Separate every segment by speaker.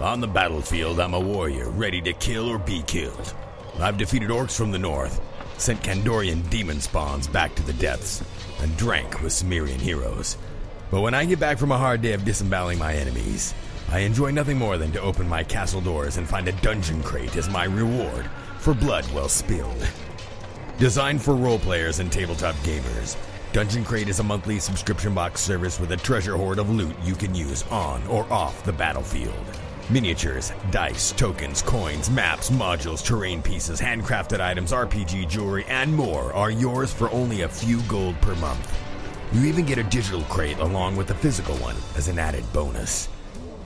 Speaker 1: On the battlefield, I'm a warrior ready to kill or be killed. I've defeated orcs from the north, sent Kandorian demon spawns back to the depths, and drank with Sumerian heroes. But when I get back from a hard day of disemboweling my enemies, I enjoy nothing more than to open my castle doors and find a dungeon crate as my reward for blood well spilled. Designed for role players and tabletop gamers, Dungeon Crate is a monthly subscription box service with a treasure hoard of loot you can use on or off the battlefield. Miniatures, dice, tokens, coins, maps, modules, terrain pieces, handcrafted items, RPG jewelry, and more are yours for only a few gold per month. You even get a digital crate along with a physical one as an added bonus.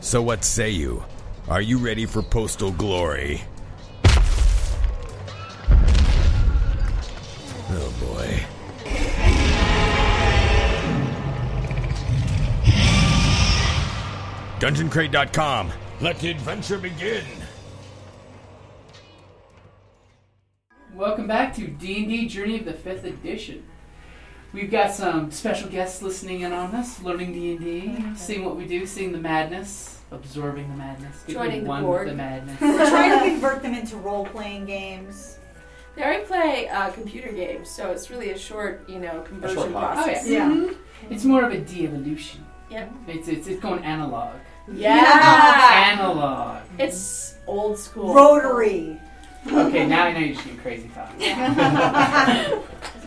Speaker 1: So, what say you? Are you ready for postal glory? Oh boy. DungeonCrate.com. Let the adventure begin.
Speaker 2: Welcome back to D&D Journey of the 5th Edition. We've got some special guests listening in on us, learning D&D, seeing what we do, seeing the madness, absorbing the madness, getting
Speaker 3: Joining the
Speaker 2: one
Speaker 3: board.
Speaker 2: with the madness.
Speaker 4: We're trying to convert them into role playing games.
Speaker 3: They already play uh, computer games, so it's really a short, you know, conversion
Speaker 2: oh
Speaker 3: process.
Speaker 2: yeah. It's more of a de-evolution.
Speaker 3: Yep.
Speaker 2: It's, it's, it's going analog.
Speaker 3: Oh, Yeah.
Speaker 2: Analog.
Speaker 3: Mm-hmm. It's old school.
Speaker 4: Rotary.
Speaker 2: Okay, now I know you're just getting crazy thoughts.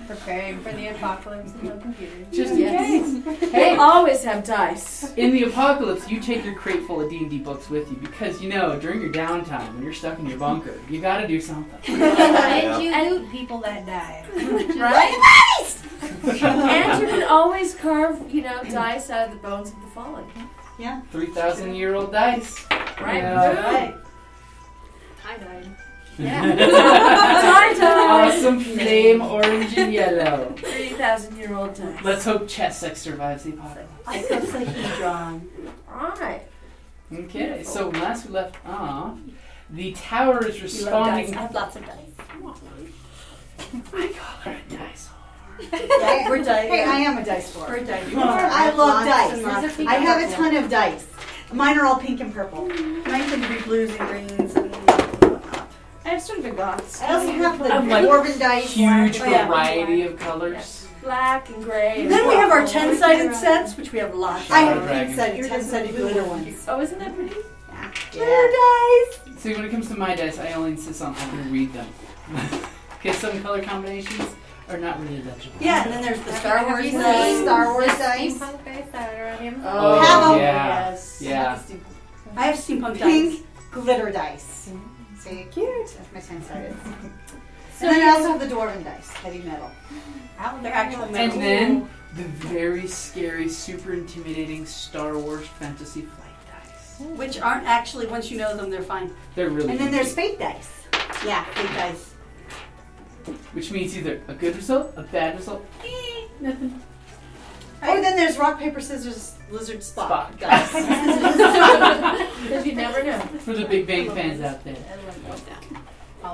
Speaker 5: Preparing for the apocalypse and no computers.
Speaker 2: Just in
Speaker 3: Yes.
Speaker 2: case.
Speaker 3: They
Speaker 2: Hey,
Speaker 3: always have dice.
Speaker 2: In the apocalypse, you take your crate full of D&D books with you because you know during your downtime when you're stuck in your bunker, you got to do something.
Speaker 5: And you loot people that die.
Speaker 3: Right? and you can always carve, you know, dice out of the bones of the fallen.
Speaker 2: Three thousand year old dice.
Speaker 3: Right?
Speaker 2: Yeah.
Speaker 4: Right.
Speaker 5: I died.
Speaker 3: Yeah. Die, die.
Speaker 2: Awesome flame orange and yellow.
Speaker 3: 3,000 year old dice.
Speaker 2: Let's hope chest sex survives the apocalypse.
Speaker 4: I feel so John.
Speaker 3: Alright.
Speaker 2: Okay, so when last we left off, the tower is
Speaker 3: You love dice.
Speaker 2: responding.
Speaker 3: I have lots of dice.
Speaker 2: I call her a dice.
Speaker 4: Yeah,
Speaker 3: We're dice.
Speaker 4: Hey, I am a dice
Speaker 3: We're
Speaker 4: board.
Speaker 3: dice.
Speaker 4: I love dice.
Speaker 5: There's a
Speaker 4: I have a ton of dice. Mine are all pink and purple. Mine can be blues and greens and whatnot.
Speaker 3: I have sort of a goth.
Speaker 4: I also have the
Speaker 2: I'm like
Speaker 4: dwarven dice.
Speaker 2: Huge
Speaker 4: Oh, yeah.
Speaker 2: variety of colors.
Speaker 3: Black and gray. and
Speaker 6: Then we have our
Speaker 3: purple.
Speaker 6: ten-sided sets, which we have lots.
Speaker 4: I
Speaker 6: of.
Speaker 4: have pink sided, ten sided glitter ones.
Speaker 3: Oh, isn't that pretty?
Speaker 4: Glitter dice.
Speaker 2: See, when it comes to my dice, I only insist on having to read them. Because some color combinations are not really legible.
Speaker 6: Yeah, and then there's the Star
Speaker 5: Have
Speaker 6: Wars
Speaker 5: you
Speaker 6: dice.
Speaker 5: seen
Speaker 4: Star Wars
Speaker 5: the
Speaker 4: dice.
Speaker 5: steampunk uh, dice that are on him?
Speaker 2: Oh,
Speaker 4: Have 'em.
Speaker 2: yeah.
Speaker 3: Yes.
Speaker 2: Yeah.
Speaker 6: I have steampunk dice.
Speaker 4: Pink glitter dice. See, cute. That's my ten sided.
Speaker 5: So
Speaker 4: And then
Speaker 5: you-
Speaker 4: I also have the dwarven dice, heavy metal.
Speaker 6: Ow, They're actually
Speaker 2: And
Speaker 6: metal.
Speaker 2: then the very scary, super intimidating Star Wars fantasy flight dice.
Speaker 6: which aren't actually. Once you know them, they're fine.
Speaker 2: They're really
Speaker 4: And then there's
Speaker 2: easy,
Speaker 4: fate dice.
Speaker 6: Yeah, big dice.
Speaker 2: which means either a good result, a bad result, eh, nothing.
Speaker 4: Oh, then there's rock, paper, scissors, lizard, Spock.
Speaker 2: Spock.
Speaker 4: Dice.
Speaker 3: Because you never know.
Speaker 2: For the Big Bang fans out there.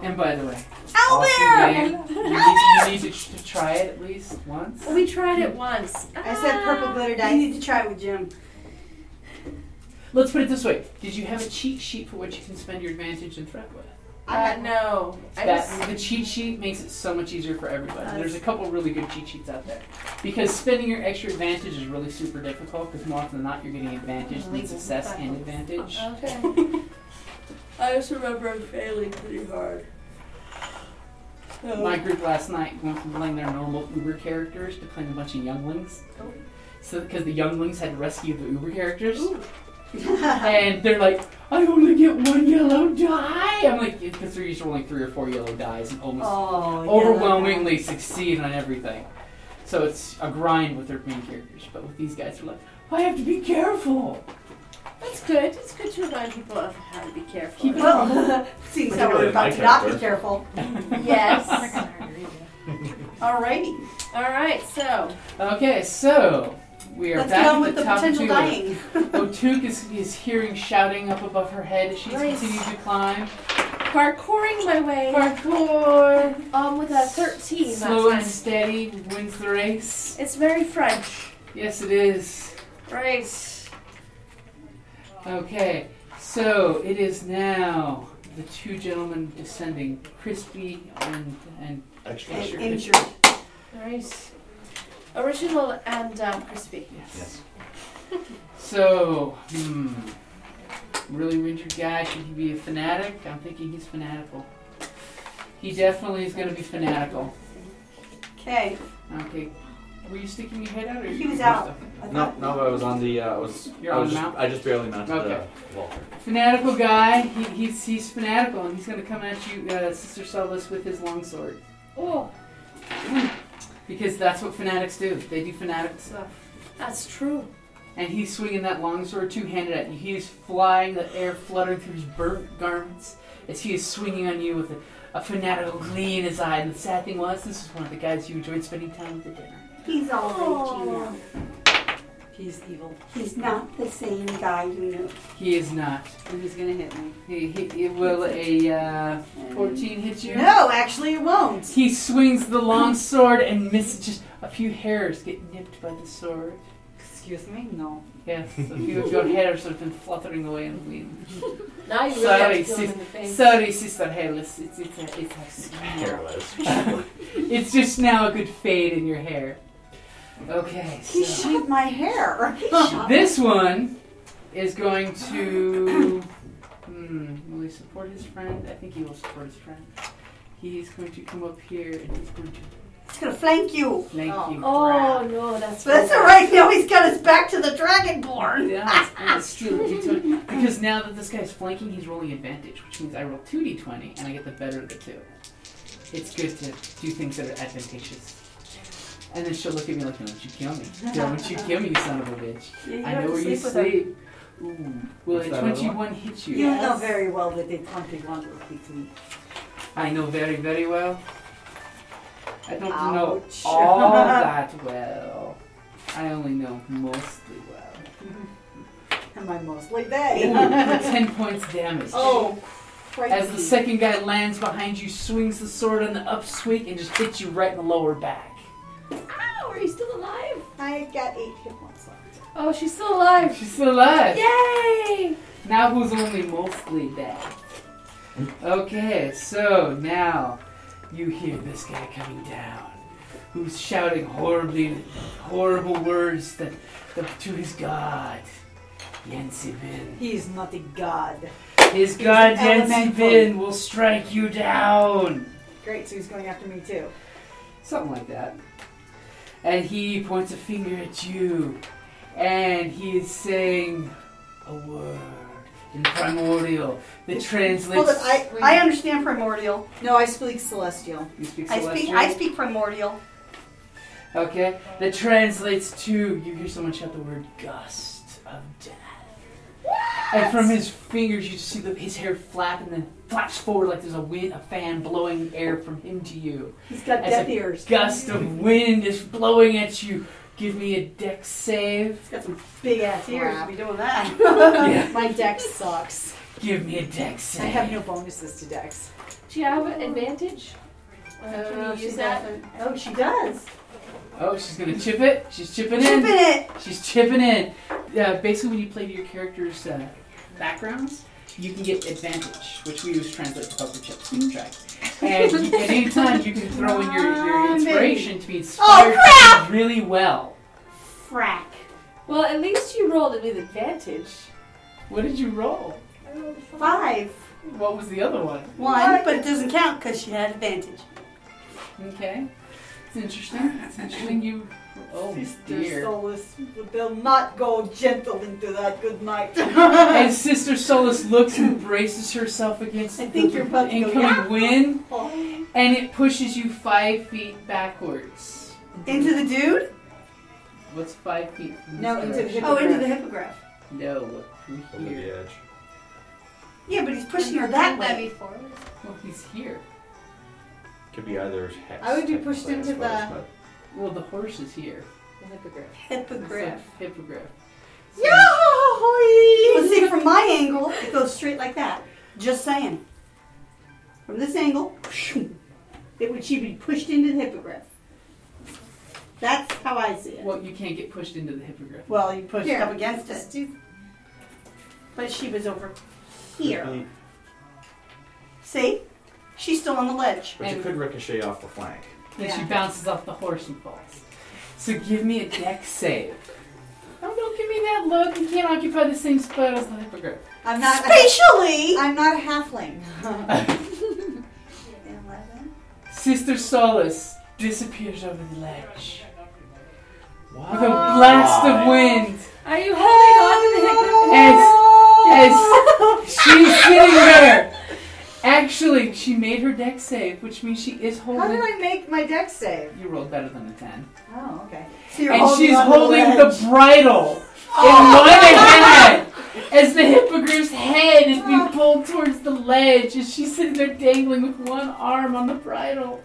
Speaker 2: And by the way, Owlbear! You need, you need to, tr- to try it at least once.
Speaker 3: We tried it once. Ah,
Speaker 4: I said purple glitter
Speaker 6: You
Speaker 4: dice.
Speaker 6: need to try it with Jim.
Speaker 2: Let's put it this way: Did you have a cheat sheet for what you can spend your advantage and threat with?
Speaker 3: Uh, no. I just,
Speaker 2: That the cheat sheet makes it so much easier for everybody. There's a couple really good cheat sheets out there because spending your extra advantage is really super difficult. Because more often than not, you're getting advantage,
Speaker 3: Mm-hmm.
Speaker 2: and success, and advantage.
Speaker 3: okay.
Speaker 6: I just remember I'm failing pretty hard.
Speaker 2: My group last night went from playing their normal Uber characters to playing a bunch of younglings.
Speaker 3: Oh.
Speaker 2: So, because the younglings had rescued the Uber characters, and they're like, "I only get one yellow die." I'm like, because they're usually rolling three or four yellow dies and almost
Speaker 4: Oh, yeah.
Speaker 2: overwhelmingly succeed on everything. So it's a grind with their main characters. But with these guys, they're like, I have to be careful.
Speaker 3: That's good. It's good to remind people of how to be careful.
Speaker 2: Keep it
Speaker 5: Well, seeing as how we're
Speaker 7: really
Speaker 5: about
Speaker 7: like
Speaker 5: to
Speaker 7: that
Speaker 5: not be
Speaker 7: bird.
Speaker 5: careful.
Speaker 3: yes.
Speaker 5: Alrighty,
Speaker 3: All right. So
Speaker 2: Okay, so we are
Speaker 5: let's
Speaker 2: back
Speaker 5: get on
Speaker 2: at
Speaker 5: with
Speaker 2: the
Speaker 5: the
Speaker 2: top
Speaker 5: potential
Speaker 2: two.
Speaker 5: dying.
Speaker 2: Otuk is, is hearing shouting up above her head as she's
Speaker 3: Nice.
Speaker 2: continuing to climb.
Speaker 3: parkouring my way.
Speaker 2: Parkour!
Speaker 3: um, with a thirteen. last
Speaker 2: Slow and
Speaker 3: time.
Speaker 2: steady wins the race.
Speaker 3: It's very French.
Speaker 2: Yes, it is.
Speaker 3: Right.
Speaker 2: Okay, so it is now the two gentlemen descending, crispy and, and
Speaker 7: Extra.
Speaker 5: And
Speaker 2: Sure.
Speaker 5: injured.
Speaker 3: Right. Original and um, crispy.
Speaker 2: yes.
Speaker 7: Yes.
Speaker 2: So, hmm, really injured guy. Should he be a fanatic? I'm thinking he's fanatical. He definitely is going to be fanatical.
Speaker 5: Okay,
Speaker 2: Okay. Were you sticking your head out? Or
Speaker 5: He was out. I
Speaker 7: No,
Speaker 5: thought-
Speaker 7: no, I was on the. Uh, I was.
Speaker 2: You're
Speaker 7: I was
Speaker 2: on
Speaker 7: just,
Speaker 2: mount?
Speaker 7: I just barely mounted
Speaker 2: Okay.
Speaker 7: the wall.
Speaker 2: Fanatical guy. He, he's, he's fanatical, and he's going to come at you, uh, Sister Solus, with his longsword.
Speaker 3: Oh,
Speaker 2: Because that's what fanatics do. They do fanatical stuff.
Speaker 3: that's true.
Speaker 2: And he's swinging that longsword two-handed at you. He is flying, the air fluttering through his burnt garments as he is swinging on you with a, a fanatical glee in his eye. And the sad thing was, this is one of the guys you enjoyed spending time with at dinner.
Speaker 5: He's all raging now.
Speaker 8: He's evil.
Speaker 5: He's not the same guy you knew.
Speaker 2: He is not.
Speaker 4: Oh.
Speaker 8: And he's gonna hit me.
Speaker 2: He, he, he- will a uh, 14 hit you?
Speaker 5: No, actually, it won't.
Speaker 2: He swings the long sword and misses. Just a few hairs get nipped by the sword.
Speaker 8: Excuse me? No.
Speaker 2: Yes, a few of your hairs have been fluttering away in the wind.
Speaker 3: Now you really
Speaker 2: Sorry,
Speaker 3: have to go
Speaker 2: sis-
Speaker 3: in the face.
Speaker 2: Sorry, Sister Hairless. It's, it's, a, it's, a snare.
Speaker 7: Careless.
Speaker 2: it's just now a good fade in your hair. Okay,
Speaker 5: He
Speaker 2: so
Speaker 5: shot my hair. He shot
Speaker 2: this one is going to. Hmm, will he support his friend? I think he will support his friend. He's going to come up here and he's going to
Speaker 5: He's gonna flank you.
Speaker 2: flank
Speaker 5: Oh.
Speaker 2: you.
Speaker 3: Oh no, that's
Speaker 5: But that's all right. Now he's got his back to the dragonborn.
Speaker 2: Yeah, it's- and it's still a D20. Because now that this guy's flanking, he's rolling advantage, which means I roll two d20 and I get the better of the two. It's good to do things that are advantageous. And then she'll look at me like, "Don't you kill me? Don't you kill me, you son of a bitch? I know where you sleep." Ooh, will
Speaker 7: What's
Speaker 2: a
Speaker 7: that other one?
Speaker 2: twenty-one hit you?
Speaker 8: You know very well that they can't be one will hit me.
Speaker 2: I know very, very well. I don't know
Speaker 5: Ouch.
Speaker 2: all that well. I only know mostly well.
Speaker 5: Am I mostly they?
Speaker 2: Ooh, for ten points damage.
Speaker 5: Oh, crazy.
Speaker 2: As the second guy lands behind you, swings the sword on the upswing and just hits you right in the lower back.
Speaker 3: Ow, are you still alive?
Speaker 5: I got eight hit points left.
Speaker 3: Oh, she's still alive.
Speaker 2: She's still alive.
Speaker 3: Yay!
Speaker 2: Now who's only mostly dead? Okay, so now you hear this guy coming down, who's shouting horribly, horrible words that, that to his god, Yensi Bin.
Speaker 8: He is not a god.
Speaker 2: His god
Speaker 5: an
Speaker 2: Yensi
Speaker 5: elemental.
Speaker 2: Bin will strike you down.
Speaker 5: Great, so he's going after me too.
Speaker 2: Something like that. And he points a finger at you, and he is saying a word in primordial that translates.
Speaker 5: Hold on, I, I understand primordial. No, I speak celestial.
Speaker 2: you speak
Speaker 5: I speak
Speaker 2: Celestial?
Speaker 5: I speak primordial.
Speaker 2: Okay, that translates to you hear someone shout the word "gust of death," and from his fingers you see the, his hair flap and then flaps forward like there's a wind, a fan blowing air from him to you.
Speaker 5: He's got
Speaker 2: As
Speaker 5: deaf
Speaker 2: a
Speaker 5: ears.
Speaker 2: Gust of wind is blowing at you. Give me a deck save.
Speaker 5: He's got some big ass ears to
Speaker 8: Crap.
Speaker 5: be doing that.
Speaker 2: Yeah.
Speaker 8: My deck sucks.
Speaker 2: Give me a deck save.
Speaker 8: I have no bonuses to decks.
Speaker 3: Do you have an advantage? Uh, Can you use that?
Speaker 5: Oh, she does.
Speaker 2: Oh, she's gonna chip it. She's chipping in.
Speaker 5: Chipping it.
Speaker 2: She's chipping in. Uh, basically, when you play to your character's uh, backgrounds, you can get advantage, which we use translate to poker chips. keep track. And you, at any time, you can throw in your, your inspiration
Speaker 5: Oh,
Speaker 2: to be inspired really well.
Speaker 5: Frack.
Speaker 3: Well, at least you rolled it with advantage.
Speaker 2: What did you roll?
Speaker 5: Five.
Speaker 2: What was the other one?
Speaker 5: One, but it doesn't count because she had advantage.
Speaker 2: Okay, it's interesting. It's interesting. You. Oh dear.
Speaker 5: Solus will not go gentle into that good night.
Speaker 2: And Sister Solus looks and braces herself against
Speaker 5: I think
Speaker 2: the
Speaker 5: you're about to go,
Speaker 2: incoming wind.
Speaker 5: Oh,
Speaker 2: And it pushes you five feet backwards.
Speaker 5: Into the dude?
Speaker 2: What's five feet? from this
Speaker 8: No, into the
Speaker 2: direction?
Speaker 8: hip-
Speaker 5: Oh, into the hippogriff.
Speaker 2: No, through
Speaker 7: Over
Speaker 2: here.
Speaker 7: the edge.
Speaker 5: Yeah, but he's pushing her that
Speaker 9: That
Speaker 5: way.
Speaker 9: before.
Speaker 2: Well, he's here.
Speaker 7: Could be either hex.
Speaker 4: I would be
Speaker 7: technically,
Speaker 4: pushed
Speaker 7: I
Speaker 4: into
Speaker 7: suppose,
Speaker 4: the-
Speaker 7: but-
Speaker 2: Well, the horse is here.
Speaker 4: The hippogriff.
Speaker 2: It's
Speaker 5: Hippogriff.
Speaker 2: like hippogriff.
Speaker 5: Let's see, from my angle, it goes straight like that. Just saying. From this angle, it would she be pushed into the hippogriff. That's how I see it.
Speaker 2: Well, you can't get pushed into the hippogriff.
Speaker 5: Well, you pushed
Speaker 4: Here,
Speaker 5: up against
Speaker 4: Just
Speaker 5: it,
Speaker 4: do.
Speaker 5: but she was over
Speaker 7: Could
Speaker 5: here.
Speaker 7: be-
Speaker 5: See? She's still on the ledge.
Speaker 7: But you
Speaker 2: And-
Speaker 7: could ricochet off the flank.
Speaker 2: Then she
Speaker 4: Yeah.
Speaker 2: bounces off the horse and falls. So give me a deck save. Oh, don't give me that look. You can't occupy the same spot as the hippogriff.
Speaker 4: I'm not.
Speaker 5: Spatially!
Speaker 4: I'm not a halfling. Oh!
Speaker 2: Sister Solace disappears over the ledge. With a blast of wind.
Speaker 9: Are you holding on to the hickman?
Speaker 2: As, as she's sitting there. Actually, she made her deck save, which means she is
Speaker 4: How
Speaker 2: holding.
Speaker 4: did I make my deck save?
Speaker 2: You rolled better than a 10.
Speaker 4: Oh, okay.
Speaker 5: So you're
Speaker 2: And
Speaker 5: holding
Speaker 2: she's
Speaker 5: on to
Speaker 2: holding
Speaker 5: ledge.
Speaker 2: the bridle in one hand as the hippogriff's head is being pulled towards the ledge, and she's sitting there dangling with one arm on the bridle.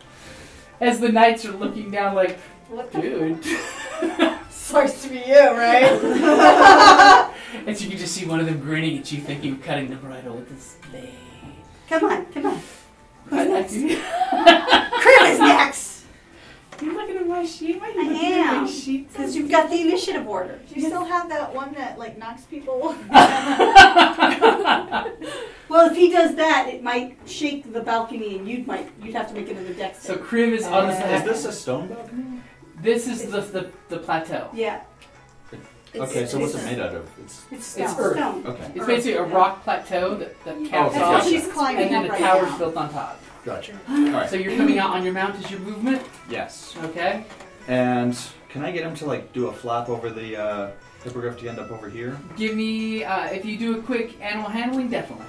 Speaker 2: As the knights are looking down, like,
Speaker 4: What the?
Speaker 2: dude.
Speaker 4: Sucks to be you, right?
Speaker 2: and so you can just see one of them grinning at you, thinking of cutting the bridle with his blade.
Speaker 5: Come on, come on.
Speaker 2: Who's next? You're
Speaker 5: Crib is next!
Speaker 2: looking at my sheet. Why are you
Speaker 5: I
Speaker 2: looking at
Speaker 5: am,
Speaker 2: my sheet?
Speaker 5: Because you've got the initiative order.
Speaker 4: Do you still have that one that like knocks people?
Speaker 5: Well, if he does that, it might shake the balcony, and you'd might you'd have to make another deck
Speaker 2: So
Speaker 5: save.
Speaker 2: Krim Oh, is on the
Speaker 7: Is this a stone balcony?
Speaker 2: This is the, the, the plateau.
Speaker 5: yeah,
Speaker 7: Okay, so what's it made out of? It's
Speaker 5: it's stone.
Speaker 2: It's earth.
Speaker 5: stone.
Speaker 7: okay.
Speaker 2: It's basically a rock plateau that, that caps
Speaker 7: okay.
Speaker 4: That's
Speaker 2: off.
Speaker 4: what she's climbing
Speaker 2: And then
Speaker 4: up
Speaker 2: the
Speaker 4: right
Speaker 2: tower's
Speaker 4: now.
Speaker 2: built on top.
Speaker 7: Gotcha. All right.
Speaker 2: So you're coming out on your mount is your movement,
Speaker 7: yes.
Speaker 2: okay?
Speaker 7: And can I get him to like do a flap over the uh, hippogriff to end up over here?
Speaker 2: Give me, uh, if you do a quick animal handling, definitely.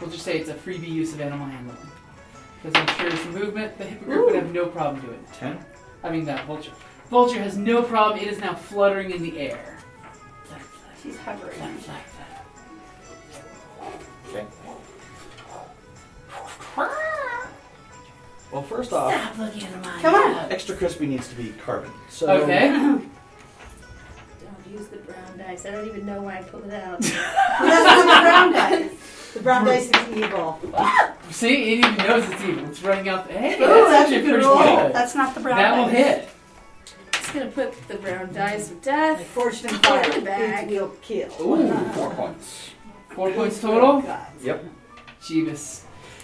Speaker 2: We'll just say it's a freebie use of animal handling. Because I'm sure it's a movement, the hippogriff would have no problem doing it.
Speaker 7: Ten.
Speaker 2: I mean, that vulture. Vulture has no problem, it is now fluttering in the air.
Speaker 5: She's hovering.
Speaker 7: Okay. Well, first off,
Speaker 5: Come on.
Speaker 7: extra crispy needs to be carbon. So
Speaker 2: Okay.
Speaker 3: Don't use the brown dice. I don't even know why I pulled it out.
Speaker 5: That's the brown dice.
Speaker 8: The brown dice is evil.
Speaker 2: See, it even knows it's evil. It's running out. Hey,
Speaker 5: Ooh,
Speaker 2: that's
Speaker 5: Oh, that's
Speaker 2: actually
Speaker 5: a
Speaker 2: pretty
Speaker 5: good roll.
Speaker 2: good.
Speaker 5: That's not the brown
Speaker 2: That will
Speaker 5: dice.
Speaker 2: hit.
Speaker 3: Just gonna put the brown dice of death.
Speaker 8: Fortune and
Speaker 3: Get
Speaker 8: fire.
Speaker 3: in the bag.
Speaker 8: These will kill.
Speaker 2: Ooh.
Speaker 7: four points.
Speaker 2: Four points total.
Speaker 8: God.
Speaker 7: Yep.
Speaker 2: Jeebus.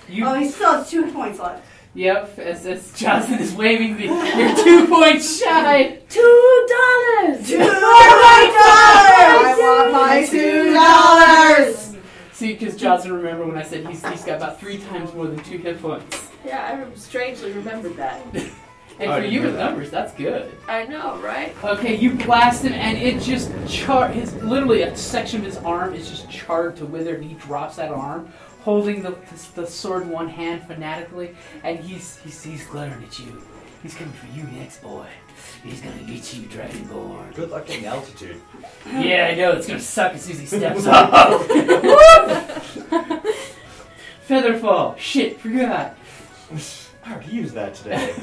Speaker 2: You,
Speaker 5: Oh, he still has two points left.
Speaker 2: yep, as, as Johnson is waving the, you're two points shy.
Speaker 3: Two dollars.
Speaker 5: Two dollars!
Speaker 8: I want my Oh two dollars.
Speaker 2: See, because Johnson, remember when I said he's, he's got about three times more than two hit points.
Speaker 3: Yeah, I re- strangely remembered that.
Speaker 2: And
Speaker 7: Oh, I
Speaker 2: for
Speaker 7: didn't
Speaker 2: you
Speaker 7: hear
Speaker 2: with
Speaker 7: that.
Speaker 2: numbers, that's good.
Speaker 3: I know, right?
Speaker 2: Okay, you blast him, and it just char. His literally a section of his arm is just charred to wither, and he drops that arm, holding the, the, sword in one hand fanatically, and he's he's, he's glaring at you. He's coming for you next, boy. He's gonna get you, Dragonborn.
Speaker 7: Good luck in the altitude.
Speaker 2: Yeah, I know it's gonna suck as soon as he steps up. Featherfall. Shit, forgot.
Speaker 7: I already used that today.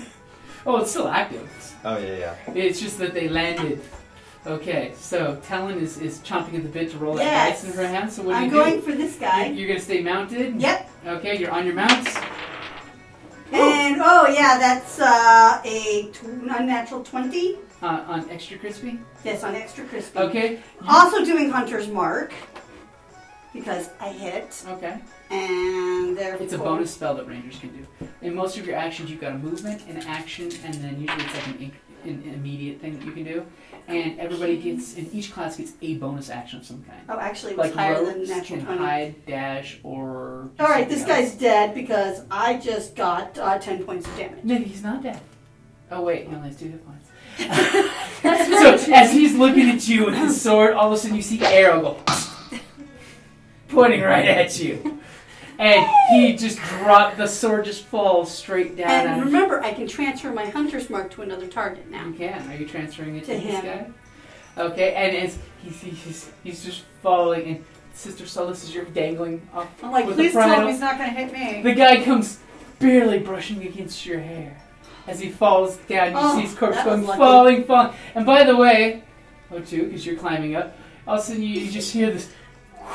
Speaker 2: Oh, it's still active.
Speaker 7: oh yeah, yeah.
Speaker 2: It's just that they landed. Okay, so Talon is, is chomping at the bit to roll
Speaker 5: Yes.
Speaker 2: that dice in her hand. So what do
Speaker 5: I'm
Speaker 2: you
Speaker 5: going
Speaker 2: do?
Speaker 5: for this
Speaker 2: You-
Speaker 5: guy.
Speaker 2: You're gonna stay mounted.
Speaker 5: Yep.
Speaker 2: Okay, you're on your mounts.
Speaker 5: And oh yeah, that's uh, a tw- unnatural twenty.
Speaker 2: Uh, on extra crispy.
Speaker 5: Yes, on extra crispy.
Speaker 2: Okay.
Speaker 5: Also doing hunter's mark because I hit,
Speaker 2: Okay.
Speaker 5: and therefore
Speaker 2: It's a bonus spell that rangers can do. In most of your actions, you've got a movement, an action, and then usually it's like an, inc- an immediate thing that you can do. And everybody gets, and each class gets a bonus action of some kind.
Speaker 5: Oh, actually, it was
Speaker 2: Like
Speaker 5: higher than
Speaker 2: ropes,
Speaker 5: natural
Speaker 2: can
Speaker 5: twenty.
Speaker 2: hide, dash, or.
Speaker 5: All right, this
Speaker 2: something else.
Speaker 5: guy's dead because I just got uh, ten points of damage.
Speaker 2: Maybe he's not dead. Oh wait, he only has two hit points. so as he's looking at you with his sword, all of a sudden you see arrow go pointing right at you. and he just dropped the sword, just falls straight down. at
Speaker 5: And
Speaker 2: him.
Speaker 5: remember, I can transfer my hunter's mark to another target now.
Speaker 2: You can. Are you transferring it to,
Speaker 5: To
Speaker 2: this
Speaker 5: him.
Speaker 2: guy? Okay, and it's, he's, he's he's just falling, and Sister Solis is your dangling off.
Speaker 8: I'm like,
Speaker 2: with
Speaker 8: please
Speaker 2: the
Speaker 8: tell
Speaker 2: bridle.
Speaker 8: him he's not going to hit me.
Speaker 2: The guy comes barely brushing against your hair. As he falls down, you
Speaker 8: Oh,
Speaker 2: see his corpse
Speaker 8: that
Speaker 2: going,
Speaker 8: was lucky.
Speaker 2: falling, falling. And by the way, oh, too, because you're climbing up, all of a sudden you just hear this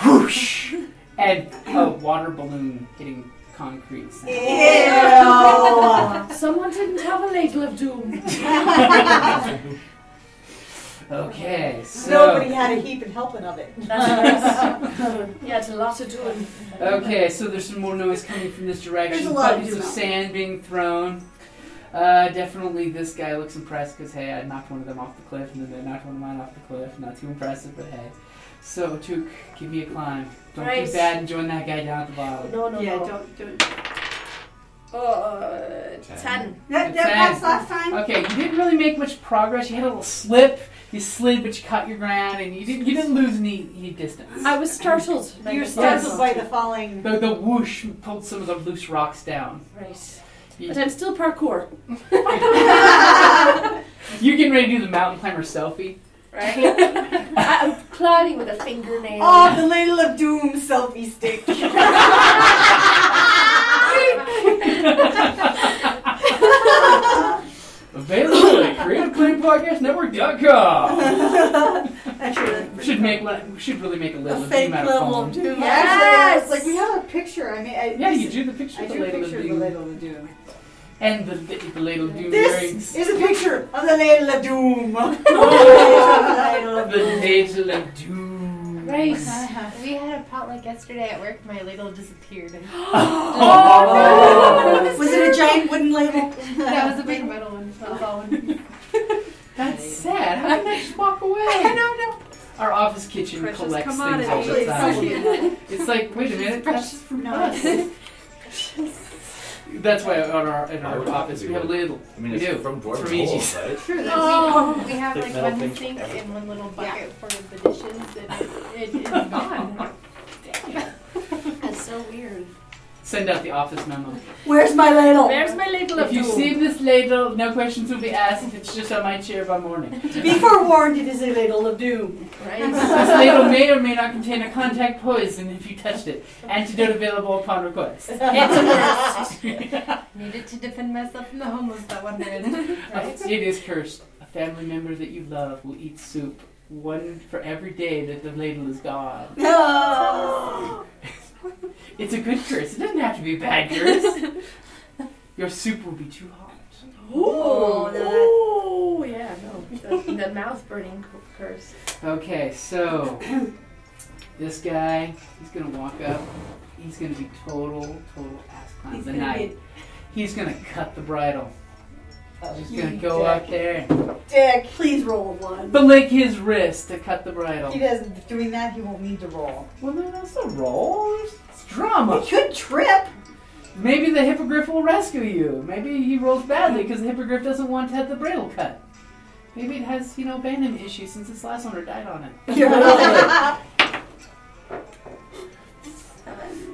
Speaker 2: whoosh and a water balloon hitting concrete. sound.
Speaker 3: Someone didn't have a ladle of doom.
Speaker 2: okay, so.
Speaker 4: Nobody had a heap and helping of it.
Speaker 3: That's nice. yeah, it's a lot of doing.
Speaker 2: Okay, so there's some more noise coming from this direction.
Speaker 3: There's a lot of
Speaker 2: Buckets of,
Speaker 3: drama.
Speaker 2: sand being thrown. Uh, definitely, this guy looks impressed because hey, I knocked one of them off the cliff, and then they knocked one of mine off the cliff. Not too impressive, but hey. So, Took, give me a climb. Don't
Speaker 3: Right.
Speaker 2: be bad and join that guy down at the bottom.
Speaker 3: No, no,
Speaker 5: Yeah,
Speaker 3: no.
Speaker 5: don't do it.
Speaker 3: Uh, ten.
Speaker 5: That, that
Speaker 2: Ten.
Speaker 5: passed last time.
Speaker 2: Okay, you didn't really make much progress. You had a little slip. You slid, but you caught your ground, and you didn't. You didn't lose any, any distance.
Speaker 3: I was startled.
Speaker 4: You were
Speaker 3: Yes.
Speaker 4: startled by the falling.
Speaker 2: The, the whoosh pulled some of the loose rocks down.
Speaker 3: Right.
Speaker 2: You-
Speaker 3: But I'm still parkour.
Speaker 2: You're getting ready to do the mountain climber selfie.
Speaker 3: Right? I'm climbing with a fingernail.
Speaker 8: Oh, the Ladle of Doom selfie stick.
Speaker 2: Available at creativeclampodcastnetwork.com.
Speaker 5: Actually,
Speaker 2: We should make one. We should really make a
Speaker 5: a
Speaker 2: little
Speaker 5: fake
Speaker 2: out of
Speaker 5: level
Speaker 2: phone.
Speaker 5: of doom.
Speaker 4: Actually,
Speaker 3: Yes!
Speaker 4: it's like we have a picture. I mean, I,
Speaker 2: Yeah,
Speaker 4: this-
Speaker 2: you drew the picture
Speaker 4: I
Speaker 2: of the
Speaker 4: drew a
Speaker 2: ladle of
Speaker 4: picture of the
Speaker 2: doom
Speaker 4: ladle of doom.
Speaker 2: and the, the, the ladle of doom
Speaker 8: This
Speaker 2: earrings.
Speaker 8: is a picture of the Ladle of Doom.
Speaker 5: Oh.
Speaker 2: The ladle of doom.
Speaker 3: Right.
Speaker 10: We had a potluck yesterday at work. My ladle disappeared.
Speaker 4: Oh,
Speaker 2: Oh,
Speaker 5: Was it a giant wooden ladle?
Speaker 10: that was a big metal one. That was
Speaker 3: oh.
Speaker 10: all one.
Speaker 2: That's sad. How did I just walk away? I don't know. Our office kitchen
Speaker 3: Precious
Speaker 2: collects things
Speaker 3: commodity.
Speaker 2: all the
Speaker 5: Actually,
Speaker 2: time.
Speaker 5: it's so
Speaker 2: It's like, wait a minute, that's from us. That's why on our in our
Speaker 7: Why would it have
Speaker 2: office
Speaker 7: to be
Speaker 2: we have a
Speaker 7: wood?
Speaker 2: ladle.
Speaker 7: I mean,
Speaker 2: we
Speaker 7: it's
Speaker 2: do.
Speaker 7: from
Speaker 2: It's
Speaker 7: Dwarven
Speaker 2: from Aegis.
Speaker 7: Holes, right?
Speaker 10: True.
Speaker 3: Oh.
Speaker 10: We, we have
Speaker 7: Thick
Speaker 10: like
Speaker 7: metal
Speaker 10: one
Speaker 7: thing for
Speaker 10: sink
Speaker 7: everything.
Speaker 10: and one little bucket for the dishes, and it, it, it's gone.
Speaker 3: That's so weird.
Speaker 2: Send out the office memo.
Speaker 5: Where's my ladle?
Speaker 3: Where's my ladle of
Speaker 2: If you
Speaker 3: doom?
Speaker 2: see this ladle, no questions will be asked. If it's just on my chair by morning, this
Speaker 5: Be forewarned, it is a ladle of doom.
Speaker 3: Right.
Speaker 2: ladle may or may not contain a contact poison if you touched it. Antidote available upon request. It's cursed.
Speaker 10: Needed to defend myself from the homeless that one did.
Speaker 2: it is cursed. A family member that you love will eat soup. One for every day that the ladle is gone.
Speaker 5: No.
Speaker 2: It's a good curse. It doesn't have to be a bad curse. Your soup will be too hot.
Speaker 3: Oh,
Speaker 5: no,
Speaker 3: yeah, no. The, the mouth burning cu- curse.
Speaker 2: Okay, so this guy, he's gonna walk up. He's gonna be total, total ass clown
Speaker 5: He's
Speaker 2: of the
Speaker 5: gonna
Speaker 2: night. He's gonna cut the bridle. He's gonna
Speaker 5: you
Speaker 2: go up there and
Speaker 4: Dick.
Speaker 5: Please roll a one.
Speaker 2: blink his wrist to cut the bridle.
Speaker 4: He doesn't doing that. He won't need to roll.
Speaker 2: Well, no, that's a roll. It's drama.
Speaker 4: Could trip.
Speaker 2: Maybe the hippogriff will rescue you. Maybe he rolls badly because the hippogriff doesn't want to have the bridle cut. Maybe it has, you know, abandonment issues since its last owner died on it.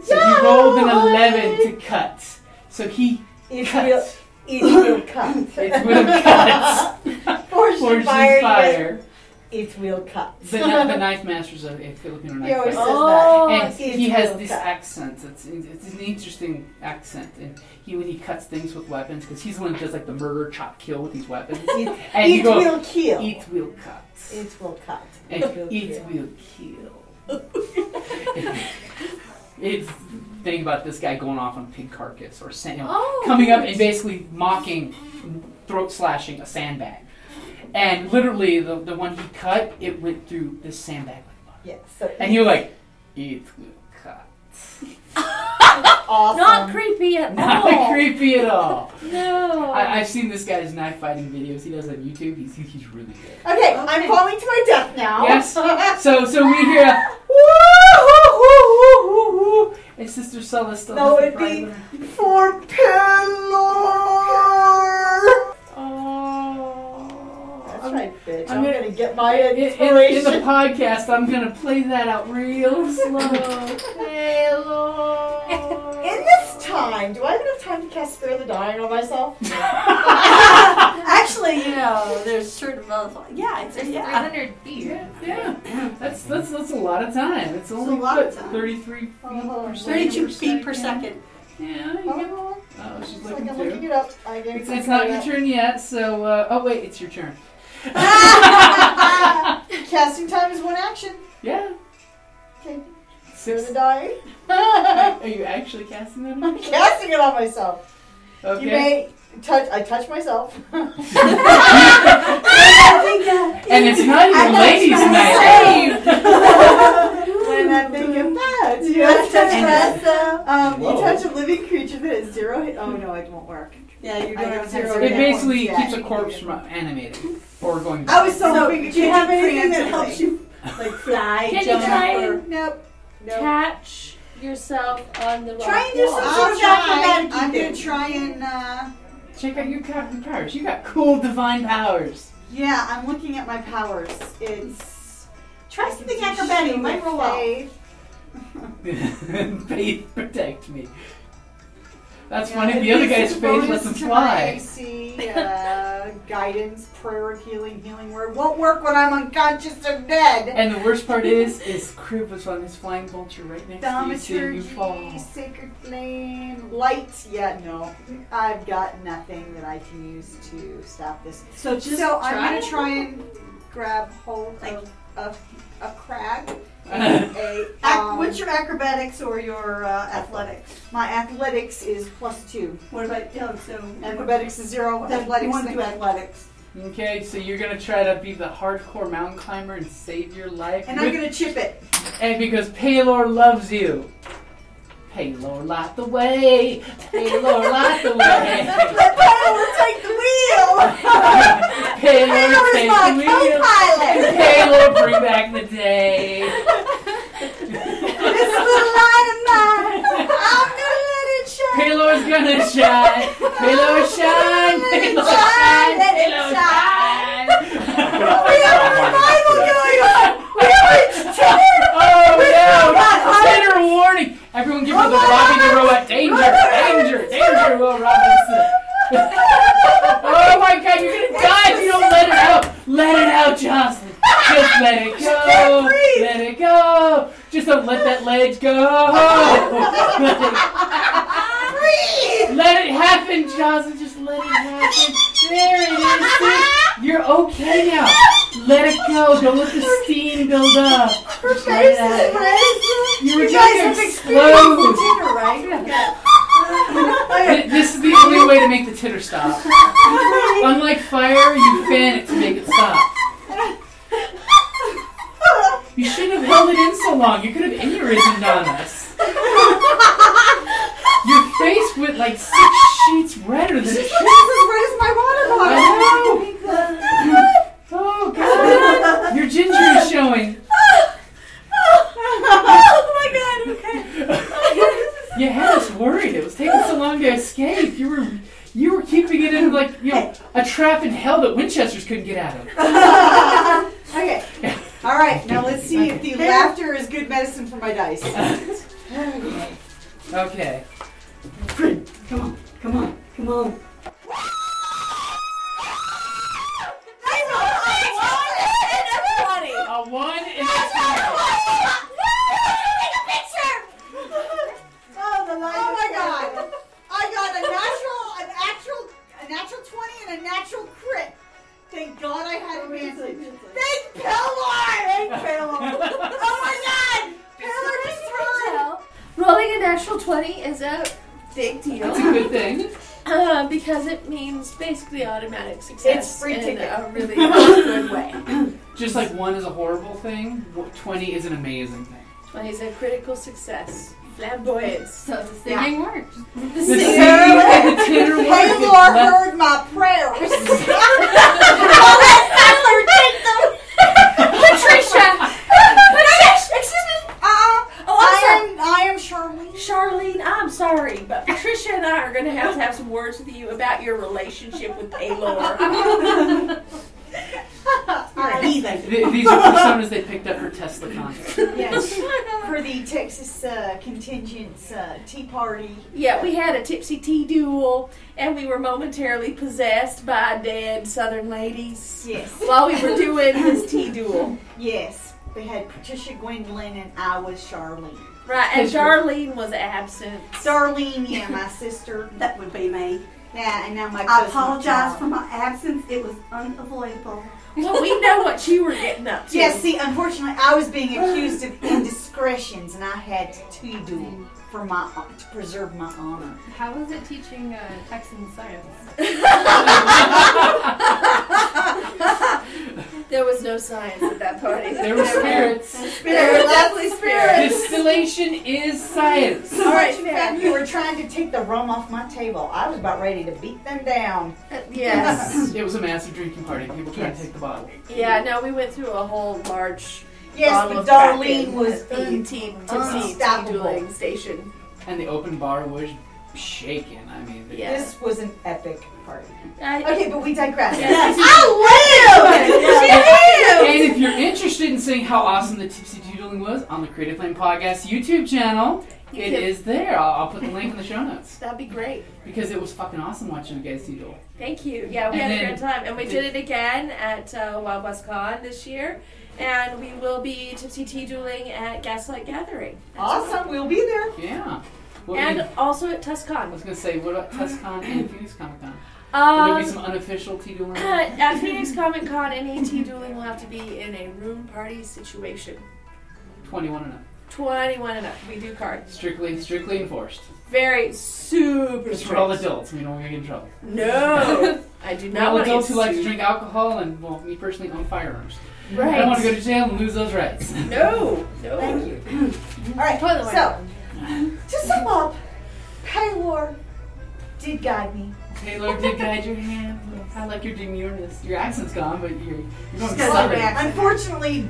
Speaker 2: So he rolled an 11 to cut. So he
Speaker 4: It will.
Speaker 2: cuts.
Speaker 4: It will cut.
Speaker 2: It will cut.
Speaker 4: Forged
Speaker 2: Forged
Speaker 4: in
Speaker 2: in
Speaker 4: fire. he does-
Speaker 2: fire.
Speaker 4: It will cut.
Speaker 2: The, kni- the knife master's a, a Filipino
Speaker 4: He
Speaker 2: knife
Speaker 4: always
Speaker 2: master. And
Speaker 4: says it
Speaker 2: he has
Speaker 4: will
Speaker 2: this
Speaker 4: cut.
Speaker 2: accent. It's, it's an interesting accent. And he when he cuts things with weapons, because he's the one who does like the murder, chop, kill with these weapons.
Speaker 4: It,
Speaker 2: And you
Speaker 4: it
Speaker 2: go,
Speaker 4: will kill.
Speaker 2: It will cut.
Speaker 4: It will cut.
Speaker 2: And
Speaker 4: It will
Speaker 2: it
Speaker 4: kill.
Speaker 2: will kill. it's think about this guy going off on pig carcass or sand, you know,
Speaker 3: Oh,
Speaker 2: coming up and basically mocking, throat slashing a sandbag. And literally, the, the one he cut, it went through this sandbag like butter.
Speaker 4: Yes. So
Speaker 2: And you're like, it will cut.
Speaker 4: awesome.
Speaker 3: Not creepy at
Speaker 2: Not
Speaker 3: all.
Speaker 2: creepy at all.
Speaker 3: No.
Speaker 2: I, I've seen this guy's knife fighting videos he does on YouTube. He's, he's really good.
Speaker 4: okay, I'm falling to my death now.
Speaker 2: Yes. So so we hear a woo hoo hoo hoo hoo hoo and Sister Sulla still
Speaker 4: No,
Speaker 2: has the
Speaker 4: it'd be-
Speaker 2: bridle.
Speaker 4: For pillar.
Speaker 2: Oh.
Speaker 4: That's
Speaker 2: I'm-
Speaker 4: right, bitch.
Speaker 2: I'm
Speaker 4: I'm,
Speaker 2: gonna-
Speaker 4: gonna get my
Speaker 2: In, in, in
Speaker 4: inspiration.
Speaker 2: the podcast, I'm gonna play that out real slow. Hello.
Speaker 4: time. Do I even have time to cast Spare the Dying on myself?
Speaker 5: Actually, you know, there's certain amount of yeah, it's yeah.
Speaker 2: 300 feet. Yeah, yeah. That's that's that's a lot of time. It's only
Speaker 5: a lot of
Speaker 2: what,
Speaker 5: time.
Speaker 2: 33 feet. per second
Speaker 5: 32
Speaker 2: or
Speaker 5: feet per
Speaker 2: something?
Speaker 5: second.
Speaker 2: Yeah, you get- oh, she's
Speaker 4: Like
Speaker 2: looking
Speaker 4: I'm looking
Speaker 2: through.
Speaker 4: it up. I gave
Speaker 2: It's,
Speaker 4: it
Speaker 2: it's not your
Speaker 4: that.
Speaker 2: turn yet, so uh, oh wait, it's your turn.
Speaker 4: Casting time is one action.
Speaker 2: Yeah.
Speaker 4: Okay.
Speaker 2: Six.
Speaker 4: Spare the Dying.
Speaker 2: Are you actually casting that?
Speaker 4: I'm casting it on myself.
Speaker 2: Okay.
Speaker 4: You may touch. I touch myself.
Speaker 2: And it's not even ladies' night.
Speaker 4: when I'm thinking bad, you
Speaker 5: Let's
Speaker 4: touch
Speaker 5: touch
Speaker 4: myself. Um, you
Speaker 5: Whoa.
Speaker 4: touch a living creature that has zero hit. Oh no, it won't work.
Speaker 5: Yeah, you're
Speaker 4: I
Speaker 5: doing
Speaker 4: don't
Speaker 5: zero
Speaker 4: have
Speaker 2: It
Speaker 4: hit
Speaker 2: basically
Speaker 4: points. Yeah.
Speaker 2: keeps a corpse from animating or going.
Speaker 4: I was so,
Speaker 5: So,
Speaker 4: hoping.
Speaker 5: do you have anything that helps
Speaker 4: you like fly,
Speaker 3: Can you
Speaker 4: jump,
Speaker 3: try
Speaker 4: or-
Speaker 3: and
Speaker 4: Nope. Nope.
Speaker 3: catch yourself on the rock
Speaker 5: Try and do
Speaker 3: wall?
Speaker 5: some
Speaker 4: I'll
Speaker 5: sort of
Speaker 4: try.
Speaker 5: acrobatic
Speaker 4: I'm gonna
Speaker 5: thing.
Speaker 4: try and. Uh,
Speaker 2: Check out your captain powers. You got cool divine powers.
Speaker 4: yeah, I'm looking at my powers. It's.
Speaker 5: Try something acrobatic. It might roll well.
Speaker 4: Faith.
Speaker 2: Faith protect me. That's
Speaker 4: Yeah,
Speaker 2: funny.
Speaker 4: it
Speaker 2: The other
Speaker 4: gives
Speaker 2: guy's
Speaker 4: us a
Speaker 2: faith
Speaker 4: bonus
Speaker 2: doesn't
Speaker 4: to my
Speaker 2: fly.
Speaker 4: AC, uh, guidance, prayer, healing, healing word. Won't work when I'm unconscious or dead.
Speaker 2: And the worst part is, is Crib was on his flying vulture right next to you, seeing you
Speaker 4: Thaumaturgy,
Speaker 2: fall.
Speaker 4: sacred flame, light. Yeah, no, I've got nothing that I can use to stop this.
Speaker 5: So just
Speaker 4: so
Speaker 5: try
Speaker 4: I'm
Speaker 5: it.
Speaker 4: gonna try and grab hold of a, a crag. and a,
Speaker 5: Ac-
Speaker 4: um,
Speaker 5: what's your acrobatics or your uh, athletics?
Speaker 4: my athletics is plus two.
Speaker 5: What about oh, so
Speaker 4: Acrobatics is zero.
Speaker 5: Then
Speaker 4: athletics
Speaker 5: you want to do
Speaker 4: is-
Speaker 5: athletics,
Speaker 2: Okay, so you're gonna try to be the hardcore mountain climber and save your life.
Speaker 4: and
Speaker 2: with-
Speaker 4: I'm gonna chip it.
Speaker 2: And because Paylor loves you. Paylor light the way. Paylor light the way.
Speaker 4: Let Paylor take the wheel.
Speaker 2: Paylor
Speaker 4: Paylor is
Speaker 2: take
Speaker 4: my
Speaker 2: the wheel.
Speaker 4: co-pilot.
Speaker 2: Paylor bring back the day.
Speaker 4: This little light of mine, I'm gonna let it shine.
Speaker 2: Paylor's gonna shine. Paylor shine.
Speaker 4: Let it
Speaker 2: Paylor
Speaker 4: shine,
Speaker 2: shine.
Speaker 4: let it
Speaker 2: Paylor
Speaker 4: shine. We
Speaker 2: shine.
Speaker 4: have a revival going on. We have a tenor.
Speaker 2: Oh no! Center warning! Everyone give her the Robbie DeRoa danger, danger, danger, Will Robinson. oh my god, you're gonna die if you don't let it out! Let it out, Jocelyn! Just let it go!
Speaker 4: breathe.
Speaker 2: Let it go! Just don't let that ledge go!
Speaker 4: Breathe.
Speaker 2: let it happen, Jocelyn! Just let it happen! There it is! See? You're okay now! Let it go! Don't let the steam build up!
Speaker 4: Her
Speaker 2: Just let it
Speaker 4: face
Speaker 2: out.
Speaker 4: is red.
Speaker 2: You were
Speaker 4: You
Speaker 2: just
Speaker 4: guys
Speaker 2: gonna
Speaker 4: have experienced
Speaker 2: explode!
Speaker 4: the dinner, right?
Speaker 2: Th- This is the only way to make the titter stop. Unlike fire, you fan it to make it stop. You shouldn't have held it in so long. You could have aneurysmed on us. Your face went like six sheets redder than it should.
Speaker 4: This is as red as my water bottle.
Speaker 2: I know. Oh god, your ginger is showing.
Speaker 4: oh my god, okay.
Speaker 2: You had us worried. It was taking so long to escape. You were, you were keeping it in like you know a trap in hell that Winchesters couldn't get out of.
Speaker 4: okay. All right, now let's see if the laughter is good medicine for my dice.
Speaker 2: Okay.
Speaker 5: Come on, come on, come on.
Speaker 2: A Uh, one and a two.
Speaker 4: Oh, the light. Oh my god. I got a natural, an actual, a natural 20 and a natural crit. Thank God I had advantage. Thank Pelor! Thank Pelor. oh my god! Pelor just turned.
Speaker 3: Well, Rolling a natural 20 is a big
Speaker 2: That's
Speaker 3: deal
Speaker 2: a good thing.
Speaker 3: uh, because it means basically automatic success.
Speaker 4: It's free
Speaker 3: in
Speaker 4: ticket.
Speaker 3: a really good way.
Speaker 2: Just like one is a horrible thing, wh- twenty is an amazing thing.
Speaker 3: 20 is a critical success. Flamboyance.
Speaker 9: So the singing worked.
Speaker 3: The
Speaker 2: The
Speaker 3: singing-
Speaker 2: singing and the titter work. It's
Speaker 4: Pelor
Speaker 2: left-
Speaker 4: heard my prayers. Oh, let Pelor take the
Speaker 3: Patricia!
Speaker 4: Excuse me. Uh,
Speaker 3: Oh,
Speaker 4: I
Speaker 3: I'm
Speaker 4: am. I am Charlene.
Speaker 3: Charlene, I'm sorry, but Patricia and I are going to have to have some words with you about your relationship with Paylor.
Speaker 8: You're a heathen.
Speaker 2: Th- These are personas they picked up for Tesla content.
Speaker 4: Yes, for the Texas uh, contingent's uh, Tea Party.
Speaker 3: Yeah, we had a tipsy tea duel, and we were momentarily possessed by dead Southern ladies.
Speaker 4: Yes.
Speaker 3: While we were doing this tea duel.
Speaker 4: Yes, we had Patricia Gwendolyn and I was Charlene.
Speaker 3: Right, and Charlene was absent.
Speaker 4: Charlene, yeah, my sister.
Speaker 5: That would be me.
Speaker 4: Yeah, and now my
Speaker 5: I
Speaker 4: cousin
Speaker 5: apologize
Speaker 4: Charlotte.
Speaker 5: for my absence. It was unavoidable.
Speaker 3: Well, we know what you were getting up to.
Speaker 4: Yes, see, unfortunately, I was being accused of indiscretions, and I had to do for my to preserve my honor.
Speaker 10: How was it teaching uh, Texan science?
Speaker 3: There was no science at that party.
Speaker 2: There were spirits.
Speaker 3: There were lovely spirits.
Speaker 2: Distillation is science.
Speaker 4: So much fun. You were trying to take the rum off my table. I was about ready to beat them down.
Speaker 3: Yes.
Speaker 2: It was a massive drinking party. People trying to take the bottle.
Speaker 3: Yeah, no, we went through a whole large.
Speaker 4: Yes,
Speaker 3: bottle
Speaker 4: but
Speaker 3: of Kraken
Speaker 4: Darlene was
Speaker 3: at the
Speaker 4: un-
Speaker 3: tea, tipsy tea
Speaker 4: unstoppable.
Speaker 3: dueling station.
Speaker 2: And the open bar was shaking. I mean, they-
Speaker 3: Yeah.
Speaker 4: This was an epic party.
Speaker 3: I-
Speaker 4: Okay, but we digress.
Speaker 3: Yes.
Speaker 4: I live!
Speaker 2: And if you're interested in seeing how awesome the tipsy doodling was on the Creative Flame Podcast YouTube channel,
Speaker 3: You
Speaker 2: it
Speaker 3: can-
Speaker 2: is there. I'll, I'll put the link in the show notes
Speaker 3: That'd be great.
Speaker 2: because it was fucking awesome watching you guys doodle.
Speaker 3: Thank you. Yeah, we
Speaker 2: And
Speaker 3: had a
Speaker 2: then-
Speaker 3: great time, and we did it again at uh, Wild West Con this year, and we will be tipsy tea dueling at Gaslight Gathering. as well.
Speaker 4: Awesome, we'll be there.
Speaker 2: Yeah. What were
Speaker 3: And
Speaker 2: you-
Speaker 3: also at
Speaker 2: I was
Speaker 3: TusCon.
Speaker 2: gonna say, what about TusCon and Phoenix Comic Con? Will there be
Speaker 3: Um,
Speaker 2: some unofficial tea doing?
Speaker 3: at Phoenix Comic Con, any tea dueling will have to be in a room party situation.
Speaker 2: Twenty-one and up.
Speaker 3: 21 and up. We do cards.
Speaker 2: Strictly, strictly enforced.
Speaker 3: Very super
Speaker 2: It's for all
Speaker 3: strict.
Speaker 2: adults. We don't want to get in trouble.
Speaker 3: No, I do
Speaker 2: We're
Speaker 3: not
Speaker 2: all
Speaker 3: want
Speaker 2: adults
Speaker 3: to
Speaker 2: who like to drink alcohol and, well, me personally, own firearms. I
Speaker 3: Right.
Speaker 2: don't want to go to jail and lose those rights.
Speaker 3: No, no.
Speaker 4: Thank you. All right,
Speaker 3: Mm-hmm. Toilet
Speaker 4: so to sum up, Paylor did guide me.
Speaker 2: Taylor did guide your hand. I like your demureness. Your accent's gone, but you're you're going
Speaker 4: Well,
Speaker 2: stubborn.
Speaker 4: Unfortunately,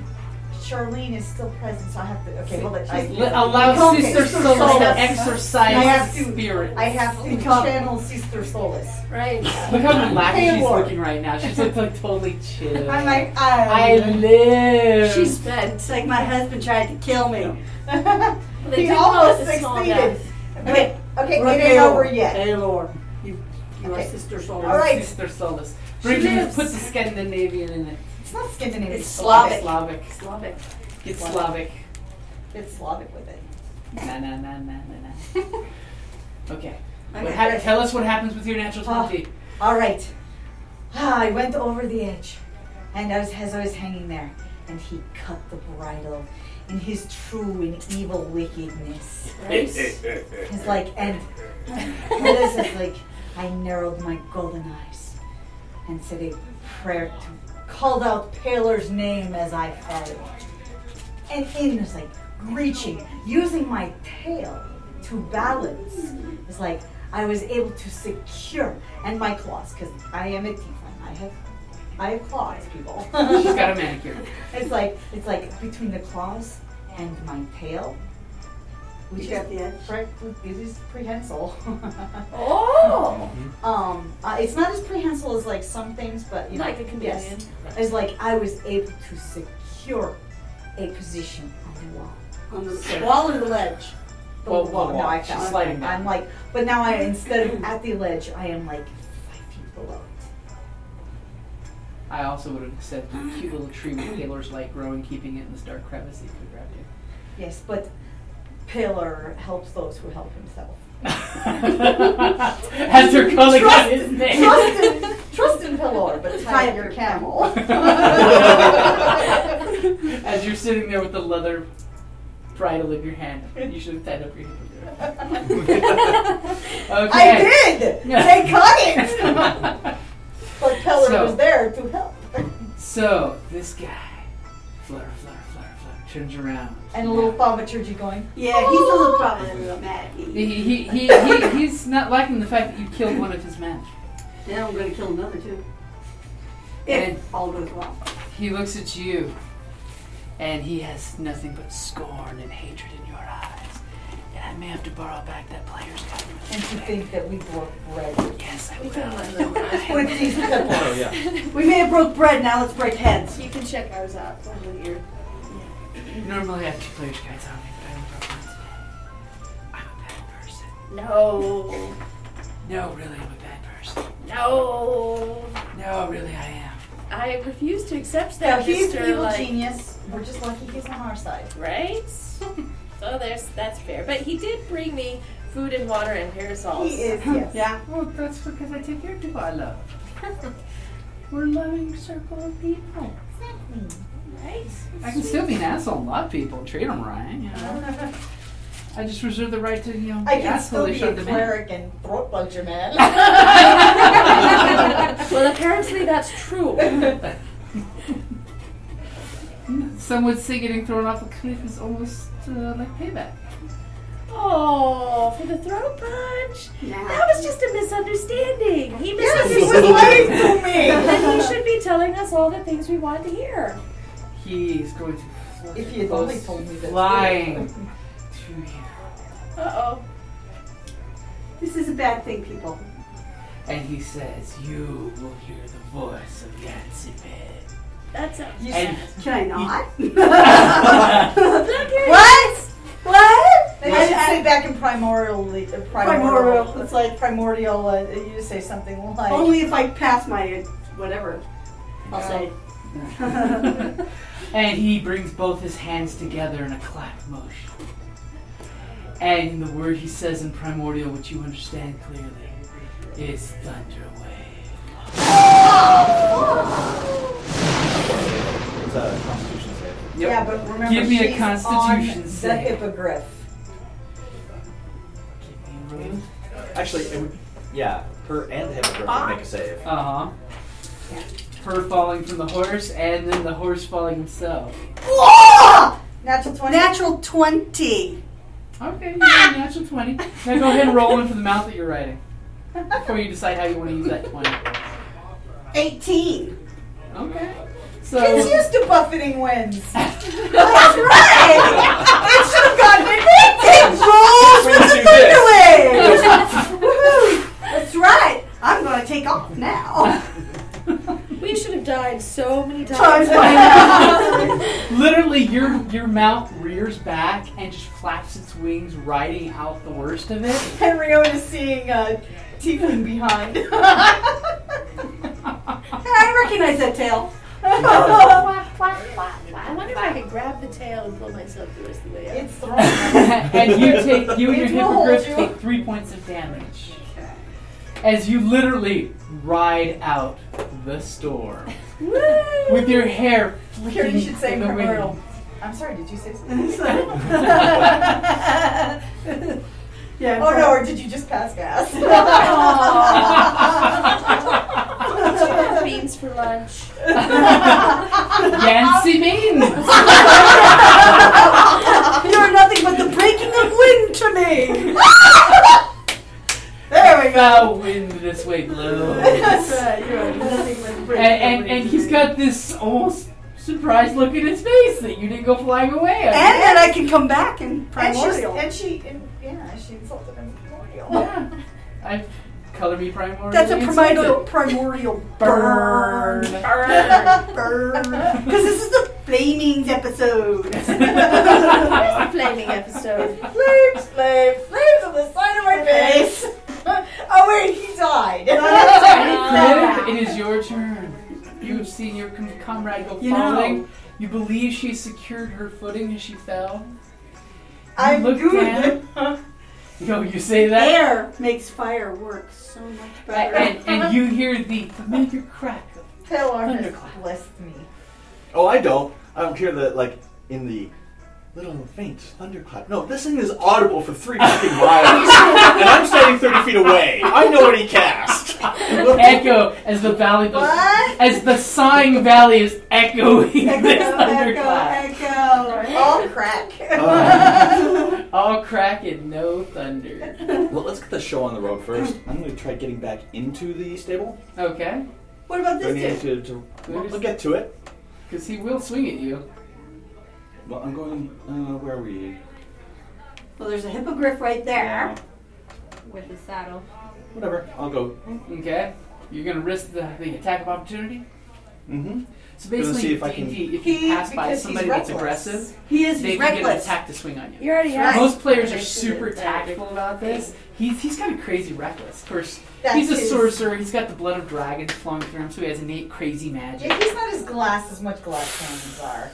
Speaker 4: Charlene is still present, so I have to. Okay, well, let, I,
Speaker 2: Let- Allow
Speaker 4: Okay,
Speaker 2: Sister
Speaker 4: Sister
Speaker 2: Soul to
Speaker 4: Solace.
Speaker 2: exercise
Speaker 4: I have to-
Speaker 2: spirit.
Speaker 4: I have to
Speaker 2: Become-
Speaker 4: channel Sister Solace.
Speaker 3: Right.
Speaker 2: Look how relaxed she's
Speaker 4: Taylor.
Speaker 2: looking right now. She's like, like totally chill.
Speaker 4: I'm like,
Speaker 2: I
Speaker 4: I.
Speaker 2: live.
Speaker 3: She's bent.
Speaker 5: It's like my husband tried to kill me.
Speaker 3: They
Speaker 4: he
Speaker 3: do call
Speaker 4: almost
Speaker 3: it the small
Speaker 4: succeeded.
Speaker 3: death.
Speaker 4: But, okay, it ain't
Speaker 5: Taylor,
Speaker 4: over yet.
Speaker 5: Taylor, you, you
Speaker 4: Okay.
Speaker 5: are sister soul.
Speaker 4: All right.
Speaker 2: Sister Solace. Bridget
Speaker 4: lives.
Speaker 2: put the Scandinavian in it.
Speaker 4: It's not Scandinavian.
Speaker 3: It's
Speaker 2: Slavic.
Speaker 3: Slavic.
Speaker 2: Slavic.
Speaker 3: Love it.
Speaker 2: Get Slavic.
Speaker 4: It's Slavic with it.
Speaker 2: Na na na na na na. Okay. What hap- tell us what happens with your natural
Speaker 4: Oh.
Speaker 2: 20.
Speaker 4: All right. Ah, I went over the edge, and as, as I was hanging there, and he cut the bridle in his true and evil wickedness.
Speaker 3: Nice.
Speaker 4: It's like, and, and this is like, I narrowed my golden eyes and said a prayer, to, called out Paler's name as I fell. And in was like reaching, using my tail to balance. It's like I was able to secure, and my claws, because I am a tiefling. I have, I have claws, people.
Speaker 2: She's got a manicure.
Speaker 4: it's like it's like between the claws and my tail, which
Speaker 5: You got
Speaker 4: is
Speaker 5: the edge?
Speaker 4: pre- it is prehensile.
Speaker 3: Oh,
Speaker 4: um, uh, it's not as prehensile as like some things, but you know,
Speaker 3: like a chameleon.
Speaker 4: Yes, it's like I was able to secure a position on the wall.
Speaker 5: On the wall or the ledge?
Speaker 4: The
Speaker 2: Well,
Speaker 4: wall.
Speaker 2: well,
Speaker 4: No, I
Speaker 2: she's
Speaker 4: found.
Speaker 2: sliding
Speaker 4: I'm,
Speaker 2: down.
Speaker 4: I'm like, but now I instead of at the ledge, I am like five feet below it.
Speaker 2: I also would have said the cute little tree with Taylor's light growing, keeping it in this dark crevice that you could grab
Speaker 4: Yes, but Pillar helps those who help himself.
Speaker 2: to. As they're calling out his name.
Speaker 4: Trust in, trust in Pillar, but tie up your camel.
Speaker 2: As you're sitting there with the leather bridle in your hand, you should have tied up your hippogriff.
Speaker 4: I
Speaker 2: Okay.
Speaker 4: did. They cut it, but Pillar was there to help.
Speaker 2: So this guy, flur, flur, flur, flur, turns around.
Speaker 4: And a little thaumaturgy going.
Speaker 5: Yeah, he's a little probably a little mad at me.
Speaker 2: He, he, he, he, he's not liking the fact that you killed one of his men.
Speaker 5: Now I'm gonna kill another too.
Speaker 2: And
Speaker 5: If all goes well.
Speaker 2: He looks at you, and he has nothing but scorn and hatred in your eyes. And I may have to borrow back that player's card.
Speaker 4: And to think that we broke bread.
Speaker 2: Yes, I
Speaker 3: We can let them.
Speaker 7: Oh, yeah.
Speaker 5: We may have broke bread, now let's break heads.
Speaker 3: You can check ours out over here.
Speaker 2: Normally I have two players' guides on me, but I don't brought mine today. I'm a bad person.
Speaker 3: No.
Speaker 2: No, really, I'm a bad person.
Speaker 3: No.
Speaker 2: No, really, I am.
Speaker 3: I refuse to accept
Speaker 4: No,
Speaker 3: that.
Speaker 4: he's
Speaker 3: Mr.
Speaker 4: an evil
Speaker 3: like-
Speaker 4: genius. We're just lucky he's on our side.
Speaker 3: Right? so there's that's fair. But he did bring me food and water and parasols.
Speaker 2: Yeah. Well, that's because I take care of people I love. We're a loving circle of people.
Speaker 3: Right?
Speaker 2: I can still be an asshole and love people, treat them right, you know. I just reserve the right to, you know,
Speaker 4: I
Speaker 2: be
Speaker 4: can
Speaker 2: asshole
Speaker 4: still be
Speaker 2: if on
Speaker 4: a
Speaker 2: demand.
Speaker 4: cleric and throat puncher, man.
Speaker 3: well, apparently that's true.
Speaker 2: Some would say getting thrown off a cliff is almost uh, like payback.
Speaker 3: Oh, for the throat punch. That was just a misunderstanding. He
Speaker 4: Yes,
Speaker 3: misunderstood.
Speaker 4: he was lying to me.
Speaker 3: and he should be telling us all the things we want to hear.
Speaker 2: He's going to
Speaker 4: If he had only told me that.
Speaker 2: flying to you.
Speaker 3: Uh oh.
Speaker 5: This is a bad thing, people.
Speaker 2: And he says, You will hear the voice of Yatsiped.
Speaker 3: That's it.
Speaker 2: And
Speaker 5: Can I not?
Speaker 4: What?
Speaker 5: What?
Speaker 4: Maybe I should say back in primordial. le- uh, primordial.
Speaker 5: Primordial.
Speaker 4: It's like primordial. Uh, you just say something like. uh,
Speaker 5: Only if I pass my whatever. I'll say.
Speaker 2: And he brings both his hands together in a clap motion. And the word he says in primordial, which you understand clearly, is thunderwave.
Speaker 7: It's a constitution save.
Speaker 4: Yeah, but remember
Speaker 2: Give me a
Speaker 4: she's
Speaker 2: constitution
Speaker 4: on the
Speaker 2: save.
Speaker 4: hippogriff.
Speaker 7: Actually, it would, yeah, her and the hippogriff would make a save.
Speaker 2: Uh huh. Her falling from the horse, and then the horse falling himself.
Speaker 4: Natural twenty.
Speaker 5: Natural 20.
Speaker 2: Okay, you got a natural 20. Now go ahead and roll one for the mouth that you're writing. Before you decide how you want to use that 20.
Speaker 5: 18.
Speaker 2: Okay.
Speaker 4: Kids
Speaker 2: So,
Speaker 4: used to buffeting winds. That's right. it should have gotten an eighteen.
Speaker 5: Rolls
Speaker 7: We're gonna
Speaker 5: with
Speaker 7: do
Speaker 5: the
Speaker 7: this.
Speaker 5: thunderwave! Woo! That's right. I'm going to take off now.
Speaker 3: We should have died so many
Speaker 5: Time's
Speaker 3: times.
Speaker 5: my
Speaker 2: literally, your your mount rears back and just flaps its wings, riding out the worst of it.
Speaker 4: And Riona's seeing uh, tiefling behind.
Speaker 5: I recognize that tail.
Speaker 3: I wonder if I could grab the tail and pull myself the rest of the way up.
Speaker 4: it's thrown.
Speaker 2: and you take you and your
Speaker 4: It will hold
Speaker 2: hippogriff
Speaker 4: you.
Speaker 2: take three points of damage as you literally ride out the storm
Speaker 3: Woo!
Speaker 2: with your hair
Speaker 4: Here,
Speaker 2: flicking
Speaker 4: you should say
Speaker 2: in the wind.
Speaker 4: primordial. I'm sorry. Did you say something?
Speaker 5: Yeah.
Speaker 4: Oh no, or did you just pass gas?
Speaker 3: Did you have beans for lunch?
Speaker 2: Yancy Bean.
Speaker 5: You're nothing but the breaking of wind to me.
Speaker 4: there we go.
Speaker 2: Foul wind this way blows.
Speaker 5: That's right. You're nothing but the breaking
Speaker 2: and,
Speaker 5: of
Speaker 2: and
Speaker 5: wind
Speaker 2: and
Speaker 5: to
Speaker 2: he's
Speaker 5: me.
Speaker 2: got this almost surprised look in his face that you didn't go flying away.
Speaker 5: And then I can come back and
Speaker 4: And, she's,
Speaker 5: primordial.
Speaker 4: and she, and, yeah, she insulted him. Primordial.
Speaker 2: yeah. I color me primordial.
Speaker 5: That's a
Speaker 2: insulted.
Speaker 5: primordial, primordial
Speaker 2: burn.
Speaker 5: burn. Burn. Because this is the flamings episode.
Speaker 3: That's the flaming episode.
Speaker 4: Flames, flames, flames on the side of my face. oh wait, he died.
Speaker 2: Liv, it is your turn. You have seen your com- comrade go
Speaker 5: You know-
Speaker 2: falling. You believe she secured her footing as she fell.
Speaker 4: I'm
Speaker 2: look
Speaker 4: good.
Speaker 2: Yo, you say that,
Speaker 5: Air makes fire work so much
Speaker 2: a-
Speaker 5: better.
Speaker 2: and, and you hear the familiar crack. of-
Speaker 4: Taylor has
Speaker 2: Thunderclap.
Speaker 4: blessed me.
Speaker 7: Oh, I don't. I don't care that, like, in the little faint thunderclap. No, this thing is audible for three fucking miles. and I'm standing 30 feet away. I know what he cast.
Speaker 2: Echo as the valley, goes,
Speaker 4: What?
Speaker 2: as the sighing valley is echoing this thunderclap.
Speaker 5: echo, echo.
Speaker 4: All crack.
Speaker 7: Um,
Speaker 2: All crack and no thunder.
Speaker 7: well, let's get the show on the road first. I'm going to try getting back into the stable.
Speaker 2: Okay,
Speaker 5: What about
Speaker 7: Do I need
Speaker 5: this
Speaker 7: to, to well, we'll get to it.
Speaker 2: because he will swing at you.
Speaker 7: Well, I'm going. Uh, where are we?
Speaker 5: Well, there's a hippogriff right there
Speaker 7: Yeah.
Speaker 10: With the saddle.
Speaker 7: Whatever. I'll go.
Speaker 2: Okay. You're gonna risk the, the attack of opportunity.
Speaker 7: Mm-hmm.
Speaker 2: So basically,
Speaker 7: see if I can-
Speaker 2: D&D, if
Speaker 7: He-
Speaker 2: you pass by
Speaker 7: because he's
Speaker 2: somebody that's
Speaker 7: reckless.
Speaker 2: aggressive,
Speaker 7: He is-
Speaker 2: they
Speaker 7: he's
Speaker 2: can get an
Speaker 7: reckless.
Speaker 2: attack to swing on you.
Speaker 7: You already have-
Speaker 2: Most players are
Speaker 7: Right.
Speaker 2: super tactical about this. He's he's kind of crazy reckless. Of course,
Speaker 4: That's
Speaker 2: he's a
Speaker 4: his-
Speaker 2: sorcerer. He's got the blood of dragons flowing through him, so he has innate crazy magic.
Speaker 4: Yeah, he's not as glass as much glass cannons are.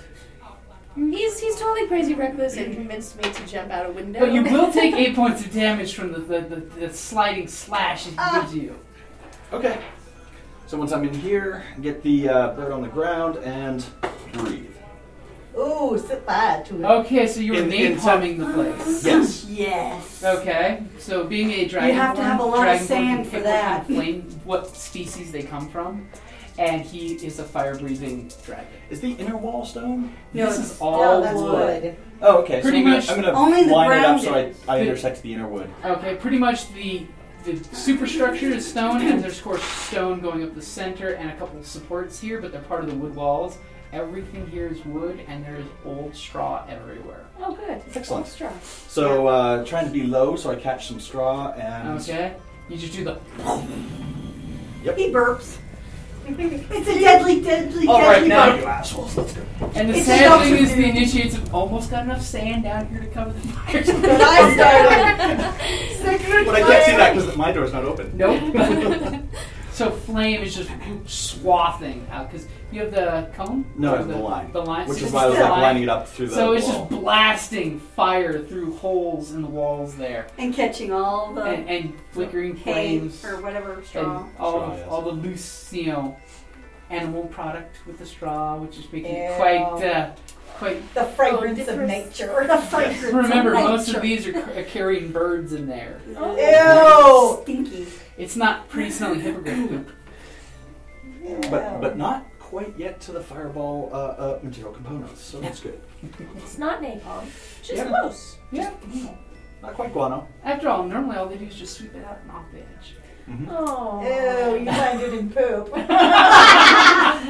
Speaker 10: He's he's totally crazy reckless and convinced me to jump out a window.
Speaker 2: But you will take eight points of damage from the the, the, the sliding slash it
Speaker 7: Ah.
Speaker 2: gives you.
Speaker 7: Okay. So once I'm in here, get the uh, bird on the ground and breathe.
Speaker 4: Ooh, sit by to it.
Speaker 2: Okay, so you're
Speaker 7: In-
Speaker 2: name
Speaker 7: inside-
Speaker 2: palming the place.
Speaker 7: Yes.
Speaker 4: Yes.
Speaker 2: Okay, so being a dragonborn,
Speaker 4: have to have a lot of
Speaker 2: dragonborn
Speaker 4: sand
Speaker 2: can
Speaker 4: for
Speaker 2: pick
Speaker 4: that.
Speaker 2: What, kind of flame, what species they come from, and he is a fire-breathing dragon.
Speaker 7: Is the inner wall stone?
Speaker 2: No, this
Speaker 4: it's-
Speaker 2: is all
Speaker 4: no, that's
Speaker 2: wood.
Speaker 4: wood.
Speaker 7: Oh, okay.
Speaker 2: Pretty
Speaker 7: so I'm
Speaker 2: much
Speaker 7: gonna, I'm gonna
Speaker 2: only the
Speaker 7: line it
Speaker 2: ground
Speaker 7: up so I, I
Speaker 2: is-
Speaker 7: intersect the inner wood.
Speaker 2: Okay, pretty much the the superstructure is stone, and there's of course stone going up the center, and a couple of supports here, but they're part of the wood walls. Everything here is wood, and there is old straw everywhere.
Speaker 10: Oh, good.
Speaker 7: Excellent.
Speaker 10: Straw.
Speaker 7: So uh, trying to be low so I catch some straw and.
Speaker 2: Okay, you just do the.
Speaker 7: Yep.
Speaker 5: He burps. It's a deadly, deadly,
Speaker 2: All right,
Speaker 5: deadly
Speaker 2: now
Speaker 5: burp.
Speaker 2: you
Speaker 7: assholes, let's go.
Speaker 2: And the
Speaker 5: It's
Speaker 2: sad thing
Speaker 5: not-
Speaker 2: is, the initiates have almost got enough sand down here to cover the fire.
Speaker 4: But I started.
Speaker 7: But I can't see that because my door's not open.
Speaker 2: Nope. so flame is just swathing out because you have the cone.
Speaker 7: No, I
Speaker 2: Or
Speaker 7: have the line,
Speaker 2: The line,
Speaker 7: which
Speaker 2: so
Speaker 7: is
Speaker 2: it's
Speaker 7: why I was,
Speaker 2: the
Speaker 7: like,
Speaker 2: line.
Speaker 7: lining it up through the
Speaker 2: So it's
Speaker 7: wall.
Speaker 2: just blasting fire through holes in the walls there,
Speaker 5: And catching all the
Speaker 2: and, and flickering
Speaker 5: Uh, hay
Speaker 2: flames
Speaker 5: or whatever straw.
Speaker 2: and all
Speaker 7: Straw,
Speaker 2: the,
Speaker 7: yes.
Speaker 2: all the loose, you know, animal product with the straw, which is making it
Speaker 4: Ew.
Speaker 2: quite uh, quite
Speaker 4: The fragrance of nature. The fragrance
Speaker 2: Remember,
Speaker 4: of
Speaker 2: most
Speaker 4: nature.
Speaker 2: of these are ca- carrying birds in there.
Speaker 4: Ew.
Speaker 5: Stinky.
Speaker 2: It's not pretty smelling hippogriff poop.
Speaker 7: But but not quite yet to the fireball uh, uh, material components, so that's good.
Speaker 10: It's not napalm. Just
Speaker 7: Yeah.
Speaker 10: close.
Speaker 2: Yeah.
Speaker 7: Not quite guano.
Speaker 2: After all, normally all they do is just sweep it out and off the edge.
Speaker 10: Oh.
Speaker 4: Ew, you landed in poop.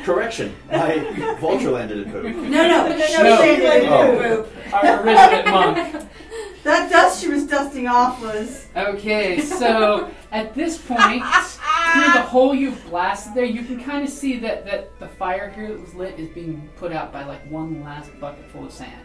Speaker 7: Correction, my vulture landed in poop.
Speaker 5: No, no,
Speaker 4: No,
Speaker 5: she
Speaker 4: no,
Speaker 5: landed
Speaker 4: she
Speaker 5: in
Speaker 7: landed
Speaker 5: poop.
Speaker 2: Our resident monk.
Speaker 5: That dust she was dusting off was
Speaker 2: Okay, so at this point, through the hole you've blasted there, you can kind of see that, that the fire here that was lit is being put out by like one last bucket full of sand.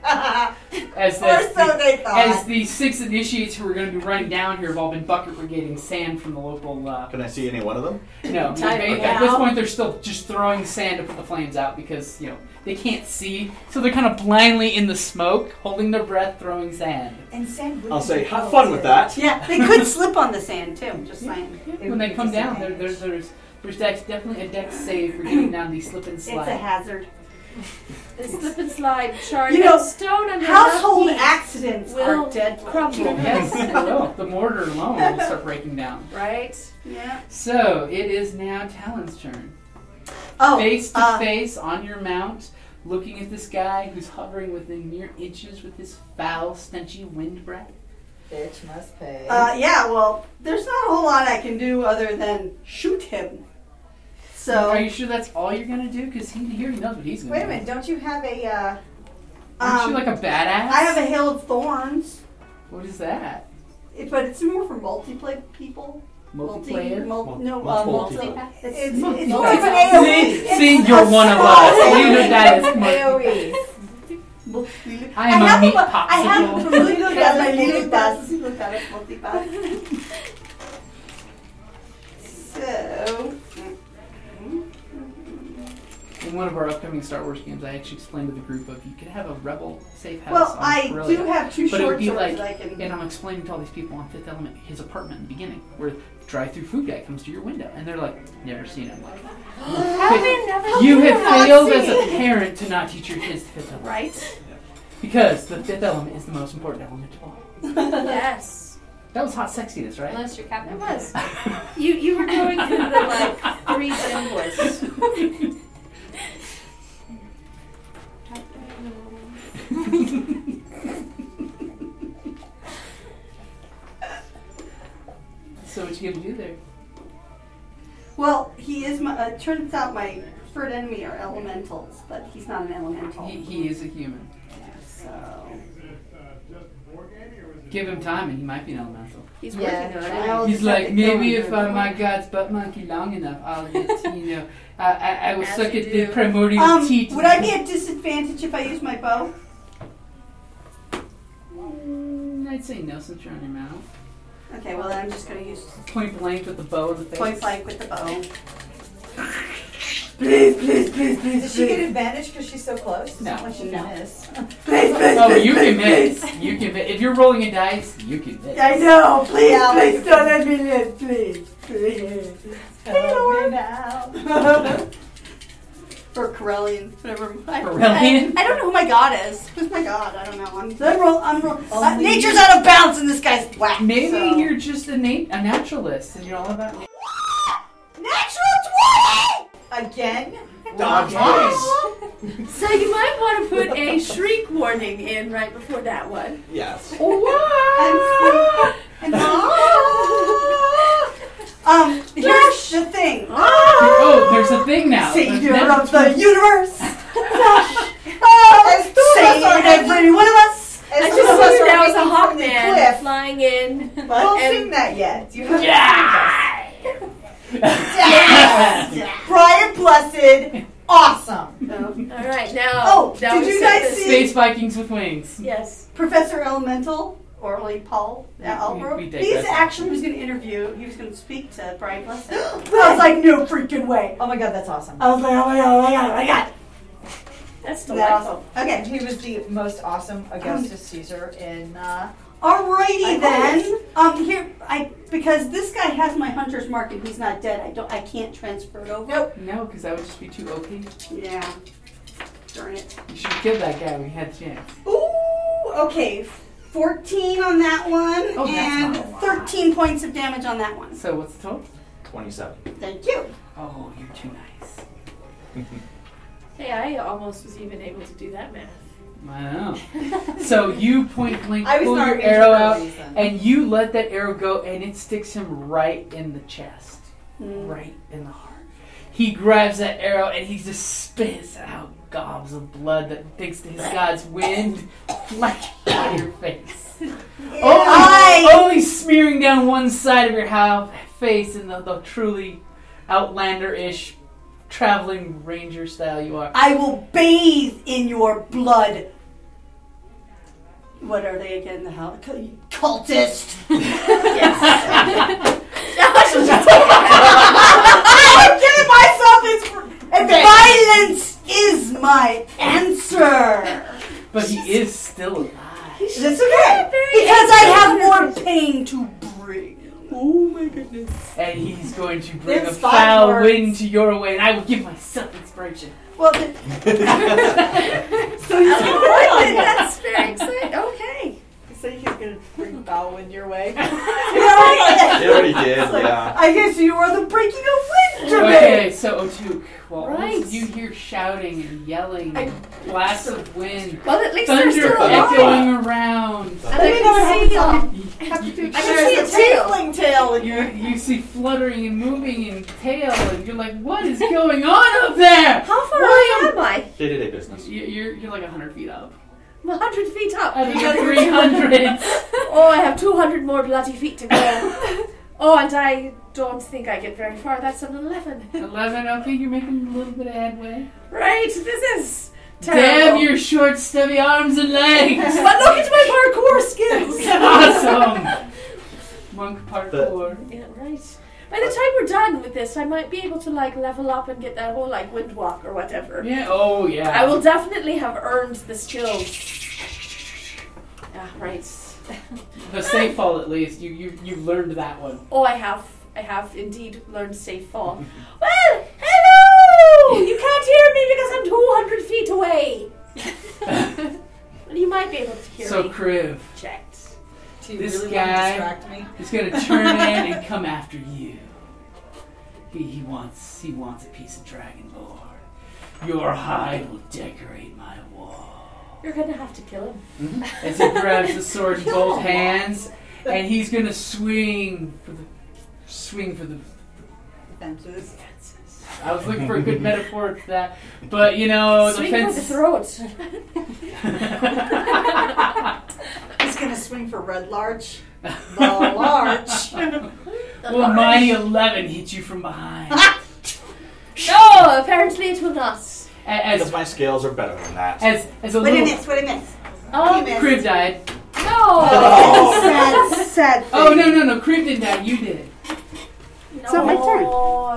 Speaker 2: As the,
Speaker 4: Or so they thought.
Speaker 2: As the six initiates who are going to be running down here have all been bucket brigading sand from the local uh,
Speaker 7: Can I see any one of them?
Speaker 2: No,
Speaker 10: Time
Speaker 2: they-
Speaker 10: it
Speaker 2: at this
Speaker 10: out.
Speaker 2: point they're still just throwing sand to put the flames out because you know they can't see, so they're kind of blindly in the smoke, holding their breath, throwing sand.
Speaker 4: And sand would
Speaker 7: I'll
Speaker 4: be
Speaker 7: say, have
Speaker 4: melted.
Speaker 7: fun with that.
Speaker 5: yeah. They could slip on the sand too. Just saying.
Speaker 2: When they come down, there, there's there's there's dex, definitely a dex save for getting down the slip and
Speaker 5: It's a
Speaker 2: slide.
Speaker 5: hazard.
Speaker 10: The slip and slide chart.
Speaker 5: You know,
Speaker 10: and stone under
Speaker 5: Household
Speaker 10: left knee
Speaker 5: accidents
Speaker 10: will
Speaker 5: are deadly.
Speaker 10: crumble.
Speaker 2: yes, no, the mortar alone will start breaking down.
Speaker 10: Right.
Speaker 5: Yeah.
Speaker 2: So it is now Talon's turn.
Speaker 5: Oh,
Speaker 2: face to
Speaker 5: uh,
Speaker 2: face on your mount, looking at this guy who's hovering within mere inches with his foul, stenchy wind breath.
Speaker 4: Bitch must pay.
Speaker 5: Uh, yeah. Well, there's not a whole lot I can do other than shoot him.
Speaker 2: Are
Speaker 5: So
Speaker 2: you sure that's all you're gonna do? Because he here knows what he's gonna
Speaker 4: Wait a
Speaker 2: do.
Speaker 4: minute, don't you have a, uh,
Speaker 2: Aren't you
Speaker 5: um,
Speaker 2: like a badass?
Speaker 5: I have a hail of thorns,
Speaker 2: What is that?
Speaker 5: it- but it's more for multiplayer people.
Speaker 2: Multiplayer?
Speaker 5: mul- no, uh,
Speaker 7: Multiple
Speaker 5: multi.
Speaker 7: people.
Speaker 5: It's,
Speaker 4: it's,
Speaker 5: it's
Speaker 4: it's more
Speaker 5: more
Speaker 4: of
Speaker 5: of
Speaker 4: an
Speaker 5: a
Speaker 4: AoE.
Speaker 2: See, see, you're one of us. You know that is smart.
Speaker 4: AoE.
Speaker 5: multi-
Speaker 2: I am a
Speaker 5: have
Speaker 2: meat
Speaker 5: a- I have from
Speaker 2: popsicle.
Speaker 5: Little Gas, my Little Gas, Little Gas multipass. So,
Speaker 2: In one of our upcoming Star Wars games, I actually explained to the group of you could have a rebel safe house.
Speaker 5: well,
Speaker 2: on
Speaker 5: I
Speaker 2: Corellia.
Speaker 5: do have two
Speaker 2: But it would
Speaker 5: short
Speaker 2: be
Speaker 5: swords
Speaker 2: like,
Speaker 5: that I can.
Speaker 2: and I'm explaining to all these people on Fifth Element his apartment in the beginning, where the drive-through food guy comes to your window, and they're like, "Never seen him." Like,
Speaker 5: Oh,
Speaker 2: you have failed as a parent to not teach your kids the Fifth Element,
Speaker 10: Right.
Speaker 2: Because the Fifth Element is the most important element of all.
Speaker 10: yes.
Speaker 2: That was hot sexiness,
Speaker 5: Uh,
Speaker 2: right?
Speaker 9: Unless you're Captain
Speaker 10: It was.
Speaker 9: Hook.
Speaker 10: You you were going through the like three symbols.
Speaker 2: so what you gonna do there?
Speaker 5: Well, he is my. Uh, turns out my preferred enemy are elementals, but he's not an elemental.
Speaker 2: He, he is a human.
Speaker 5: So.
Speaker 2: Give him time, and he might be an elemental.
Speaker 3: He's Yeah, working on it. I'll
Speaker 2: He's
Speaker 3: just have
Speaker 2: like,
Speaker 3: to
Speaker 2: maybe
Speaker 3: kill
Speaker 2: if
Speaker 3: him.
Speaker 2: uh, my god's butt monkey long enough, I'll get you know, I, I, I will
Speaker 5: As
Speaker 2: suck
Speaker 5: you
Speaker 2: at the
Speaker 5: do.
Speaker 2: primordial
Speaker 5: Um,
Speaker 2: teat.
Speaker 5: would I be at disadvantage if I use my bow?
Speaker 2: Mm, I'd say no since you're on your mount.
Speaker 5: Okay, well then I'm just going to use
Speaker 2: Point blank with the bow in the face.
Speaker 5: point blank with the bow.
Speaker 2: Please, please, please, please.
Speaker 4: Does she get advantage because she's so close? It's
Speaker 2: No.
Speaker 4: not like she can miss.
Speaker 2: Oh, you can miss. You can miss. If you're rolling a dice, you can miss.
Speaker 5: I know. Please,
Speaker 4: Yeah,
Speaker 5: please
Speaker 4: but-
Speaker 5: don't let me live. Please, please. Hey, Lord. or Corellian, whatever. I-
Speaker 2: Corellian?
Speaker 5: I, I don't know who my god is. Who's my god? I don't know. I'm, I'm, roll, I'm roll, uh, nature's out of bounds, and this guy's whack.
Speaker 2: Maybe
Speaker 5: so.
Speaker 2: you're just a, nat- a naturalist and you're all about nature.
Speaker 5: Natural
Speaker 4: Again?
Speaker 2: Dodge
Speaker 3: So you might want to put a shriek warning in right before that one.
Speaker 7: Yes.
Speaker 5: Oh, and, um, here's the thing.
Speaker 2: Oh, there's a thing now.
Speaker 5: Savior
Speaker 2: That's-
Speaker 5: of the universe.
Speaker 2: Oh,
Speaker 4: Oh,
Speaker 5: Flash. Save every one of us.
Speaker 3: I
Speaker 4: As
Speaker 3: just
Speaker 4: two of us
Speaker 3: assumed
Speaker 4: are
Speaker 3: that was a
Speaker 4: hanging from
Speaker 3: hawkman
Speaker 4: the cliff.
Speaker 3: flying in.
Speaker 4: Don't
Speaker 2: Oh.
Speaker 3: and-
Speaker 4: sing that yet. You have
Speaker 2: yeah!
Speaker 4: Brian Blessed, awesome.
Speaker 3: All right, now.
Speaker 5: Oh,
Speaker 3: now
Speaker 5: did
Speaker 3: we
Speaker 5: you
Speaker 3: set
Speaker 5: guys
Speaker 3: this-
Speaker 5: see
Speaker 2: Space Vikings with wings.
Speaker 3: Yes.
Speaker 5: Professor Elemental, Orly Paul, uh,
Speaker 2: we
Speaker 5: Albro?
Speaker 2: digress.
Speaker 5: He's actually was going to interview. He was going to speak to Brian Blessed. I was like, no freaking way.
Speaker 4: Oh my god, that's awesome.
Speaker 5: I was like, oh my god, oh my god, oh my god.
Speaker 3: That's
Speaker 5: Isn't that awesome?
Speaker 3: delightful.
Speaker 4: Okay, he was the most awesome Augustus Caesar in. Uh,
Speaker 5: Alrighty
Speaker 4: I
Speaker 5: then. Um, here I because this guy has my hunter's mark and he's not dead. I don't. I can't transfer it over.
Speaker 4: nope.
Speaker 2: No, because that would just be too OP. You
Speaker 5: Yeah. Darn it.
Speaker 2: should kill that guy when you had the chance.
Speaker 5: Ooh. Okay. Fourteen on that one
Speaker 2: Oh, that's
Speaker 5: and
Speaker 2: not a lot.
Speaker 5: thirteen points of damage on that one.
Speaker 2: So what's the total?
Speaker 7: 27.
Speaker 5: Thank you.
Speaker 2: Oh, you're too nice.
Speaker 3: Hey, I almost was even able to do that math.
Speaker 2: I know. so you point blank
Speaker 4: I was
Speaker 2: pull
Speaker 4: not
Speaker 2: your
Speaker 4: reaching
Speaker 2: arrow
Speaker 4: for a
Speaker 2: out,
Speaker 4: reason.
Speaker 2: and you let that arrow go, and it sticks him right in the chest,
Speaker 4: Hmm.
Speaker 2: right in the heart. He grabs that arrow, and he just spits out gobs of blood that takes to his god's wind, like out of your face. Only, only smearing down one side of your hou- face in the, the truly outlander-ish traveling ranger style you are.
Speaker 5: I will bathe in your blood. What are they again? The hell? Cultist. I'm giving myself its and violence is my answer.
Speaker 2: But he is still alive.
Speaker 5: That's okay because I have more pain to bring. Oh my goodness!
Speaker 2: And he's going to bring a
Speaker 4: There's five
Speaker 2: foul
Speaker 4: words.
Speaker 2: wind to your way, and I will give myself inspiration.
Speaker 5: Well, th- so he's gonna
Speaker 3: Oh,
Speaker 5: bring it.
Speaker 3: that's very exciting. Oh, Okay.
Speaker 4: So he's gonna bring bow in your way.
Speaker 7: It already did, yeah.
Speaker 5: I guess you are the breaking of wind to me.
Speaker 2: Okay, so Otuk, well,
Speaker 3: Right.
Speaker 2: once you hear shouting and yelling,
Speaker 3: I-
Speaker 2: blasts of wind,
Speaker 3: Well, at least they're
Speaker 2: thunder
Speaker 3: still alive.
Speaker 2: echoing around.
Speaker 3: And I can see them.
Speaker 2: You,
Speaker 3: I can see a tail.
Speaker 4: Fling tail in
Speaker 2: you, you see fluttering and moving and tail, and you're like, what is going on up there?
Speaker 3: How far
Speaker 2: William!
Speaker 3: away am I?
Speaker 7: Day to day business.
Speaker 2: You- You're, you're like 100 feet up.
Speaker 3: I'm 100 feet up.
Speaker 2: Out of your 300.
Speaker 3: Oh, I have 200 more bloody feet to go. oh, and I don't think I get very far. That's an 11.
Speaker 2: 11, okay, you're making a little bit of headway.
Speaker 3: Right, this is
Speaker 2: Damn
Speaker 3: terrible.
Speaker 2: your short, stubby arms and legs!
Speaker 3: But look at my parkour skills.
Speaker 2: awesome! Monk parkour.
Speaker 3: Yeah, right. By the time we're done with this, I might be able to like level up and get that whole like wind walk or whatever.
Speaker 2: Yeah, oh yeah.
Speaker 3: I will definitely have earned the skills. Ah, right.
Speaker 2: The safe fall at least. You you you learned that one.
Speaker 3: Oh, I have. I have indeed learned safe fall. well, hello! You can't hear me because I'm 200 feet away. Well, you might be able to hear
Speaker 2: so
Speaker 3: me.
Speaker 2: Kriv
Speaker 3: Checked.
Speaker 4: Do you
Speaker 2: This
Speaker 4: really
Speaker 2: guy-
Speaker 4: want to distract me?
Speaker 2: is gonna turn in and come after you. He he wants he wants a piece of dragon lore. Your hide will decorate my wall.
Speaker 3: You're gonna have to kill him.
Speaker 2: As he grabs the sword in both hands, and he's gonna swing for the swing for the
Speaker 4: Fences.
Speaker 2: fences. I was looking for a good metaphor for that, but you know
Speaker 3: Swing
Speaker 2: the
Speaker 3: for the
Speaker 2: fences.
Speaker 3: throat. It's
Speaker 4: gonna swing for red larch. The larch.
Speaker 2: Will a mighty 11 hit you from behind?
Speaker 3: Ah! No, apparently it will not.
Speaker 7: Because my scales are better than that.
Speaker 2: As, as a
Speaker 4: What did I
Speaker 2: little
Speaker 4: miss? What did I miss?
Speaker 3: Oh,
Speaker 2: Crib died.
Speaker 3: no!
Speaker 4: Sad, sad.
Speaker 2: Oh, no, no, no. Crib didn't die. You did.
Speaker 3: It's
Speaker 5: not my turn.
Speaker 3: No,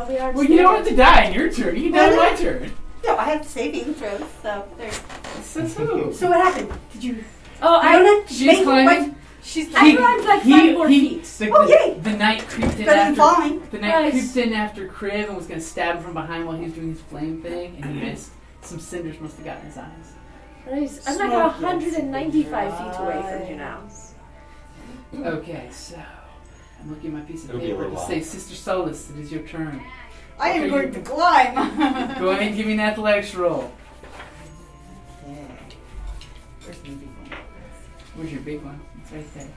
Speaker 3: we are
Speaker 2: Well, you don't have to die in your turn. You can die in my turn.
Speaker 5: No, I have saving throws, so there's.
Speaker 2: So, so.
Speaker 5: So what happened? Did you?
Speaker 3: Oh, I
Speaker 5: Jonah,
Speaker 2: She's
Speaker 5: make-
Speaker 2: climbing.
Speaker 5: wait, She's
Speaker 3: I climbed like
Speaker 2: he,
Speaker 3: five more
Speaker 2: he,
Speaker 3: feet.
Speaker 2: The,
Speaker 5: Oh,
Speaker 2: the-
Speaker 5: yay.
Speaker 2: the knight creeped in
Speaker 5: better than
Speaker 2: after.
Speaker 5: falling.
Speaker 2: The knight
Speaker 3: Nice.
Speaker 2: creeped in after Crib and was going to stab him from behind while he was doing his flame thing,
Speaker 7: Mm-hmm.
Speaker 2: and he missed. Some cinders must have gotten his eyes.
Speaker 3: Nice. I'm like 195 feet away from you now. Mm.
Speaker 2: Okay, so I'm looking at my piece of
Speaker 7: It'll be a
Speaker 2: paper to
Speaker 7: little
Speaker 2: say,
Speaker 7: while.
Speaker 2: Sister Solace, it is your turn.
Speaker 4: I
Speaker 2: Okay,
Speaker 4: am
Speaker 2: you-
Speaker 4: going to climb.
Speaker 2: Go ahead and give me an athletics roll.
Speaker 4: Where's the big one?
Speaker 2: Where's your big one? It's right there.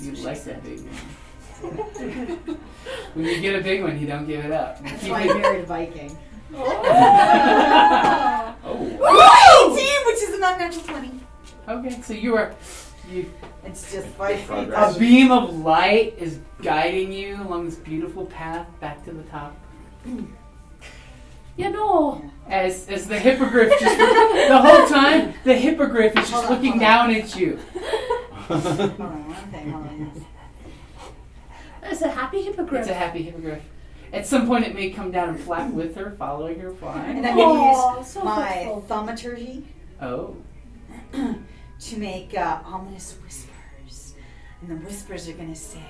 Speaker 2: You like that big one. when you get a big one, you don't give it up. You
Speaker 11: That's
Speaker 2: keep
Speaker 11: why I
Speaker 2: it-
Speaker 11: married a Viking.
Speaker 2: Oh.
Speaker 4: Ooh, 18, which is an unnatural 20.
Speaker 2: Okay, so you are. You,
Speaker 4: It's just five feet.
Speaker 7: Progress.
Speaker 2: a beam of light is guiding you along this beautiful path back to the top.
Speaker 3: You know,
Speaker 2: As, as the hippogriff just the whole time the hippogriff is just looking down at you.
Speaker 4: Hold on, one thing, hold on.
Speaker 3: it's a happy hippogriff.
Speaker 2: It's a happy hippogriff. At some point, it may come down and flap with her, following her
Speaker 4: And
Speaker 2: fly.
Speaker 4: I'm going to
Speaker 3: Aw,
Speaker 4: use
Speaker 3: so
Speaker 4: my
Speaker 3: hopeful.
Speaker 4: thaumaturgy
Speaker 2: Oh,
Speaker 4: to make uh, ominous whispers. And the whispers are going to say,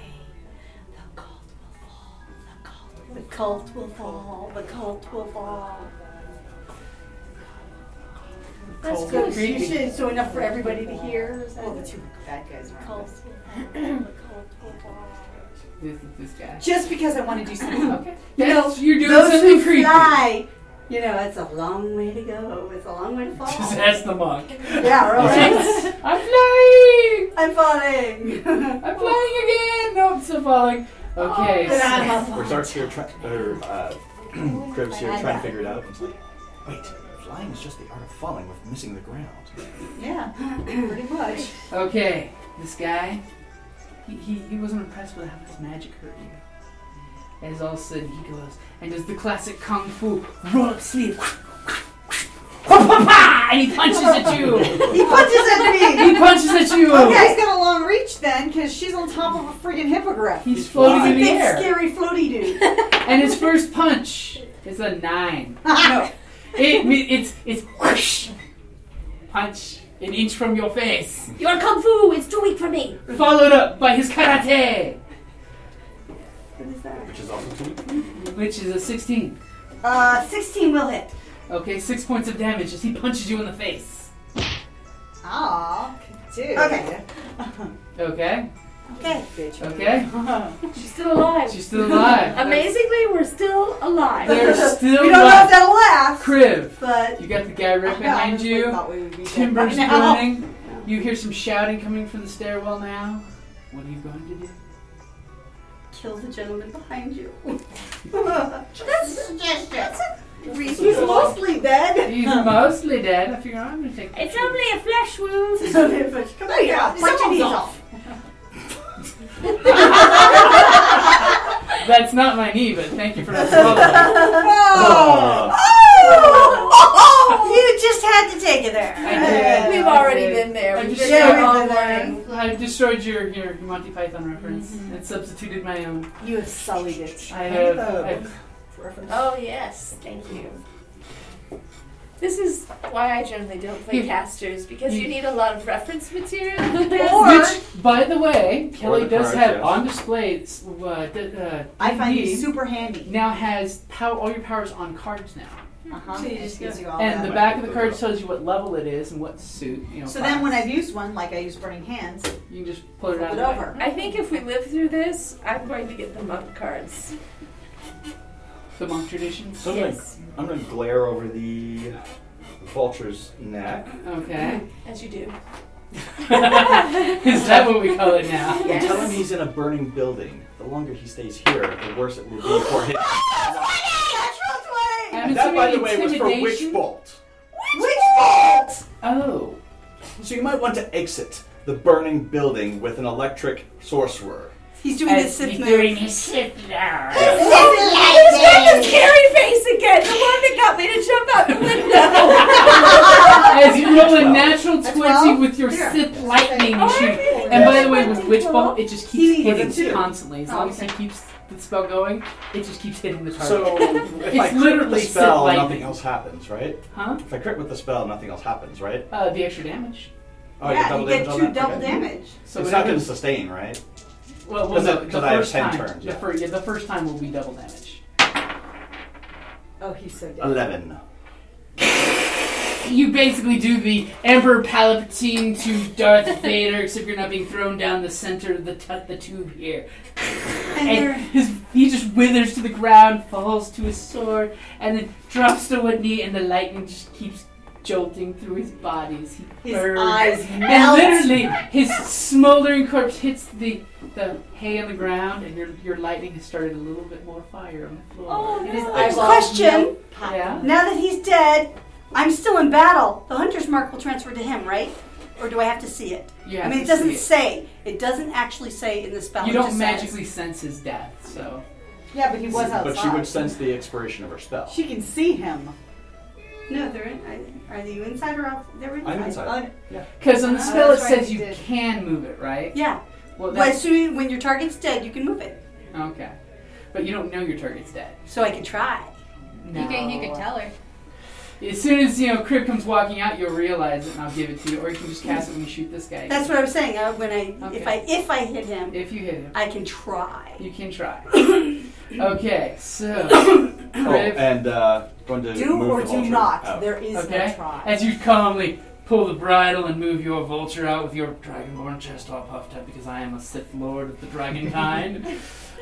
Speaker 4: The cult will fall, the cult will
Speaker 5: The cult will fall. The cult will fall.
Speaker 3: That's
Speaker 2: Cold.
Speaker 3: good.
Speaker 2: Creepy.
Speaker 5: You should, so enough for everybody to hear. Is that
Speaker 4: Well, Oh, the two bad guys are on
Speaker 5: Cult
Speaker 4: this.
Speaker 5: will fall. The cult will fall.
Speaker 2: this this guy.
Speaker 4: Just because I want to do something.
Speaker 2: Okay,
Speaker 5: You
Speaker 2: That's- you're doing
Speaker 5: Those
Speaker 2: something
Speaker 5: who
Speaker 2: creepy.
Speaker 5: fly, you know, it's a long way to go. It's a long way to
Speaker 2: Just
Speaker 5: fall.
Speaker 2: ask the monk.
Speaker 5: yeah, right.
Speaker 2: I'm flying.
Speaker 5: I'm falling.
Speaker 2: I'm flying again. No, I'm still falling. Okay.
Speaker 5: But
Speaker 2: so-
Speaker 5: I'm a
Speaker 7: Where's Art's here trying, or uh, Crib's here trying to figure it out. It's like, wait, flying is just the art of falling with missing the ground.
Speaker 4: Yeah, pretty much.
Speaker 2: Okay, this guy, he, he, he wasn't impressed with how this magic hurt you. As all of a sudden he goes and does the classic kung fu roll up sleeve. and he punches at you.
Speaker 4: He punches at me!
Speaker 2: He punches at you.
Speaker 4: Okay, he's got a long reach then, because she's on top of a friggin' hippogriff.
Speaker 2: He's floating in the
Speaker 5: Big
Speaker 2: air.
Speaker 5: scary floaty dude.
Speaker 2: And his first punch is a nine.
Speaker 4: no.
Speaker 2: It, me- it's it's whoosh, punch an inch from your face,
Speaker 3: Your kung fu is too weak for me.
Speaker 2: followed up by his karate,
Speaker 7: Which is also too
Speaker 2: which is a sixteen.
Speaker 5: Uh, 16 will hit.
Speaker 2: Okay, six points of damage as he punches you in the face.
Speaker 4: Aw, dude.
Speaker 5: Okay.
Speaker 2: Okay,
Speaker 5: Okay.
Speaker 4: Bitch.
Speaker 2: okay.
Speaker 3: She's still alive.
Speaker 2: She's still alive.
Speaker 3: Amazingly, we're still alive.
Speaker 2: They're
Speaker 4: We
Speaker 2: still
Speaker 4: don't know if
Speaker 2: alive.
Speaker 4: that'll last.
Speaker 2: Crib.
Speaker 5: But
Speaker 2: You got the guy right behind
Speaker 4: Honestly,
Speaker 2: you.
Speaker 4: thought we would be dead
Speaker 2: Timber's
Speaker 4: by now.
Speaker 2: burning. You hear some shouting coming from the stairwell now. What are you going to do?
Speaker 5: kill the gentleman behind you. He's
Speaker 7: reasonable.
Speaker 5: mostly dead.
Speaker 2: He's mostly dead. I figure I'm gonna take.
Speaker 3: It's only a flesh wound.
Speaker 5: So they're like, Come on, yeah, punch your knees off.
Speaker 2: That's not my knee, but thank you for the swallow.
Speaker 7: Oh.
Speaker 5: You just had to take it there.
Speaker 2: I did.
Speaker 3: We've already been there.
Speaker 2: I
Speaker 3: We've
Speaker 2: just
Speaker 3: been
Speaker 2: showed
Speaker 3: there all
Speaker 4: you the
Speaker 3: morning.
Speaker 2: I destroyed your, your Monty Python reference
Speaker 3: Mm-hmm.
Speaker 2: and substituted my own.
Speaker 4: You have sullied it.
Speaker 2: I have. I've-
Speaker 3: Oh yes, thank you. This is why I generally don't play
Speaker 2: You-
Speaker 3: casters because
Speaker 2: you-
Speaker 3: you need a lot of reference material.
Speaker 2: which, by the way, Kelly
Speaker 7: the
Speaker 2: does
Speaker 7: cards,
Speaker 2: have
Speaker 7: yes.
Speaker 2: on display. it's, Uh, d- uh,
Speaker 4: I find
Speaker 2: DVD
Speaker 4: you super handy.
Speaker 2: now has pow- all your powers on cards now,
Speaker 4: Uh-huh. So you just gives you all
Speaker 2: and the
Speaker 4: that.
Speaker 2: back of the card tells you what level it is and what suit. You know.
Speaker 4: so then when
Speaker 2: class.
Speaker 4: I've used one, like I use Burning Hands,
Speaker 2: you can just put it
Speaker 4: flip
Speaker 2: out
Speaker 4: it
Speaker 2: of the
Speaker 4: over.
Speaker 3: I think if we live through this, I'm going to get the monk cards.
Speaker 2: way. the monk traditions.
Speaker 7: So I'm,
Speaker 3: yes,
Speaker 7: gonna, I'm gonna glare over the vulture's neck.
Speaker 2: Okay,
Speaker 3: as you do.
Speaker 2: is that what we call it now?
Speaker 7: And tell him he's in a burning building. The longer he stays here, the worse it will be for him.
Speaker 2: I'm
Speaker 7: And that, by the
Speaker 2: assuming
Speaker 7: way, was for
Speaker 2: intimidation?
Speaker 7: Witch Bolt.
Speaker 4: Which bolt?
Speaker 2: Oh,
Speaker 7: So you might want to exit the burning building with an electric sorcerer.
Speaker 5: He's doing his
Speaker 2: As
Speaker 5: Sith
Speaker 2: he's
Speaker 5: move. Oh,
Speaker 2: doing his Sith
Speaker 5: Yes.
Speaker 10: He's got the scary face again. The one that got me to jump out the window.
Speaker 2: As you roll a natural
Speaker 10: That's
Speaker 2: 20
Speaker 10: well.
Speaker 2: with your
Speaker 10: There.
Speaker 2: Sith lightning
Speaker 10: Oh, I
Speaker 2: shoot.
Speaker 10: really
Speaker 2: And by
Speaker 10: like
Speaker 2: the way, with Witch Bolt, it just keeps
Speaker 7: needs
Speaker 2: hitting
Speaker 7: it too.
Speaker 2: constantly. As long as
Speaker 4: Oh,
Speaker 2: he keeps the spell going, it just keeps hitting the target.
Speaker 7: So if
Speaker 2: it's
Speaker 7: I crit
Speaker 2: literally
Speaker 7: with the
Speaker 2: Sith
Speaker 7: spell, nothing
Speaker 2: lightning.
Speaker 7: else happens, right?
Speaker 2: Huh?
Speaker 7: If I crit with the spell, nothing else happens, right?
Speaker 2: Uh, the extra damage.
Speaker 7: Oh, I get double damage on that? Okay.
Speaker 2: So
Speaker 7: it's not
Speaker 2: whatever-
Speaker 7: going to sustain, right?
Speaker 2: Well, well
Speaker 7: Does
Speaker 2: no,
Speaker 7: it-
Speaker 2: the
Speaker 7: 'cause I have
Speaker 2: first
Speaker 7: 10
Speaker 2: time.
Speaker 7: turns,
Speaker 2: the,
Speaker 7: yeah.
Speaker 2: fir- yeah, the first time will be double damage.
Speaker 8: Oh, he's so dead.
Speaker 7: Eleven.
Speaker 2: You basically do the Emperor Palpatine to Darth Vader, except you're not being thrown down the center of the, tu- the tube here. And, his, he just withers to the ground, falls to his sword, and then drops to one knee, and the lightning just keeps jolting through his body as he
Speaker 8: His
Speaker 2: burns.
Speaker 8: eyes melt.
Speaker 2: And literally, his smoldering corpse hits the, the hay on the ground, and your, your lightning has started a little bit more fire on the floor.
Speaker 5: Oh,
Speaker 2: And his
Speaker 5: no.
Speaker 2: eyeballs
Speaker 5: Question.
Speaker 2: melt. Yeah.
Speaker 5: Now that he's dead, I'm still in battle. The hunter's mark will transfer to him, right? Or do I have to see it?
Speaker 2: You
Speaker 5: I
Speaker 2: have
Speaker 5: mean,
Speaker 2: to
Speaker 5: it doesn't
Speaker 2: see it.
Speaker 5: say. It doesn't actually say in the spell.
Speaker 2: You
Speaker 5: it
Speaker 2: don't
Speaker 5: just
Speaker 2: magically sense his death, so.
Speaker 8: Yeah, but he was outside.
Speaker 7: But she would sense the expiration of her spell.
Speaker 8: She can see him.
Speaker 5: Says. No, they're in. I- Are you inside or out? They're inside.
Speaker 7: I'm inside. Yeah.
Speaker 2: Because on the
Speaker 5: Oh,
Speaker 2: spell it
Speaker 5: that's right,
Speaker 2: says
Speaker 5: you
Speaker 2: you can move it, right?
Speaker 5: Yeah.
Speaker 2: Well,
Speaker 5: Well,
Speaker 2: that's,
Speaker 5: assuming when your target's dead, you can move it.
Speaker 2: okay. But you don't know your target's dead.
Speaker 5: So I can try.
Speaker 2: You can- you can
Speaker 5: tell her.
Speaker 2: As soon as you know Crib comes walking out, you'll realize it, and I'll give it to you, or you can just cast it when you shoot this guy.
Speaker 5: That's what I was saying. Uh, when I, if I,
Speaker 2: Okay.
Speaker 5: if I hit him,
Speaker 2: if you hit him,
Speaker 5: I can try.
Speaker 2: You can try. okay, so
Speaker 7: Oh,
Speaker 2: Crib,
Speaker 7: and uh, going to
Speaker 2: Do
Speaker 7: move
Speaker 2: or
Speaker 7: the
Speaker 2: do
Speaker 7: vulture Oh.
Speaker 2: not.
Speaker 7: out.
Speaker 8: There is
Speaker 2: okay,
Speaker 8: no try.
Speaker 2: as you calmly pull the bridle and move your vulture out with your dragonborn chest all puffed up, because I am a Sith Lord of the Dragon kind.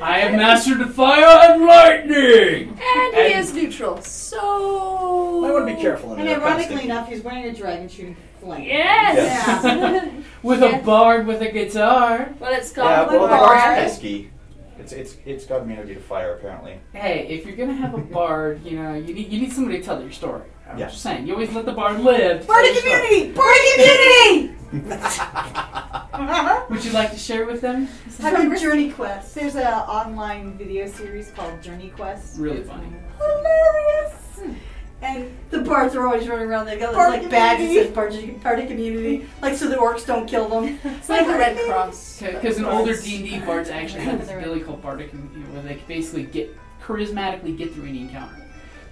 Speaker 2: I have mastered the fire and lightning.
Speaker 10: And he
Speaker 2: And-
Speaker 10: is neutral, so.
Speaker 7: I want to be careful. in
Speaker 8: And
Speaker 7: there,
Speaker 8: ironically
Speaker 7: constant.
Speaker 8: enough, he's wearing a dragon shooting flame.
Speaker 10: Yes!
Speaker 2: with a bard with a guitar.
Speaker 10: Well,
Speaker 7: Yeah,
Speaker 10: it's called
Speaker 7: well, the
Speaker 10: Lamar.
Speaker 7: bar's pesky. It's it's it's got immunity to fire apparently.
Speaker 2: Hey, if you're gonna have a bard, you know you need you need somebody to tell your story. I'm
Speaker 7: Yeah.
Speaker 2: just saying, you always let the bard live.
Speaker 5: Bardic immunity! Bardic immunity!
Speaker 2: Would you like to share with them?
Speaker 8: Have you
Speaker 5: From
Speaker 8: ever
Speaker 5: Journey Quest.
Speaker 8: There's an online video series called Journey Quest.
Speaker 2: Really funny.
Speaker 8: Hilarious.
Speaker 5: And the bards are always running around. They got
Speaker 8: Bardic
Speaker 5: like badges
Speaker 8: immunity.
Speaker 5: that bardic, bardic immunity, like so the orcs don't kill them.
Speaker 10: It's like the Red Cross.
Speaker 2: Because in older D&D, bards actually had this ability called bardic, immunity, where they could basically get charismatically get through any encounter.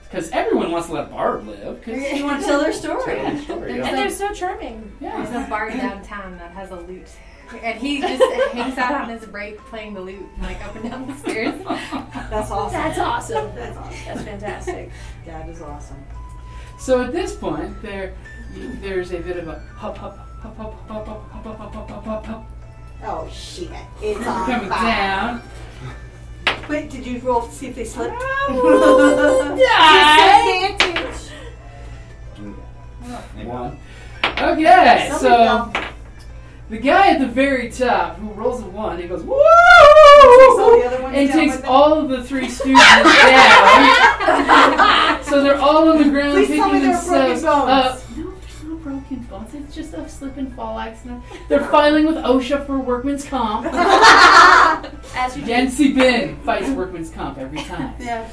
Speaker 2: Because everyone wants to let a bard live. Because
Speaker 5: You want to tell their story.
Speaker 10: And they're so charming.
Speaker 2: Yeah.
Speaker 12: There's a bar downtown that has a lute. And he just hangs out on his break playing the lute, like up and down the stairs.
Speaker 8: That's awesome.
Speaker 10: That's awesome. That's awesome. That's fantastic.
Speaker 8: That is awesome.
Speaker 2: So at this point, there there's a bit of a hop hop hop hop hop hop hop hop hop hop hop hop hop
Speaker 8: Oh shit! It's on
Speaker 2: coming down.
Speaker 5: Wait, did you roll to see if they slipped?
Speaker 2: Die!
Speaker 8: Disadvantage.
Speaker 7: Mm. One.
Speaker 2: Okay,
Speaker 8: Somebody
Speaker 2: so the guy at the very top who rolls a one, he goes woo,
Speaker 8: all the other ones
Speaker 2: and
Speaker 8: down
Speaker 2: takes
Speaker 8: with
Speaker 2: all of the three students down. So they're all on the ground
Speaker 8: Please
Speaker 2: picking
Speaker 8: tell me there were broken
Speaker 2: themselves
Speaker 8: bones.
Speaker 2: up. No, there's no broken bones. It's just a slip and fall accident. They're filing with OSHA for workman's comp.
Speaker 10: As you did.
Speaker 2: Yancy Bin fights workman's comp every time.
Speaker 5: Yeah.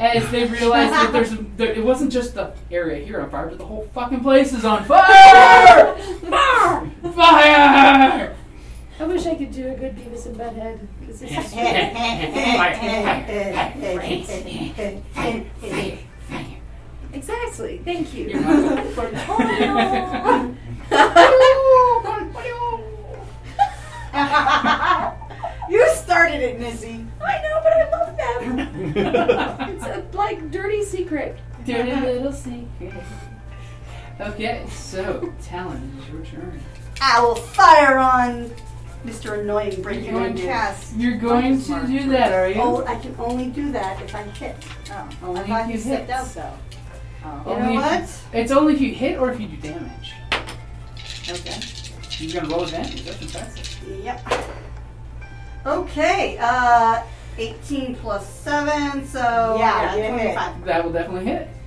Speaker 2: As they realize that there's there, it wasn't just the area here on fire, but the whole fucking place is on fire! fire!
Speaker 10: I wish I could do a good Beavis and Butthead. 'cause this is- Exactly. Thank you.
Speaker 8: Oh,
Speaker 10: Cornelio.
Speaker 8: you started it, Missy.
Speaker 10: I know, but I love them. It's a, like dirty secret.
Speaker 2: Dirty little secret. Okay, so Talon, it's your turn.
Speaker 5: I will fire on Mr. Annoying Breaking
Speaker 2: You're going
Speaker 5: on
Speaker 2: to-
Speaker 5: Cast.
Speaker 2: You're going to do that, are you?
Speaker 5: Oh, I can only do that if I hit.
Speaker 8: Oh,
Speaker 2: Only
Speaker 8: I thought
Speaker 2: if
Speaker 8: you
Speaker 2: you
Speaker 8: stepped
Speaker 2: hit.
Speaker 8: out though. Oh. You
Speaker 2: Only
Speaker 8: know
Speaker 2: if you-
Speaker 8: what?
Speaker 2: it's only if you hit or if you do damage. Okay. You're gonna roll advantage. That's impressive.
Speaker 5: Yep. Okay, uh, 18 plus 7, so.
Speaker 8: Yeah, you hit.
Speaker 5: 25.
Speaker 2: That will definitely hit.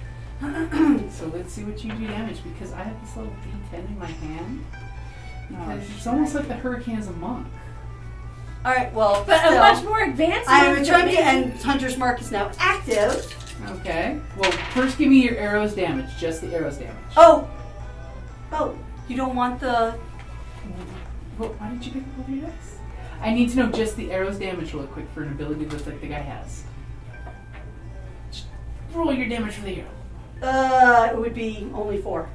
Speaker 2: Oh, so let's see what you do damage because I have this little D10 in my hand. It's almost like the hurricane's a monk.
Speaker 5: All right, well,
Speaker 2: But a
Speaker 5: still.
Speaker 2: much more advanced
Speaker 5: I
Speaker 2: one
Speaker 5: am
Speaker 2: than
Speaker 5: trying
Speaker 2: me.
Speaker 5: to, and Hunter's Mark is now active.
Speaker 2: Okay. Well, first give me your arrows damage. Just the arrows damage.
Speaker 5: Oh, oh, you don't want the.
Speaker 2: Well, why did you pick up your dice? I need to know just the arrows damage really quick for an ability that's like the guy has. Just roll your damage for the arrow.
Speaker 5: Uh, it would be only four.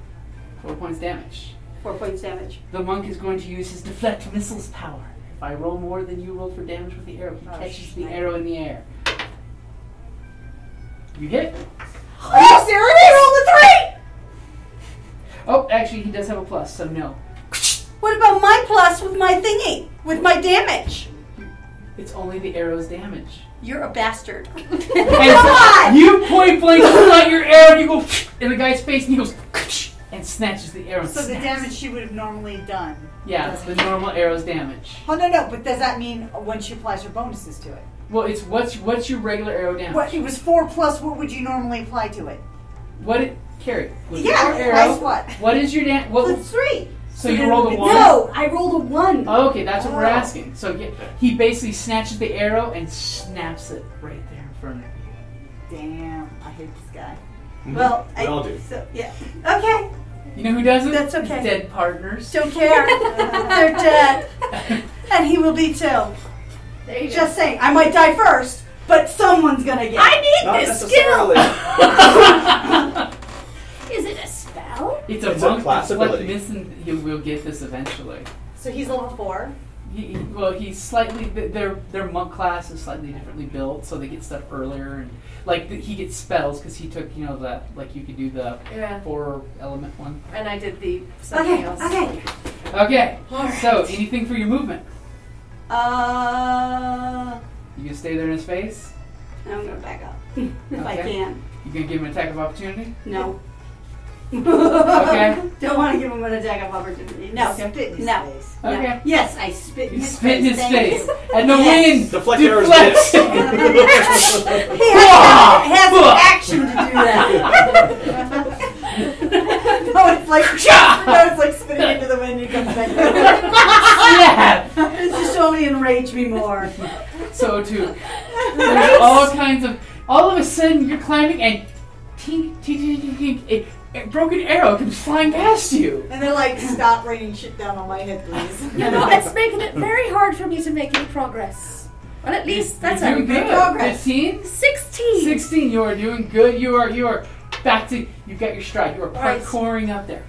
Speaker 2: Four points damage.
Speaker 5: Four points damage.
Speaker 2: The monk is going to use his deflect missiles power. If I roll more than you rolled for damage with the arrow, he
Speaker 4: Oh,
Speaker 2: catches the arrow in the air. You hit.
Speaker 4: Are you serious?
Speaker 5: Roll
Speaker 2: Oh, actually, he does have a plus, so no.
Speaker 5: the three. What about my plus with my thingy, with my damage?
Speaker 2: It's only the arrow's damage.
Speaker 5: You're a bastard.
Speaker 2: And so You point blank pull out your arrow and you go in the guy's face and he goes and snatches the arrow.
Speaker 4: So the
Speaker 2: Snap.
Speaker 4: damage she would have normally done.
Speaker 2: Yeah, it's the normal arrow's damage.
Speaker 4: Oh no no! But does that mean when she applies her bonuses to it?
Speaker 2: Well, it's what's what's your regular arrow damage?
Speaker 4: What it was four plus. What would you normally apply to it?
Speaker 2: What it carry? With
Speaker 4: Yeah,
Speaker 2: your arrow,
Speaker 4: plus what?
Speaker 2: What is your damage? What
Speaker 5: three?
Speaker 2: So you rolled a one.
Speaker 5: No, I rolled a one.
Speaker 2: Oh, okay, that's what we're
Speaker 5: Oh.
Speaker 2: asking. So yeah, he basically snatches the arrow and snaps it right there in front of you.
Speaker 4: Damn, I hate this guy.
Speaker 5: Well,
Speaker 2: Mm-hmm. We
Speaker 5: I,
Speaker 2: all do.
Speaker 5: So, yeah. Okay.
Speaker 2: You know who doesn't?
Speaker 5: That's okay.
Speaker 2: Dead partners.
Speaker 5: Don't care. They're dead. And he will be too. Just saying, I might die first, but someone's gonna get. I
Speaker 10: need
Speaker 7: Not this skill.
Speaker 10: Is it a spell?
Speaker 2: It's a
Speaker 7: It's a
Speaker 2: monk.
Speaker 7: class
Speaker 2: that's what
Speaker 7: ability.
Speaker 2: missing. He will get this eventually.
Speaker 4: So he's level four.
Speaker 2: He, he- well, he's slightly th- their their monk class is slightly differently built, so they get stuff earlier and like th- he gets spells because he took you know the like you could do the
Speaker 10: Yeah.
Speaker 2: four element one.
Speaker 10: And I did the
Speaker 5: Okay,
Speaker 10: something else.
Speaker 5: okay.
Speaker 2: Okay,
Speaker 10: Alright.
Speaker 2: so anything for your movement?
Speaker 5: Uh,
Speaker 2: You can stay there in his face.
Speaker 5: I'm gonna back up if I
Speaker 2: Okay.
Speaker 5: can.
Speaker 2: You can give him an attack of opportunity.
Speaker 5: No.
Speaker 2: Okay.
Speaker 5: Don't want to give him an attack of opportunity. No.
Speaker 2: Okay.
Speaker 5: Spit in his no. face. No.
Speaker 2: Okay.
Speaker 5: Yes, I spit.
Speaker 2: You
Speaker 5: in his
Speaker 2: spit in his
Speaker 5: Thank
Speaker 2: face,
Speaker 5: you.
Speaker 2: and the wind
Speaker 7: Deflect arrows.
Speaker 2: deflects.
Speaker 5: he has, has an action to do that. no, it's like no, it's like spitting into the wind and comes back. This just only enraged me more.
Speaker 2: So too. There's all kinds of. All of a sudden, you're climbing and tink, tink, tink, tink, tink, a, a broken arrow comes flying past you.
Speaker 4: And they're like, stop raining shit down on my head, please.
Speaker 10: You know, it's making it very hard for me to make any progress. Well, at least that's
Speaker 2: you're
Speaker 10: a
Speaker 2: doing
Speaker 10: good
Speaker 2: good.
Speaker 10: progress.
Speaker 2: 15?
Speaker 10: 16.
Speaker 2: 16. You are doing good. You are. You are back to. You've got your stride. You are
Speaker 10: Right.
Speaker 2: parkouring up there.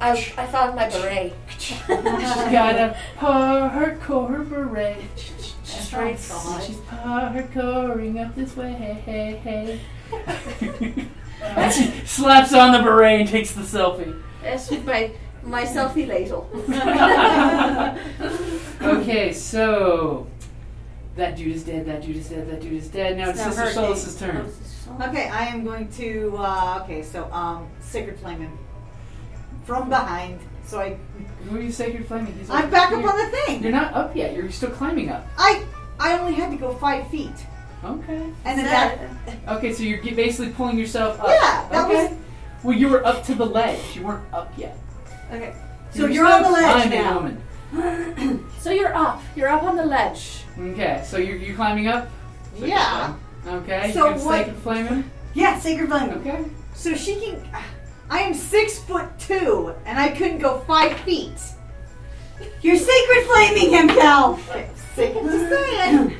Speaker 10: I, I found my beret.
Speaker 2: She's got a parkour beret.
Speaker 10: That's right.
Speaker 2: She's parkouring up this way. and she slaps on the beret and takes the selfie.
Speaker 10: That's with my, my selfie ladle.
Speaker 2: Okay, so that dude is dead. That dude is dead. That dude is dead. Now it's,
Speaker 4: It's
Speaker 2: Sister
Speaker 4: now her
Speaker 2: Solace's
Speaker 4: game.
Speaker 2: turn.
Speaker 4: Okay, I am going to. Uh, okay, so um, sacred flame him from behind. So I,
Speaker 2: Who are you sacred flaming? He's
Speaker 4: I'm
Speaker 2: over
Speaker 4: back up
Speaker 2: here.
Speaker 4: on the thing.
Speaker 2: You're not up yet. You're still climbing up.
Speaker 4: I, I only had to go five feet,
Speaker 2: Okay.
Speaker 4: and then that.
Speaker 2: Okay, so you're ge- basically pulling yourself up.
Speaker 4: Yeah, that
Speaker 2: okay. Well, you were up to the ledge. You weren't up yet.
Speaker 4: Okay. So
Speaker 2: were
Speaker 4: you're on
Speaker 2: still
Speaker 4: the ledge
Speaker 2: climbing,
Speaker 4: now.
Speaker 2: woman.
Speaker 10: so you're up. You're up on the ledge.
Speaker 2: Okay, so you're, you're climbing up.
Speaker 4: yeah.
Speaker 2: Okay.
Speaker 4: So
Speaker 2: you're gonna
Speaker 4: what-
Speaker 2: Sacred flaming.
Speaker 4: Yeah, sacred flame.
Speaker 2: Okay.
Speaker 4: So she can. I am six foot two, and I couldn't go five feet.
Speaker 5: You're sacred flaming him, Cal.
Speaker 4: Okay, Sacred, just saying.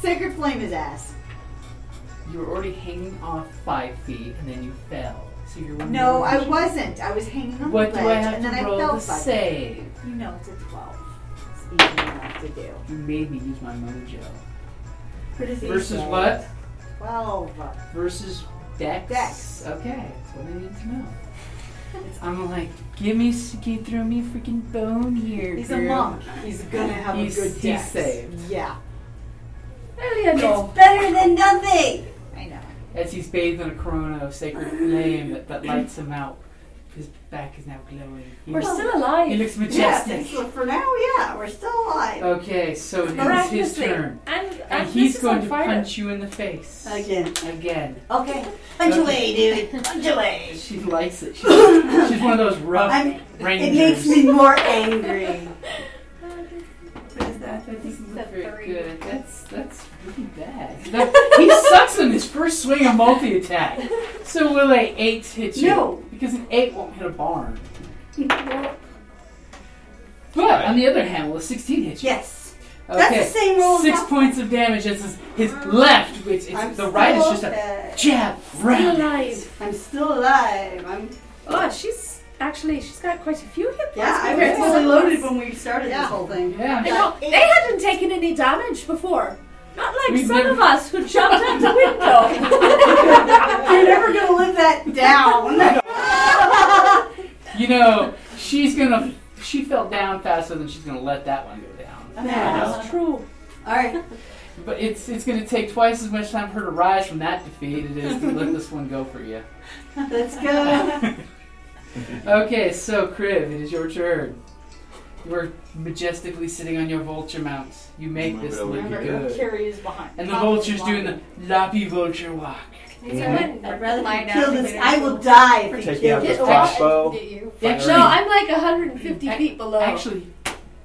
Speaker 4: Sacred flame his ass.
Speaker 2: You were already hanging off five feet, and then you fell. So you're. one
Speaker 4: No,
Speaker 2: more
Speaker 4: I
Speaker 2: inch.
Speaker 4: wasn't. I was hanging on
Speaker 2: What
Speaker 4: the
Speaker 2: do
Speaker 4: ledge,
Speaker 2: I have
Speaker 4: and
Speaker 2: to
Speaker 4: then
Speaker 2: roll
Speaker 4: I fell
Speaker 2: to
Speaker 4: five feet.
Speaker 2: save?
Speaker 4: You know it's a twelve. It's easy enough to do.
Speaker 2: You made me use my mojo.
Speaker 4: What does he
Speaker 2: Versus
Speaker 4: say?
Speaker 2: what?
Speaker 4: Twelve.
Speaker 2: Versus Dex.
Speaker 4: Dex.
Speaker 2: Okay, that's what I need to know. It's- I'm like, give me, s- give, throw me a freaking bone here.
Speaker 4: He's a
Speaker 2: girl.
Speaker 4: monk. He's gonna have
Speaker 2: He's-
Speaker 4: a good
Speaker 2: he's
Speaker 4: dex.
Speaker 2: saved.
Speaker 4: Yeah.
Speaker 10: Eleanor.
Speaker 5: It's better than nothing.
Speaker 4: I know.
Speaker 2: As he's bathed in a corona of sacred flame that, that lights him out. His back is now glowing. He
Speaker 5: We're
Speaker 2: looks-
Speaker 5: still alive.
Speaker 2: He looks majestic.
Speaker 5: Yeah, for now, yeah, we're still alive.
Speaker 2: Okay, so it's his
Speaker 5: Miraculously.
Speaker 2: turn.
Speaker 5: I'm- I'm-
Speaker 2: and he's
Speaker 5: this is
Speaker 2: going
Speaker 5: on
Speaker 2: to
Speaker 5: fire.
Speaker 2: punch you in the face.
Speaker 5: Again.
Speaker 2: Again.
Speaker 5: Okay. Punch away, dude. Punch away.
Speaker 2: She likes it. She's, she's one of those rough
Speaker 5: I'm-
Speaker 2: rangers.
Speaker 5: It makes me more angry.
Speaker 2: What is that? That doesn't look very
Speaker 12: three.
Speaker 2: good. That's that's really bad. That- he sucks in his first swing of multi attack. So will a eight hit you?
Speaker 12: No.
Speaker 2: because an eight won't hit a barn. But on the other hand, will a sixteen hit you?
Speaker 5: Yes.
Speaker 2: Okay.
Speaker 5: That's the same roll as
Speaker 2: Six
Speaker 5: that-
Speaker 2: points of damage. That's his, his left, which is
Speaker 5: I'm
Speaker 2: the right is
Speaker 5: still
Speaker 2: just a
Speaker 5: dead.
Speaker 2: jab round.
Speaker 5: alive. I'm still alive. I'm.
Speaker 10: Oh, she's actually she's got quite a few hit points.
Speaker 5: Yeah, I
Speaker 10: compared
Speaker 5: was fully
Speaker 10: to someone
Speaker 5: loaded
Speaker 10: else.
Speaker 5: when we started this whole thing.
Speaker 2: Yeah.
Speaker 10: I know, they hadn't taken any damage before. Not like
Speaker 5: We've
Speaker 10: some
Speaker 5: never-
Speaker 10: of us who jumped out the window.
Speaker 5: You're never gonna live that down.
Speaker 2: You know, she's gonna. She fell down faster than she's gonna let that one go down.
Speaker 5: That's
Speaker 10: true.
Speaker 5: All right.
Speaker 2: But it's it's going to take twice as much time for her to rise from that defeat it is to let this one go for you.
Speaker 5: Let's go.
Speaker 2: Okay, so Crib, it is your turn. You are majestically sitting on your vulture mount. You make this look
Speaker 5: Remember,
Speaker 2: good.
Speaker 5: Carrie is behind.
Speaker 2: And the vulture's doing the loppy vulture walk.
Speaker 10: I'd rather
Speaker 5: lie
Speaker 10: be
Speaker 5: down
Speaker 10: killed
Speaker 5: and
Speaker 10: as-
Speaker 5: get
Speaker 10: I
Speaker 5: out.
Speaker 10: will die if
Speaker 5: For
Speaker 10: you
Speaker 5: taking
Speaker 10: kill
Speaker 5: out
Speaker 10: me.
Speaker 5: the
Speaker 10: Get
Speaker 5: crossbow,
Speaker 10: off and get you.
Speaker 2: firing.
Speaker 10: No, I'm like 150 feet below.
Speaker 2: Actually,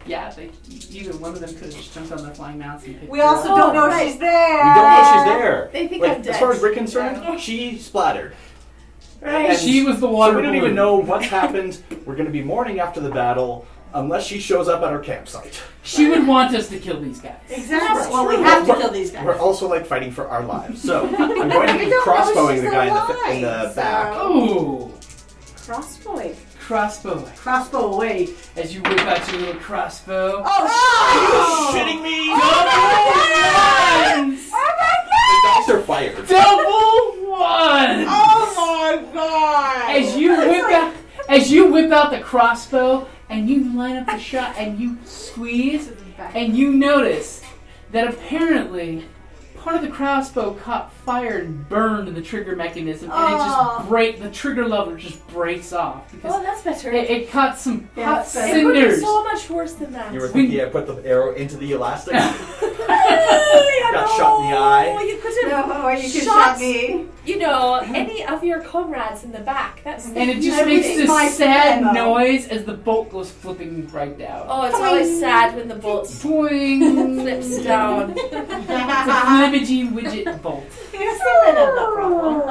Speaker 2: yeah, they, either one of them could have just jumped on their flying mounts and picked
Speaker 4: We
Speaker 2: her
Speaker 4: also
Speaker 2: up.
Speaker 4: don't know if she's there.
Speaker 7: We don't know if she's there.
Speaker 4: They think
Speaker 7: like,
Speaker 4: I'm dead.
Speaker 7: As far as we're concerned, she splattered.
Speaker 4: Right.
Speaker 7: And
Speaker 2: She was the water
Speaker 7: So we don't
Speaker 2: balloon.
Speaker 7: even know what's happened. We're going to be mourning after the battle unless she shows up at our campsite.
Speaker 2: She would want us to kill these guys.
Speaker 5: Exactly. Well, we have to
Speaker 7: We're-
Speaker 5: kill these guys.
Speaker 7: We're also like fighting for our lives. So I'm going to
Speaker 5: We
Speaker 7: be
Speaker 5: don't know if
Speaker 7: crossbowing
Speaker 5: she's
Speaker 7: the guy in the, fa- in
Speaker 5: alive,
Speaker 7: the
Speaker 5: so-
Speaker 7: back.
Speaker 2: Oh,
Speaker 10: Crossboy.
Speaker 2: crossbow.
Speaker 5: Crossbow away.
Speaker 2: As you whip out your little crossbow.
Speaker 5: Oh,
Speaker 7: shit! Shitting me!
Speaker 2: Double ones!
Speaker 7: Dogs are fired.
Speaker 2: Double ones!
Speaker 4: Oh my god!
Speaker 2: As you
Speaker 10: Oh,
Speaker 2: whip out, as you whip out the crossbow and you line up the shot and you squeeze and you notice that apparently part of the crossbow caught fire and burned in the trigger mechanism and it
Speaker 10: Oh.
Speaker 2: just break the trigger lever just breaks off because
Speaker 10: Oh, that's better.
Speaker 2: it, it caught some hot
Speaker 10: It could be
Speaker 2: cinders.
Speaker 10: so much worse than that.
Speaker 7: You were thinking I put the arrow into the elastic? Got shot in the
Speaker 10: Oh,
Speaker 7: eye.
Speaker 10: you could have
Speaker 5: No, or you could
Speaker 10: shot
Speaker 5: shot me.
Speaker 10: You know, any of your comrades in the back. That's
Speaker 2: and it just
Speaker 10: That
Speaker 2: makes
Speaker 10: is
Speaker 2: this
Speaker 10: my
Speaker 2: sad
Speaker 10: memo.
Speaker 2: noise as the bolt goes flipping right down.
Speaker 10: Oh, it's always sad when the bolt
Speaker 2: Boing.
Speaker 10: flips down.
Speaker 2: It's a flibbity widget bolt.
Speaker 5: You're still in a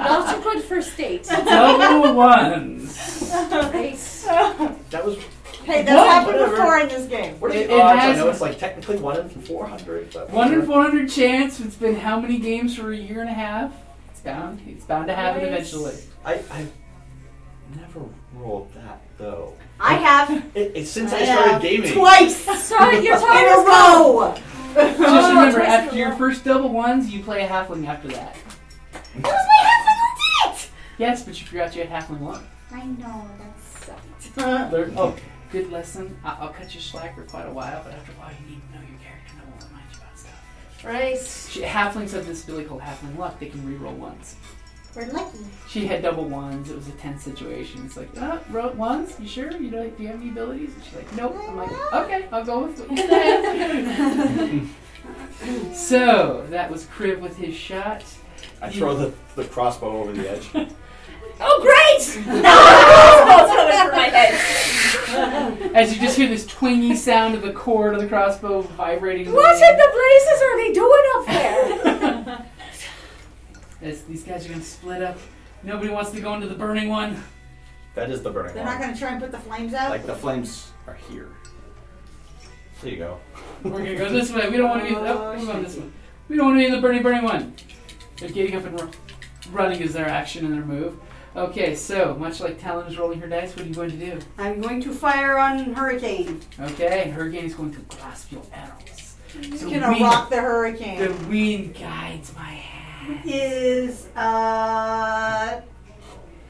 Speaker 10: Not a good first date.
Speaker 2: Double ones.
Speaker 7: That was.
Speaker 4: Hey, that's
Speaker 2: What?
Speaker 4: happened
Speaker 7: Whatever.
Speaker 4: before in this game.
Speaker 7: What are
Speaker 2: It-
Speaker 7: the
Speaker 2: it
Speaker 7: odds? I
Speaker 2: has-
Speaker 7: know it's like technically 1 in 400. But
Speaker 2: One in four hundred chance. It's been how many games for a year and a half? It's bound. It's bound to happen
Speaker 7: Nice.
Speaker 2: eventually.
Speaker 7: I, I've never rolled that, though.
Speaker 5: I have.
Speaker 7: It, it's since
Speaker 5: I
Speaker 7: I, started
Speaker 5: have
Speaker 7: gaming.
Speaker 5: Twice.
Speaker 10: Sorry, your time
Speaker 5: in
Speaker 10: is
Speaker 5: a row.
Speaker 2: Just remember,
Speaker 10: twice
Speaker 2: after your first double ones, you play a halfling. After that, yes, but you forgot you had halfling one.
Speaker 8: I know, that sucked.
Speaker 2: Learn- oh, good lesson. I- I'll cut you slack for quite a while, but after a while, you need to know your character, know all that much about stuff.
Speaker 10: Right.
Speaker 2: She, halflings have this ability called halfling luck. They can reroll once.
Speaker 8: We're lucky.
Speaker 2: She had double ones. It was a tense situation. It's like, uh, wrote ones? You sure? You know, do you have any abilities? And she's like, nope. I'm like, okay, I'll go with what you said. so that was Crib with his shot.
Speaker 7: I throw the, the crossbow over the edge.
Speaker 10: Oh, great! Crossbow's coming for my head.
Speaker 2: As you just hear this twingy sound of the cord of the crossbow vibrating. in the
Speaker 10: What in
Speaker 2: wind.
Speaker 10: the blazes are they doing up there?
Speaker 2: As these guys are gonna split up. Nobody wants to go into the burning one.
Speaker 7: That is the burning
Speaker 4: They're
Speaker 7: one.
Speaker 4: not gonna try and put the flames out.
Speaker 7: Like the flames are here. There you go.
Speaker 2: We're gonna go this way. We don't want to be. Oh, we're going this way. We don't want to be in the burning, burning one. They're getting up and ru- running is their action and their move. Okay, so much like Talon is rolling her dice, what are you going to do?
Speaker 5: I'm going to fire on Hurricane.
Speaker 2: Okay, Hurricane is going to grasp your arrows.
Speaker 4: He's
Speaker 2: The
Speaker 4: gonna
Speaker 2: wind-
Speaker 4: rock the hurricane.
Speaker 2: The wind guides my hand.
Speaker 5: Is uh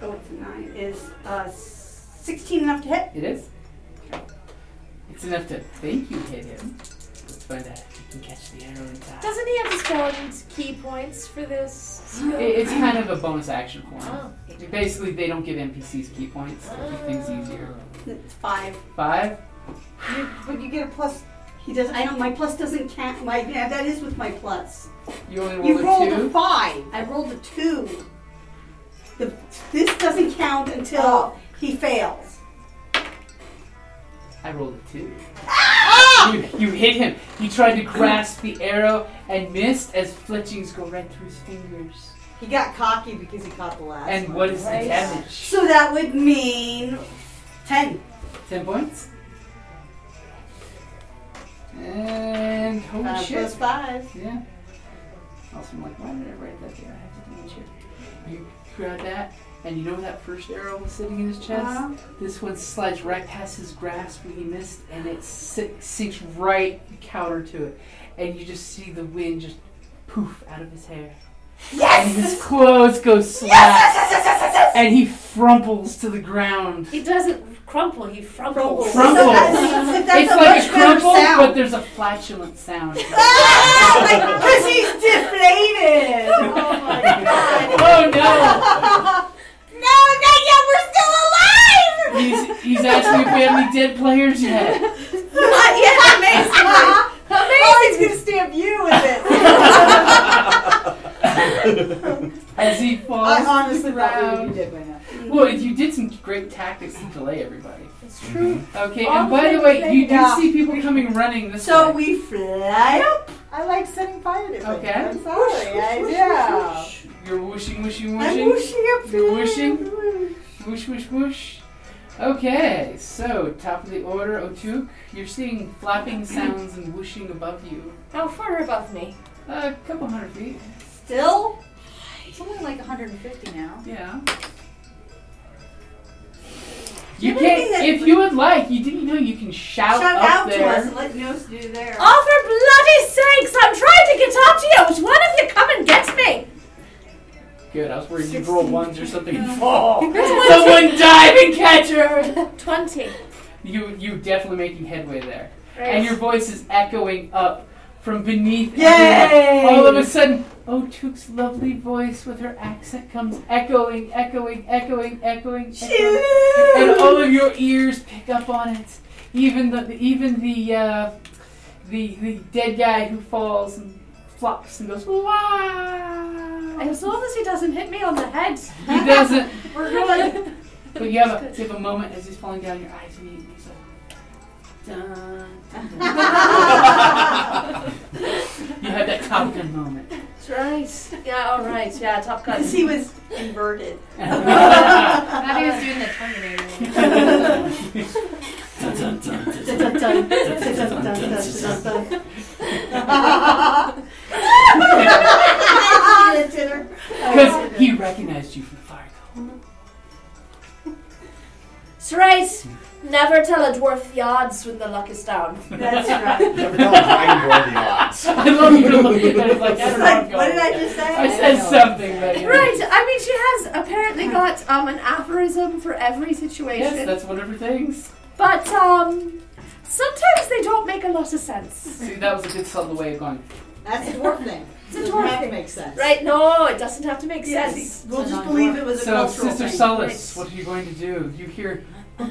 Speaker 5: oh, it's a nine. Is uh sixteen enough to hit?
Speaker 2: It is. It's enough to think you hit him. Let's find out if can catch the arrow in time.
Speaker 10: Doesn't he have to spend key points for this? skill?
Speaker 2: It- It's kind of a bonus action for
Speaker 10: Oh.
Speaker 2: him. Basically, they don't give NPCs key points to keep things easier.
Speaker 5: It's five.
Speaker 2: Five?
Speaker 5: You, but you get a plus. He doesn't. I know my plus doesn't count. My yeah, that is with my plus.
Speaker 2: You only
Speaker 5: You
Speaker 2: rolled
Speaker 5: rolled
Speaker 2: a two?
Speaker 5: a five. I rolled a two. The, this doesn't count until
Speaker 2: Oh.
Speaker 5: he fails.
Speaker 2: I rolled a two.
Speaker 5: Ah!
Speaker 2: You, you hit him. You tried to grasp the arrow and missed as fletchings go right through his fingers.
Speaker 8: He got cocky because he caught the last.
Speaker 2: And
Speaker 8: one.
Speaker 2: what is the damage?
Speaker 5: So that would mean ten.
Speaker 2: Ten points? And holy
Speaker 5: Five
Speaker 2: shit.
Speaker 5: Uh, plus five.
Speaker 2: Yeah. Also, I'm like, why did I write that there? I have to do it here. You grab that, and you know that first arrow was sitting in his chest?
Speaker 5: Uh-huh.
Speaker 2: This one slides right past his grasp when he missed, and it si- sinks right counter to it. And you just see the wind just poof out of his hair.
Speaker 10: Yes!
Speaker 2: And his clothes go slack.
Speaker 10: yes, yes, yes, yes, yes!
Speaker 2: And he frumples to the ground.
Speaker 10: He doesn't crumple, he frumples.
Speaker 2: Crumple. it's like a crumple,
Speaker 10: sound.
Speaker 2: but there's a flatulent sound.
Speaker 5: Because Oh he's deflated.
Speaker 4: oh my god.
Speaker 2: Oh, no.
Speaker 4: no, not yet. We're still alive.
Speaker 2: he's, he's asking if we have any dead players yet.
Speaker 4: Not yet. Amazing.
Speaker 8: Oh, he's gonna stamp you with it.
Speaker 2: As he falls.
Speaker 8: I honestly
Speaker 2: to the
Speaker 8: thought we
Speaker 2: ground.
Speaker 8: would be dead by now.
Speaker 2: Well, you did some great tactics to delay everybody. It's
Speaker 8: true.
Speaker 2: Okay,
Speaker 8: All
Speaker 2: and by
Speaker 8: the
Speaker 2: the way,
Speaker 8: things
Speaker 2: you
Speaker 8: they
Speaker 2: do
Speaker 8: got.
Speaker 2: see people coming running this
Speaker 5: So
Speaker 2: way.
Speaker 5: we fly up.
Speaker 8: I like setting fire to things.
Speaker 2: Okay.
Speaker 8: I'm sorry. I yeah.
Speaker 2: You're whooshing,
Speaker 8: I'm
Speaker 2: whooshing, whooshing.
Speaker 8: whooshing up
Speaker 2: You're whooshing. Whoosh, whoosh, whoosh. Okay, so top of the order, Otuk. You're seeing flapping sounds and whooshing above you.
Speaker 10: How far above me?
Speaker 2: A couple hundred feet.
Speaker 8: Still? It's only like 150 now.
Speaker 2: Yeah. You can, if you would like, you didn't know you can shout,
Speaker 5: Shout
Speaker 2: up
Speaker 5: out
Speaker 2: there.
Speaker 5: to us and let us do there.
Speaker 10: Oh, for bloody sakes, I'm trying to get up to you. It's one of you come and get me.
Speaker 2: Good, I was worried you'd roll ones or something and fall.
Speaker 10: Twenty.
Speaker 2: Someone dive and catch her!
Speaker 10: 20.
Speaker 2: You, you definitely making headway there.
Speaker 10: Right.
Speaker 2: And your voice is echoing up from beneath.
Speaker 10: Yay!
Speaker 2: everyone. All of a sudden, Otuk's lovely voice with her accent comes echoing, echoing, echoing, echoing, echoing. and all of your ears pick up on it. Even the even the uh, the the dead guy who falls and flops and goes wow.
Speaker 10: As long as he doesn't hit me on the head.
Speaker 2: He doesn't.
Speaker 10: We're good.
Speaker 2: But you have a you have a moment as he's falling down. Your eyes meet. And he's like, dun, dun, dun. you have that Top Gun moment.
Speaker 10: That's right. Yeah, all right. Yeah, Top Gun.
Speaker 5: Because he was inverted.
Speaker 10: Now he was doing the
Speaker 2: Because he recognized you from the fire.
Speaker 10: That's right. Never tell a dwarf the odds when the luck is down.
Speaker 5: That's right.
Speaker 7: Never tell a high roll the odds.
Speaker 2: I love you looking at it like, I don't know I'm
Speaker 5: What did
Speaker 2: going.
Speaker 5: I just say?
Speaker 2: I said something, but
Speaker 10: Right, I mean, she has apparently
Speaker 12: Uh-huh.
Speaker 10: got um, an aphorism for every situation.
Speaker 2: Yes, that's one of her things.
Speaker 10: But um, sometimes they don't make a lot of sense.
Speaker 2: See, that was a good subtle way of going.
Speaker 8: That's a dwarf thing.
Speaker 10: It's a dwarf
Speaker 8: That
Speaker 10: thing.
Speaker 8: makes sense.
Speaker 10: Right? No, Oh, it doesn't have to make
Speaker 8: Yes,
Speaker 10: sense.
Speaker 8: we'll
Speaker 10: It's a
Speaker 8: just believe
Speaker 10: non-dwarf.
Speaker 8: it was a
Speaker 2: So, "Oh, Sister Solace, what are you going to do? You hear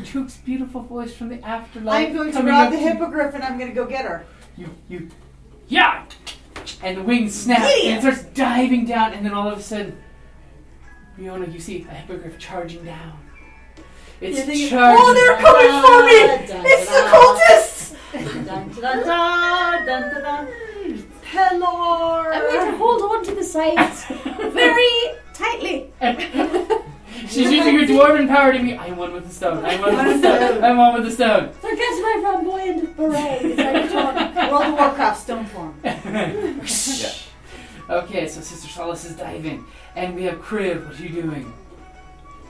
Speaker 2: Tuk's beautiful voice from the afterlife.
Speaker 8: I'm going to
Speaker 2: coming
Speaker 8: rob
Speaker 2: up
Speaker 8: the
Speaker 2: to you.
Speaker 8: hippogriff and I'm going to go get her.
Speaker 2: You, you, yeah! And the wings snap, and it starts diving down, and then all of a sudden, Riona, you see a hippogriff charging down. It's
Speaker 8: You're thinking,
Speaker 2: charging
Speaker 8: "Oh, they're coming
Speaker 2: down.
Speaker 8: for me! It's the cultists!" Dun, dun, dun, dun, dun, dun. Pelor!
Speaker 10: I'm going to hold on to the sides very tightly.
Speaker 2: She's using her dwarven power to be. I'm one with the stone. I'm one with the stone. I'm one with the stone.
Speaker 10: So get my flamboyant beret. Is that what
Speaker 8: World of Warcraft stone form.
Speaker 2: Okay, so Sister Solace is diving, and we have Crib. What are you doing?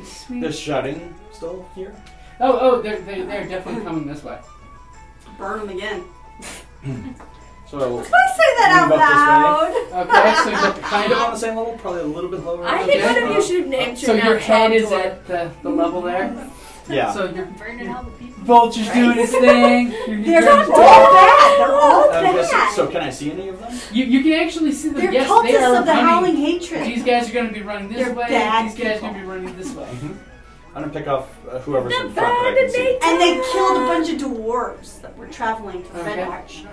Speaker 2: Sweet.
Speaker 7: There's shouting still here.
Speaker 2: Oh, oh, they're, they're, they're definitely coming this way.
Speaker 5: Burn him again.
Speaker 7: So I will.
Speaker 5: Did I say that out
Speaker 7: move up
Speaker 5: loud?
Speaker 7: this way.
Speaker 2: Okay, so you're kind
Speaker 7: Kind of on
Speaker 2: of.
Speaker 7: the same level, probably a little bit lower.
Speaker 10: I think one of you should have named
Speaker 2: So
Speaker 10: your
Speaker 2: your
Speaker 10: natural
Speaker 2: head is
Speaker 10: dwarf.
Speaker 2: at the, the level there.
Speaker 7: Yeah.
Speaker 2: So you're
Speaker 10: Burning all the people.
Speaker 2: Vulture's doing his thing. You're-
Speaker 5: They're
Speaker 2: you're-
Speaker 5: not all bad. They're all
Speaker 7: I was gonna
Speaker 5: bad.
Speaker 7: say- so can I see any of them?
Speaker 2: You, you can actually see them.
Speaker 5: They're
Speaker 2: yes, they
Speaker 5: cultists
Speaker 2: are
Speaker 5: of the
Speaker 2: running.
Speaker 5: howling hatred.
Speaker 2: These guys are going to be running this
Speaker 5: They're
Speaker 2: way.
Speaker 5: bad
Speaker 2: These guys are going to be running this way.
Speaker 7: I'm gonna pick off uh, whoever's in front that I can see.
Speaker 5: And they killed a bunch of dwarves that were traveling to Red
Speaker 2: Okay.
Speaker 5: Arch.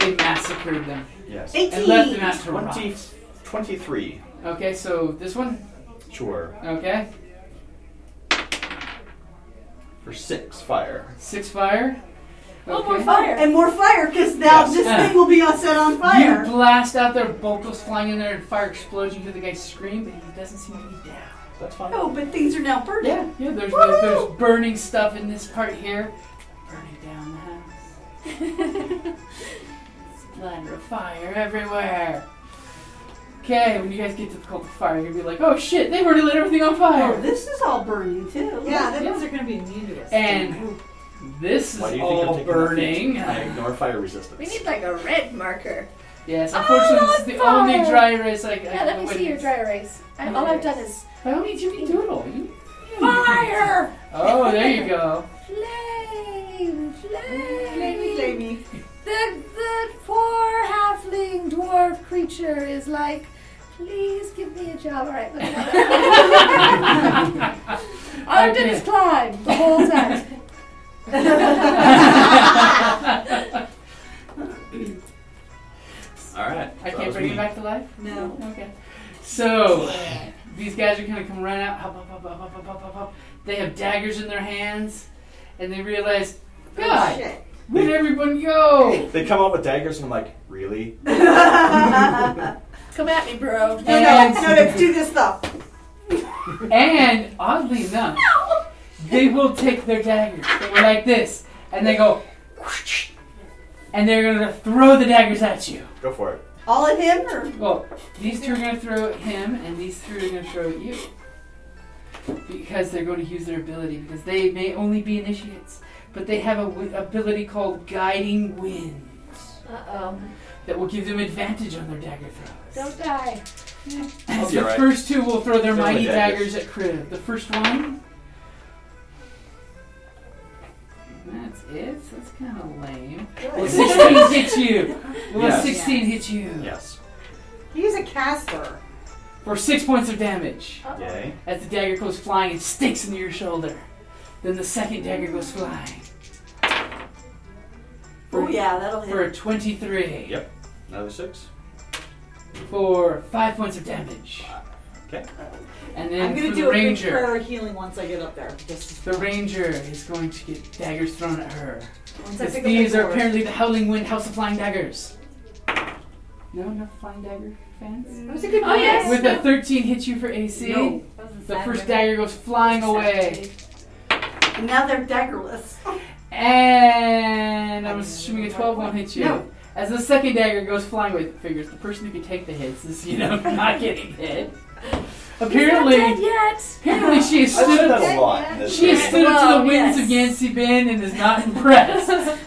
Speaker 2: They massacred them.
Speaker 7: Yes.
Speaker 2: And left them out to
Speaker 7: Twenty-
Speaker 2: rot.
Speaker 7: 23.
Speaker 2: Okay, so this one.
Speaker 7: Sure.
Speaker 2: Okay,
Speaker 7: For six fire.
Speaker 2: six fire.
Speaker 5: Oh,
Speaker 2: more
Speaker 5: fire. And more fire, because now
Speaker 7: Yes.
Speaker 5: this
Speaker 2: Yeah.
Speaker 5: thing will be all set on fire.
Speaker 2: You blast out there, bolt goes flying in there, and fire explodes. You hear the guy scream, but he doesn't seem to be down.
Speaker 7: That's fine.
Speaker 5: No, but things are now burning.
Speaker 2: Yeah, yeah. There's there's, there's burning stuff in this part here, burning down the house. Splatter of fire everywhere. Okay, when you guys get to the cult of fire, you'll be like, oh shit, they've already lit everything on fire.
Speaker 5: Oh, this is all burning too.
Speaker 2: Yeah, that
Speaker 5: are going to be needless.
Speaker 2: and this is
Speaker 7: Why do you think
Speaker 2: all
Speaker 7: you're
Speaker 2: burning.
Speaker 7: taking that? I ignore fire
Speaker 10: We
Speaker 7: resistance.
Speaker 10: need like a red marker.
Speaker 2: Yes,
Speaker 10: I'm
Speaker 2: unfortunately, this is
Speaker 10: on
Speaker 2: the
Speaker 10: Oh, fire.
Speaker 2: only dry erase I can
Speaker 10: Yeah, let me see your dry erase. I, all I've done is
Speaker 2: By all means, you can doodle. You-
Speaker 10: fire,
Speaker 2: Oh, there you go.
Speaker 10: flame,
Speaker 4: Flamey,
Speaker 10: flame,
Speaker 4: flamey.
Speaker 10: The the poor halfling dwarf creature is like, please give me a job. All right, look at that. all I've done is climb the whole time.
Speaker 7: All
Speaker 2: I
Speaker 7: right. that
Speaker 2: can't
Speaker 7: was
Speaker 2: bring
Speaker 7: me.
Speaker 2: you back to life?
Speaker 4: No.
Speaker 2: Okay. So, these guys are gonna come right out. Hop, hop, hop, hop, hop, hop, hop, hop, hop. They have daggers in their hands, and they realize, God,
Speaker 4: shit.
Speaker 2: where'd everyone go?
Speaker 7: They come out with daggers, and I'm like, really?
Speaker 10: Come at me, bro.
Speaker 4: No, no, no, let's do this though.
Speaker 2: And oddly enough, they will take their daggers. They go like this, and they go, whoosh, and they're gonna throw the daggers at you.
Speaker 7: Go for it.
Speaker 5: All of him? Or?
Speaker 2: Well, these two are going to throw at him, and these three are going to throw at you. Because they're going to use their ability, because they may only be initiates, but they have a w- ability called Guiding Wind
Speaker 10: Uh oh.
Speaker 2: that will give them advantage on their dagger throws.
Speaker 10: Don't die.
Speaker 7: I'll be
Speaker 2: the
Speaker 7: all right.
Speaker 2: first two will throw their
Speaker 7: Throw my
Speaker 2: mighty
Speaker 7: daggers.
Speaker 2: daggers at Criv. The first one. That's it. That's kind of lame. Will a 16 hit you? Will
Speaker 7: Yes.
Speaker 2: a 16 hit you?
Speaker 7: Yes.
Speaker 4: He's a caster.
Speaker 2: For six points of damage.
Speaker 7: Yay.
Speaker 2: As the dagger goes flying, it sticks into your shoulder. Then the second dagger goes flying.
Speaker 5: Oh, yeah, that'll hit.
Speaker 2: For a 23.
Speaker 7: Yep. Another six.
Speaker 2: For five points of damage.
Speaker 7: Okay.
Speaker 2: And then
Speaker 4: I'm gonna
Speaker 2: for
Speaker 4: do
Speaker 2: the
Speaker 4: a big
Speaker 2: ranger.
Speaker 4: prayer of healing once I get up there. Just
Speaker 2: The ranger is going to get daggers thrown at her.
Speaker 4: Once I
Speaker 2: Because
Speaker 4: pick up
Speaker 2: these
Speaker 4: my
Speaker 2: are
Speaker 4: sword.
Speaker 2: apparently the Howling Wind House of Flying Daggers. No, no flying dagger fans?
Speaker 4: That was a good
Speaker 10: Oh, yes.
Speaker 2: With a 13 hit you for AC,
Speaker 5: No.
Speaker 2: the first dagger goes flying away.
Speaker 5: And now they're daggerless.
Speaker 2: And I'm assuming a 12 won't hit you.
Speaker 5: No.
Speaker 2: As the second dagger goes flying with figures, the person who can take the hits is, you know, not getting hit.
Speaker 10: He's not dead
Speaker 2: Apparently,
Speaker 10: yet.
Speaker 2: apparently she has
Speaker 7: I
Speaker 2: stood
Speaker 7: did
Speaker 2: up.
Speaker 7: that a lot. in this
Speaker 2: She has
Speaker 7: game.
Speaker 2: stood up to the
Speaker 10: Well,
Speaker 2: winds
Speaker 10: yes.
Speaker 2: of Yancy Bin and is not impressed.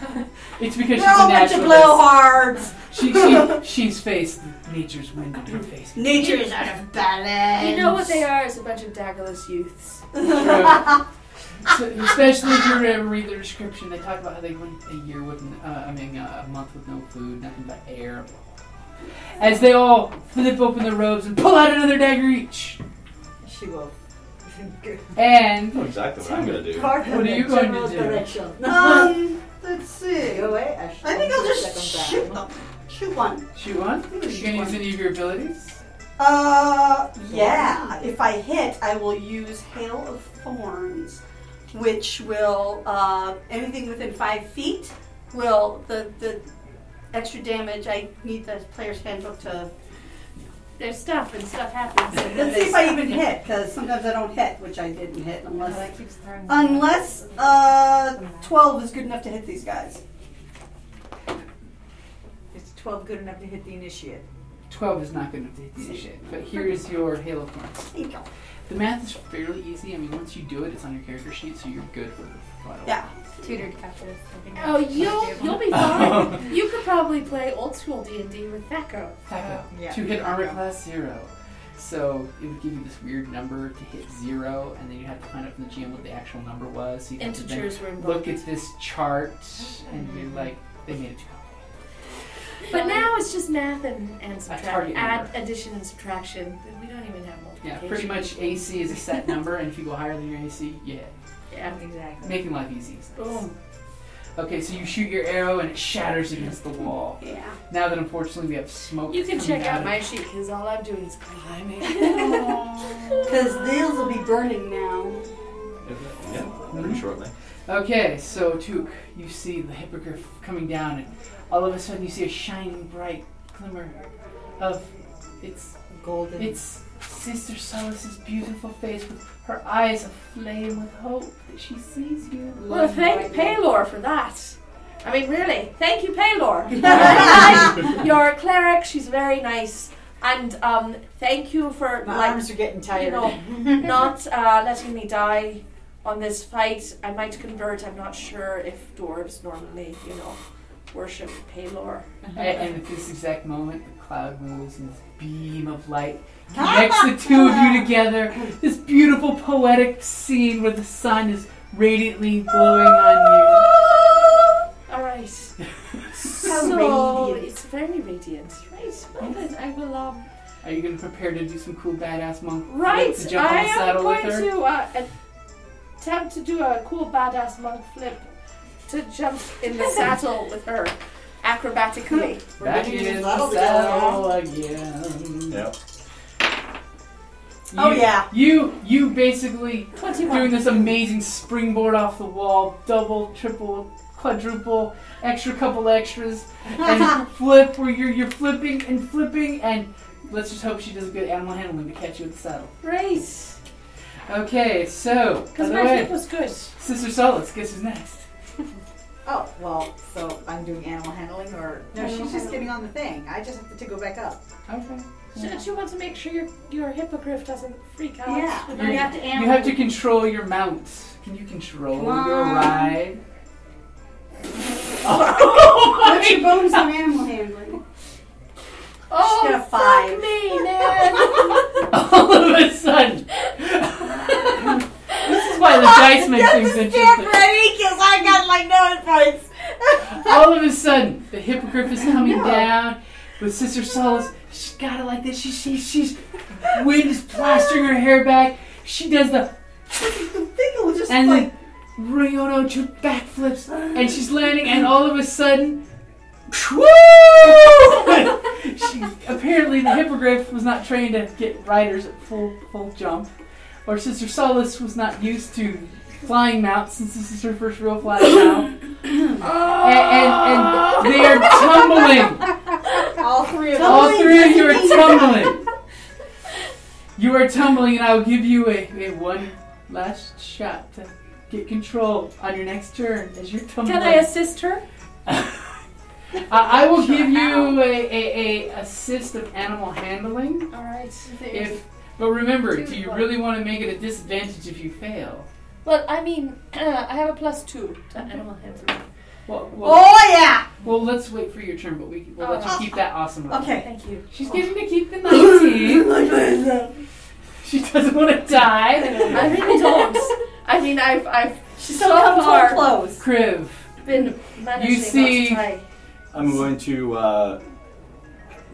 Speaker 2: it's because she's
Speaker 5: They're all
Speaker 2: a
Speaker 5: a bunch of
Speaker 2: naturalist.
Speaker 5: blowhards.
Speaker 2: She, she, she's faced nature's wind in her face.
Speaker 5: Nature is out of balance.
Speaker 10: You know what they are? It's a bunch of daggerless youths.
Speaker 2: So, especially if you were to read the description, they talk about how they went a year with, uh, I mean, uh, a month with no food, nothing but air. As they all flip open their robes and pull out another dagger each.
Speaker 4: she will.
Speaker 7: I
Speaker 2: And
Speaker 7: know exactly what I'm gonna do.
Speaker 4: Part
Speaker 2: What
Speaker 4: of
Speaker 2: are you
Speaker 4: the
Speaker 2: going to
Speaker 4: general
Speaker 2: do?
Speaker 4: direction.
Speaker 5: Um, let's see.
Speaker 4: Go away, Ash.
Speaker 5: I think I'll just
Speaker 4: Second
Speaker 5: shoot
Speaker 4: back.
Speaker 5: them. Shoot one.
Speaker 2: shoot one. Are you going to use any of your abilities?
Speaker 5: Uh, yeah. If I hit, I will use Hail of Thorns, which will uh, anything within five feet will the the extra damage. I need the player's handbook to.
Speaker 10: There's stuff and stuff happens. And then
Speaker 5: Let's see if
Speaker 10: there's-
Speaker 5: I even hit, because sometimes I don't hit, which I didn't hit unless
Speaker 12: That keeps throwing
Speaker 5: unless uh, twelve is good enough to hit these guys.
Speaker 4: It's 12 good enough to hit the initiate.
Speaker 2: 12 is not going to hit this shit. But here is your Hail of Thorns.
Speaker 5: There you go.
Speaker 2: The math is fairly easy. I mean, once you do it, it's on your character sheet, so you're good for quite a while.
Speaker 5: Yeah.
Speaker 12: tutored captives. I think
Speaker 10: Oh,
Speaker 12: that's
Speaker 10: you'll
Speaker 12: what I do.
Speaker 10: you'll be fine.
Speaker 3: Oh,
Speaker 10: you could probably play old school D and D with Thaco.
Speaker 2: Taco.
Speaker 4: Yeah.
Speaker 2: To hit armor class zero. So it would give you this weird number to hit zero, and then you have to find out from the GM what the actual number was. So you have to then
Speaker 3: Integers were
Speaker 2: look
Speaker 3: involved.
Speaker 2: at this chart, and you're like, they made it too
Speaker 3: But now it's just math and, and subtract.
Speaker 2: target
Speaker 3: Add, addition, and subtraction. We don't even have
Speaker 2: Yeah,
Speaker 3: multiplication.
Speaker 2: pretty much AC is a set number, and if you go higher than your AC, you hit.
Speaker 3: Yeah, exactly.
Speaker 2: Making life easy. is nice.
Speaker 3: Boom.
Speaker 2: Okay, so you shoot your arrow and it shatters against the wall.
Speaker 3: Yeah.
Speaker 2: Now that unfortunately we have smoke.
Speaker 3: You can
Speaker 2: coming
Speaker 3: check out
Speaker 2: of-
Speaker 3: my sheet because all I'm doing is climbing.
Speaker 5: Because these will be burning now.
Speaker 7: Yeah, pretty shortly.
Speaker 2: Okay, so Took, you see the hippogriff coming down, and all of a sudden you see a shining bright glimmer of its
Speaker 8: golden.
Speaker 2: Its sister Solace's beautiful face with her eyes aflame with hope that she sees you.
Speaker 3: Well, thank Paylor for that. I mean, really, thank you, Paylor. Your cleric, she's very nice, and um, thank you for
Speaker 8: My
Speaker 3: like,
Speaker 8: arms are getting tired.
Speaker 3: You know, not uh, letting me die on this fight. I might convert. I'm not sure if dwarves normally, you know, worship Paylor.
Speaker 2: A- And, at this exact moment, the cloud moves and this beam of light connects the two of you together. This beautiful poetic scene where the sun is radiantly glowing on
Speaker 3: All right. so
Speaker 2: radiant.
Speaker 3: it's very radiant, right? Well, then I will. Um,
Speaker 2: you. Are you going to prepare to do some cool badass monk flips
Speaker 3: Right,
Speaker 2: to jump
Speaker 3: I
Speaker 2: on the
Speaker 3: am
Speaker 2: saddle
Speaker 3: going
Speaker 2: with her?
Speaker 3: to uh, attempt to do a cool badass monk flip to jump in the saddle with her acrobatically.
Speaker 2: Back
Speaker 3: gonna
Speaker 2: in
Speaker 3: do
Speaker 2: the
Speaker 3: saddle
Speaker 2: saddle again.
Speaker 7: Yep.
Speaker 8: Oh, yeah.
Speaker 2: You you basically
Speaker 8: 21.
Speaker 2: doing this amazing springboard off the wall, double, triple, quadruple, extra couple extras, and flip where you're you're flipping and flipping and let's just hope she does a good animal handling to catch you at the saddle.
Speaker 3: Great.
Speaker 2: Okay, so
Speaker 3: Because
Speaker 2: by the
Speaker 3: my
Speaker 2: way,
Speaker 3: flip was good.
Speaker 2: Sister Solace, guess who's next?
Speaker 8: Oh, well, so I'm doing animal handling or. No,
Speaker 3: Animal
Speaker 8: she's just
Speaker 3: handling.
Speaker 8: getting on the thing. I just have to go back up.
Speaker 2: Okay.
Speaker 3: So you want to make sure your your hippogriff doesn't freak out.
Speaker 8: Yeah.
Speaker 3: when
Speaker 8: You
Speaker 3: I-
Speaker 8: have to
Speaker 2: You have to control your mount. Can you control
Speaker 3: Come
Speaker 2: your
Speaker 3: on.
Speaker 2: ride? Oh
Speaker 5: What's your bonus on animal handling?
Speaker 3: Oh,
Speaker 5: She's got a five.
Speaker 3: fuck me, man.
Speaker 2: All of a sudden. this is why the dice make things interesting.
Speaker 8: ready because I got like no points.
Speaker 2: All of a sudden, the hippogriff is coming down. With Sister Solace, she's got it like this. She, she, she's wind is plastering her hair back. She does the
Speaker 8: just
Speaker 2: and
Speaker 8: like-
Speaker 2: then Ryono two backflips, and she's landing. And all of a sudden, woo! she apparently the hippogriff was not trained to get riders at full full jump, or Sister Solace was not used to flying mounts since this is her first real flying mount. and, and, and they are tumbling.
Speaker 8: All three of
Speaker 2: All
Speaker 8: us.
Speaker 2: three of you are tumbling. You are tumbling, and I will give you a, a one last shot to get control on your next turn as you're tumbling.
Speaker 3: Can I assist her?
Speaker 2: I, I will give you a, a, a assist of animal handling.
Speaker 3: All right.
Speaker 2: If, but remember,
Speaker 3: Two
Speaker 2: do you
Speaker 3: plus.
Speaker 2: really want to make it a disadvantage if you fail?
Speaker 3: Well, I mean, I have a plus two to animal handling.
Speaker 2: Well,
Speaker 8: Oh, yeah!
Speaker 2: Well, let's wait for your turn, but we we'll let
Speaker 3: Oh.
Speaker 2: you keep that awesome. roll.
Speaker 8: Okay.
Speaker 3: Thank you.
Speaker 2: She's getting to keep the 19. she doesn't want to die.
Speaker 3: I really don't. I mean, I've I've
Speaker 8: She's
Speaker 3: so far
Speaker 8: close.
Speaker 2: Kriv,
Speaker 3: been managing
Speaker 2: You see-
Speaker 3: not to die.
Speaker 7: I'm going to uh,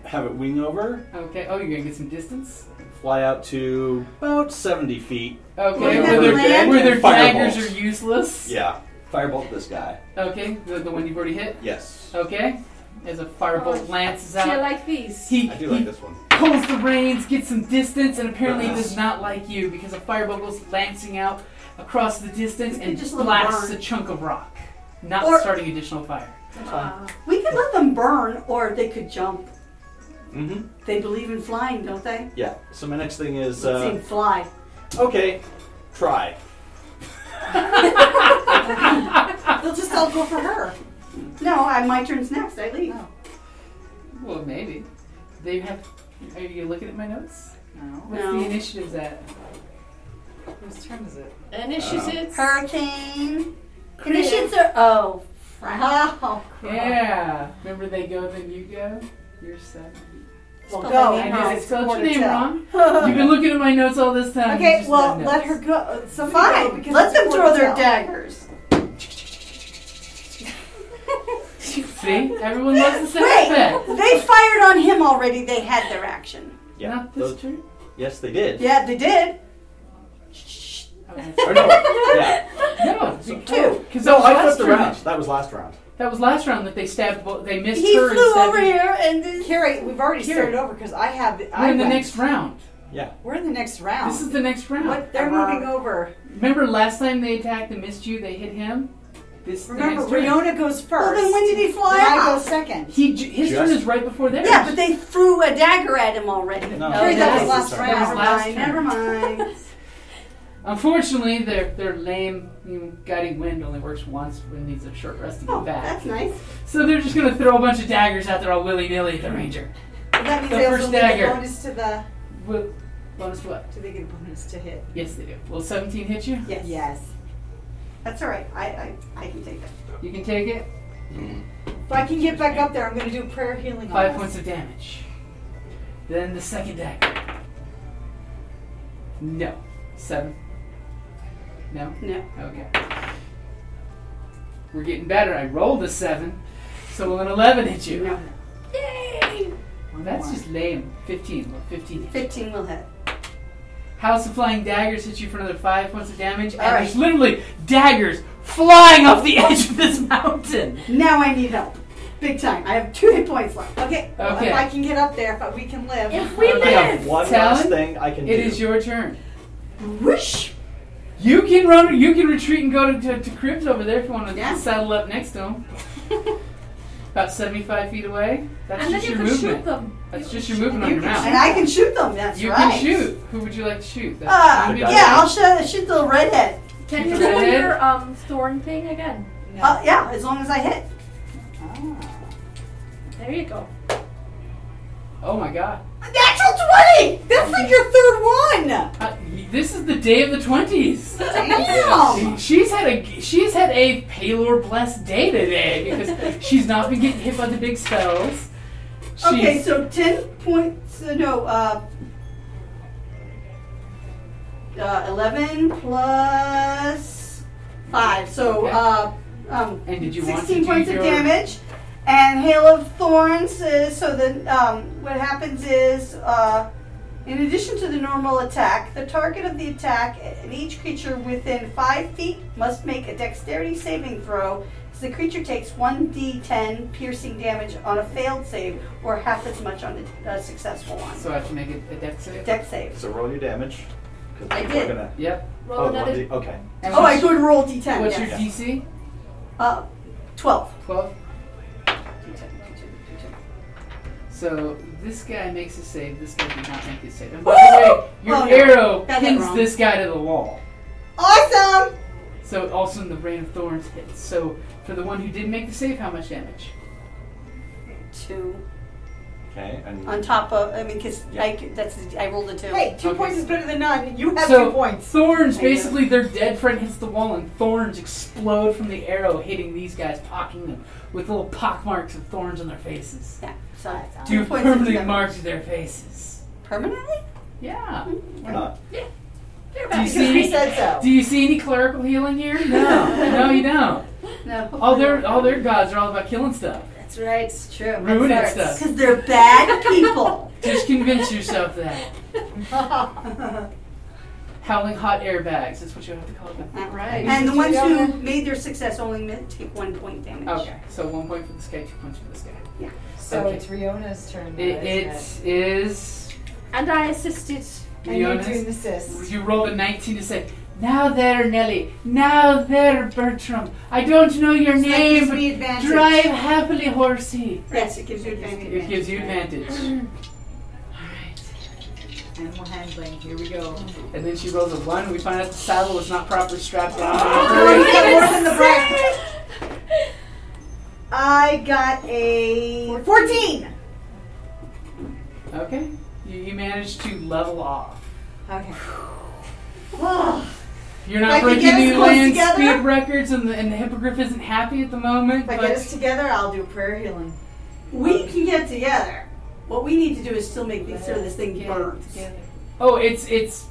Speaker 7: have it wing over,
Speaker 2: Okay. Oh, you're gonna get some distance.
Speaker 7: fly out to about 70 feet.
Speaker 2: Okay.
Speaker 7: Wing
Speaker 2: Where
Speaker 7: over
Speaker 2: their,
Speaker 7: there,
Speaker 2: where their
Speaker 7: firebolt.
Speaker 2: daggers are useless.
Speaker 7: Yeah. Firebolt this guy.
Speaker 2: Okay. The, the one you've already hit.
Speaker 7: Yes.
Speaker 2: Okay. As a firebolt lances
Speaker 3: Do you
Speaker 2: out,
Speaker 3: like these?
Speaker 2: he,
Speaker 7: I do
Speaker 2: he
Speaker 7: like this one.
Speaker 2: pulls the reins, gets some distance, and apparently
Speaker 7: Uh-huh.
Speaker 2: does not like you because a firebolt goes lancing out across the distance and
Speaker 5: just let it
Speaker 2: blasts
Speaker 5: burn.
Speaker 2: a chunk of rock, not
Speaker 5: Or-
Speaker 2: starting additional fire.
Speaker 5: We could let them burn, or they could jump.
Speaker 7: Mm-hmm.
Speaker 5: They believe in flying, don't they?
Speaker 7: Yeah. So my next thing is.
Speaker 5: Let's see
Speaker 7: Uh,
Speaker 5: them fly.
Speaker 7: okay. Try.
Speaker 8: They'll just all go for her.
Speaker 5: No, I, my turn's next. I leave.
Speaker 8: No.
Speaker 2: Well, maybe they have. Are you looking at my notes?
Speaker 8: No.
Speaker 2: What's
Speaker 5: No.
Speaker 2: the initiatives at?
Speaker 8: Whose turn is it?
Speaker 3: Initiatives.
Speaker 5: Hurricane. Conditions are oh. crap.
Speaker 2: Yeah. Remember they go, then you go. You're seven.
Speaker 8: Well,
Speaker 2: Spelled
Speaker 8: go.
Speaker 2: my name wrong.
Speaker 8: It's
Speaker 2: Spelled
Speaker 8: more
Speaker 2: your
Speaker 8: to
Speaker 2: name
Speaker 8: tell.
Speaker 2: wrong. You've been looking at my notes all this time. You
Speaker 8: Okay,
Speaker 2: just
Speaker 8: well,
Speaker 2: don't
Speaker 8: let
Speaker 2: know.
Speaker 8: her go. Somebody go,
Speaker 5: Fine.
Speaker 8: because
Speaker 5: Let
Speaker 8: it's
Speaker 5: them
Speaker 8: more to
Speaker 5: throw their
Speaker 8: tell.
Speaker 5: daggers.
Speaker 2: See, everyone loves the sound
Speaker 5: Wait,
Speaker 2: effect.
Speaker 5: they fired on him already. They had their action.
Speaker 7: Yeah.
Speaker 2: Not this
Speaker 7: those- Yes, they did.
Speaker 5: Yeah, they did.
Speaker 7: Or no, yeah.
Speaker 2: No,
Speaker 5: Two.
Speaker 2: because that
Speaker 7: No,
Speaker 2: was
Speaker 7: I
Speaker 2: last
Speaker 7: flipped
Speaker 2: round.
Speaker 7: around. That was last round.
Speaker 2: That was last round that they stabbed. bo- They missed
Speaker 8: He
Speaker 2: her. and
Speaker 8: flew
Speaker 2: stabbed
Speaker 8: over
Speaker 2: you.
Speaker 8: here and then Carrie, we've already
Speaker 2: Carrie.
Speaker 8: started over because I have.
Speaker 2: We're
Speaker 8: I
Speaker 2: in the
Speaker 8: went.
Speaker 2: next round.
Speaker 7: Yeah.
Speaker 8: We're in the next round.
Speaker 2: This is the next round.
Speaker 8: What? They're moving over.
Speaker 2: Remember last time they attacked and missed you? They hit him. This
Speaker 8: Remember,
Speaker 2: the next round.
Speaker 8: Riona goes first.
Speaker 5: Well, then when did he fly
Speaker 8: Then I
Speaker 5: out?
Speaker 8: go second.
Speaker 2: He j- his turn
Speaker 7: Just-
Speaker 2: is right before theirs.
Speaker 5: Yeah, but they threw a dagger at him already.
Speaker 7: No.
Speaker 8: Carrie, that was
Speaker 2: that's-
Speaker 8: last
Speaker 2: Oh, that
Speaker 8: round.
Speaker 2: was last turn.
Speaker 5: Never mind.
Speaker 2: Unfortunately, their their lame you know, guiding wind only works once when it needs a short rest to get back.
Speaker 5: Oh, That's nice.
Speaker 2: So they're just gonna throw a bunch of daggers out there all willy nilly at the ranger.
Speaker 8: Well, that means
Speaker 2: The
Speaker 8: they also
Speaker 2: first
Speaker 8: get a
Speaker 2: dagger.
Speaker 8: bonus to the.
Speaker 2: Well, bonus to what?
Speaker 8: Do they get a bonus to hit?
Speaker 2: Yes, they do. Will seventeen hit you?
Speaker 5: Yes.
Speaker 8: Yes.
Speaker 5: That's all right. I, I, I can take that.
Speaker 2: You can take it.
Speaker 8: If I can get back up there, I'm going to do prayer healing. on
Speaker 2: Five
Speaker 8: us.
Speaker 2: points of damage. Then the second dagger. No. Seven. No.
Speaker 5: No.
Speaker 2: Okay. We're getting better. I rolled a seven, so will an eleven hit you?
Speaker 5: No. Yay!
Speaker 2: Well, that's just lame. Fifteen. Well, Fifteen. hit you.
Speaker 5: 15 will hit.
Speaker 2: House of Flying Daggers hits you for another five points of damage, and
Speaker 5: All
Speaker 2: there's literally daggers flying off the edge of this mountain.
Speaker 5: Now I need help. Big time. I have two hit points left.
Speaker 8: Okay. well,
Speaker 2: Okay.
Speaker 8: if I can get up there, if I, we can live.
Speaker 3: If we
Speaker 2: Okay.
Speaker 3: live,
Speaker 7: One last
Speaker 2: Talon,
Speaker 7: thing I can
Speaker 2: It
Speaker 7: do.
Speaker 2: is your turn.
Speaker 5: Whoosh!
Speaker 2: You can run. You can retreat and go to to, to Crypt over there if you want to
Speaker 5: Yeah.
Speaker 2: saddle up next to him. About seventy-five feet away. That's
Speaker 3: and then
Speaker 2: just
Speaker 3: you
Speaker 2: your
Speaker 3: can
Speaker 2: movement.
Speaker 3: shoot them.
Speaker 2: That's just your movement on your mount.
Speaker 5: And I can shoot them. That's
Speaker 2: you
Speaker 5: right.
Speaker 2: can shoot. Who would you like to shoot? That's
Speaker 5: Uh,
Speaker 2: gonna be
Speaker 7: Yeah.
Speaker 5: yeah, I'll shoot, shoot the redhead.
Speaker 3: Can
Speaker 2: Keep
Speaker 3: you
Speaker 2: it
Speaker 3: do
Speaker 2: red.
Speaker 3: your um, thorn thing again?
Speaker 8: No.
Speaker 5: Uh, yeah, as long as I hit.
Speaker 3: There you go.
Speaker 2: Oh my god!
Speaker 5: A Natural 20!
Speaker 8: That's like your third one.
Speaker 2: Uh, this is the day of the twenties.
Speaker 5: Oh.
Speaker 8: Damn.
Speaker 2: She's had a she's had a Palor blessed day today because she's not been getting hit by the big spells. She's,
Speaker 5: Okay, so 10 points. uh, No, uh. Uh, 11 plus 5. So,
Speaker 2: Okay.
Speaker 5: uh. Um,
Speaker 2: And did you
Speaker 5: 16
Speaker 2: want to do
Speaker 5: points of
Speaker 2: your-
Speaker 5: damage. And Hail of Thorns is. So, then um, what happens is. Uh, in addition to the normal attack, the target of the attack and each creature within 5 feet must make a dexterity saving throw as the creature takes 1d10 piercing damage on a failed save or half as much on a, a successful one.
Speaker 2: So I have to make a, a dex save.
Speaker 5: Dex save.
Speaker 7: So roll your damage. 'cause
Speaker 5: I
Speaker 7: people are
Speaker 5: did.
Speaker 7: Gonna,
Speaker 2: Yep.
Speaker 3: Roll
Speaker 7: oh,
Speaker 3: another.
Speaker 7: 1D okay.
Speaker 2: And
Speaker 5: Oh, I
Speaker 2: what's-
Speaker 5: could roll d10.
Speaker 2: What's
Speaker 5: yes.
Speaker 2: your DC?
Speaker 5: Uh, 12.
Speaker 2: Twelve. So this guy makes a save. This guy did not make a save. And by the way, your
Speaker 5: Oh, no.
Speaker 2: arrow
Speaker 5: Got that
Speaker 2: pins
Speaker 5: wrong.
Speaker 2: this guy to the wall.
Speaker 8: Awesome.
Speaker 2: So also in the rain of thorns hits. So for the one who did make the save, how much damage?
Speaker 5: 2.
Speaker 7: Okay. And
Speaker 5: On top of, I mean, because
Speaker 7: Yeah.
Speaker 5: I, c- that's, the- I rolled a 2.
Speaker 8: Hey, two
Speaker 2: Okay.
Speaker 8: points is better than none. You have
Speaker 2: so
Speaker 8: two points.
Speaker 2: thorns,
Speaker 5: I know.
Speaker 2: basically, their dead friend hits the wall, and thorns explode from the arrow, hitting these guys, pocking them with little pock marks of thorns on their faces.
Speaker 5: Yeah, so
Speaker 2: Two
Speaker 5: points of
Speaker 2: permanent
Speaker 5: damage.
Speaker 2: marks to their faces.
Speaker 5: Permanently?
Speaker 2: Yeah.
Speaker 7: Why not?
Speaker 2: Do you
Speaker 8: Because we
Speaker 2: see?
Speaker 8: said so.
Speaker 2: Do you see any clerical healing here? No, no, you don't.
Speaker 5: No.
Speaker 2: All their all their gods are all about killing stuff.
Speaker 5: That's right, it's true.
Speaker 2: Ruining stuff.
Speaker 5: Because they're bad people.
Speaker 2: Just convince yourself that. Howling hot airbags. That's what you have to call them.
Speaker 5: Not
Speaker 2: right.
Speaker 5: And the ones who made their success only meant take one point damage.
Speaker 2: Okay, so one point for this guy, two points for this guy.
Speaker 9: So
Speaker 2: Okay.
Speaker 9: it's Riona's turn. now,
Speaker 2: It,
Speaker 9: isn't
Speaker 2: it is.
Speaker 3: And I assisted.
Speaker 8: And you're
Speaker 2: Leonis.
Speaker 8: doing assist.
Speaker 2: You rolled a 19 to say, Now there, Nelly. Now there, Bertram. I don't know your
Speaker 8: So that gives
Speaker 2: name, but
Speaker 8: me advantage.
Speaker 2: drive happily, horsey.
Speaker 5: Yes, it gives you advantage.
Speaker 2: It gives you advantage.
Speaker 8: Animal handling. Here we go.
Speaker 2: And then she rolls a 1, and we find out the saddle was not properly strapped on.
Speaker 8: I got more than the bracket. I got a fourteen.
Speaker 2: Okay. You, you managed to level off.
Speaker 8: Okay.
Speaker 2: You're
Speaker 8: If I
Speaker 2: not
Speaker 8: could
Speaker 2: breaking
Speaker 8: get us
Speaker 2: any
Speaker 8: close
Speaker 2: land
Speaker 8: together-
Speaker 2: speed records, and the, and the hippogriff isn't happy at the moment.
Speaker 8: If I
Speaker 2: but
Speaker 8: get us together, I'll do prayer healing.
Speaker 5: We can get together. What we need to do is still make these- sure this thing burns.
Speaker 2: Oh, it's it's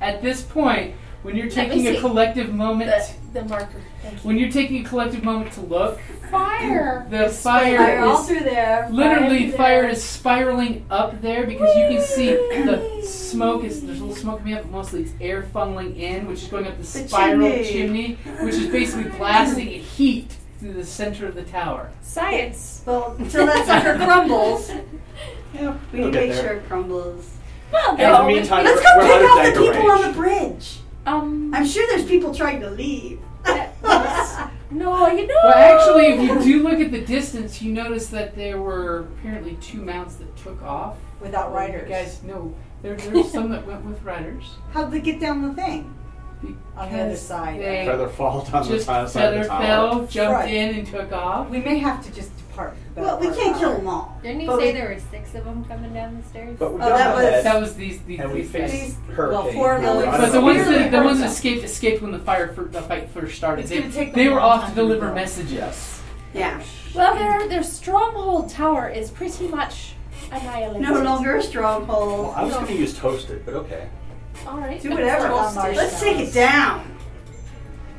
Speaker 2: at this point when you're
Speaker 5: Let me
Speaker 2: taking a
Speaker 5: see.
Speaker 2: collective moment.
Speaker 3: The marker. Thank
Speaker 2: When you're taking a collective moment to look,
Speaker 3: Fire.
Speaker 2: the fire, is
Speaker 3: all through there.
Speaker 2: Literally,
Speaker 3: through
Speaker 2: fire
Speaker 3: there.
Speaker 2: is spiraling up there because you can see the smoke is there's a little smoke coming up, but mostly it's air funneling in, which is going up the, spiral
Speaker 13: chimney.
Speaker 2: chimney. which is basically blasting heat through the center of the tower.
Speaker 14: Science.
Speaker 5: Well, until that sucker crumbles.
Speaker 2: Yeah,
Speaker 5: we
Speaker 2: it'll get
Speaker 5: need to make
Speaker 2: there.
Speaker 5: sure it crumbles.
Speaker 2: Well, In the no, meantime,
Speaker 5: let's
Speaker 2: we're-
Speaker 5: go
Speaker 2: we're out
Speaker 5: pick
Speaker 2: of
Speaker 5: up the
Speaker 2: dagger
Speaker 5: people
Speaker 2: range.
Speaker 5: on the bridge.
Speaker 3: Um,
Speaker 5: I'm sure there's people trying to leave.
Speaker 3: no, you know.
Speaker 2: Well, actually, if you do look at the distance, you notice that there were apparently two mounts that took off
Speaker 4: Without riders.
Speaker 2: You guys, no, there there were some that went with riders.
Speaker 4: How'd they get down the thing? On the other
Speaker 2: Because
Speaker 4: side.
Speaker 2: they
Speaker 7: Feather fall down the
Speaker 2: just
Speaker 7: side of the
Speaker 2: feather
Speaker 7: tower.
Speaker 2: fell, jumped
Speaker 4: Right.
Speaker 2: in, and took off.
Speaker 4: We may have to just depart. the
Speaker 5: Well, we
Speaker 4: better
Speaker 5: can't
Speaker 4: part.
Speaker 5: kill them all.
Speaker 14: Didn't you
Speaker 5: But
Speaker 14: say
Speaker 5: we-
Speaker 14: there were six of them coming down the stairs?
Speaker 7: But we
Speaker 5: Oh,
Speaker 7: got
Speaker 5: that
Speaker 7: the head,
Speaker 5: was-
Speaker 2: That was these these
Speaker 7: and we
Speaker 2: these
Speaker 7: faced
Speaker 2: guys.
Speaker 7: hurricane.
Speaker 5: well, four of
Speaker 7: Now we're
Speaker 5: those-
Speaker 7: out
Speaker 2: But the ones
Speaker 5: Clearly
Speaker 2: that the ones that
Speaker 5: hurts
Speaker 2: escaped escaped when the fire fir- the fight first started.
Speaker 5: It's
Speaker 2: They,
Speaker 5: gonna take
Speaker 2: they
Speaker 5: them a
Speaker 2: were
Speaker 5: long
Speaker 2: off
Speaker 5: time
Speaker 2: to
Speaker 5: to
Speaker 2: deliver
Speaker 5: go.
Speaker 2: messages.
Speaker 5: Yeah.
Speaker 10: Well, their their stronghold tower is pretty much annihilated.
Speaker 5: No longer a stronghold.
Speaker 7: Well, I was going to use toasted, but okay.
Speaker 10: All right.
Speaker 5: Do whatever. Let's take it down.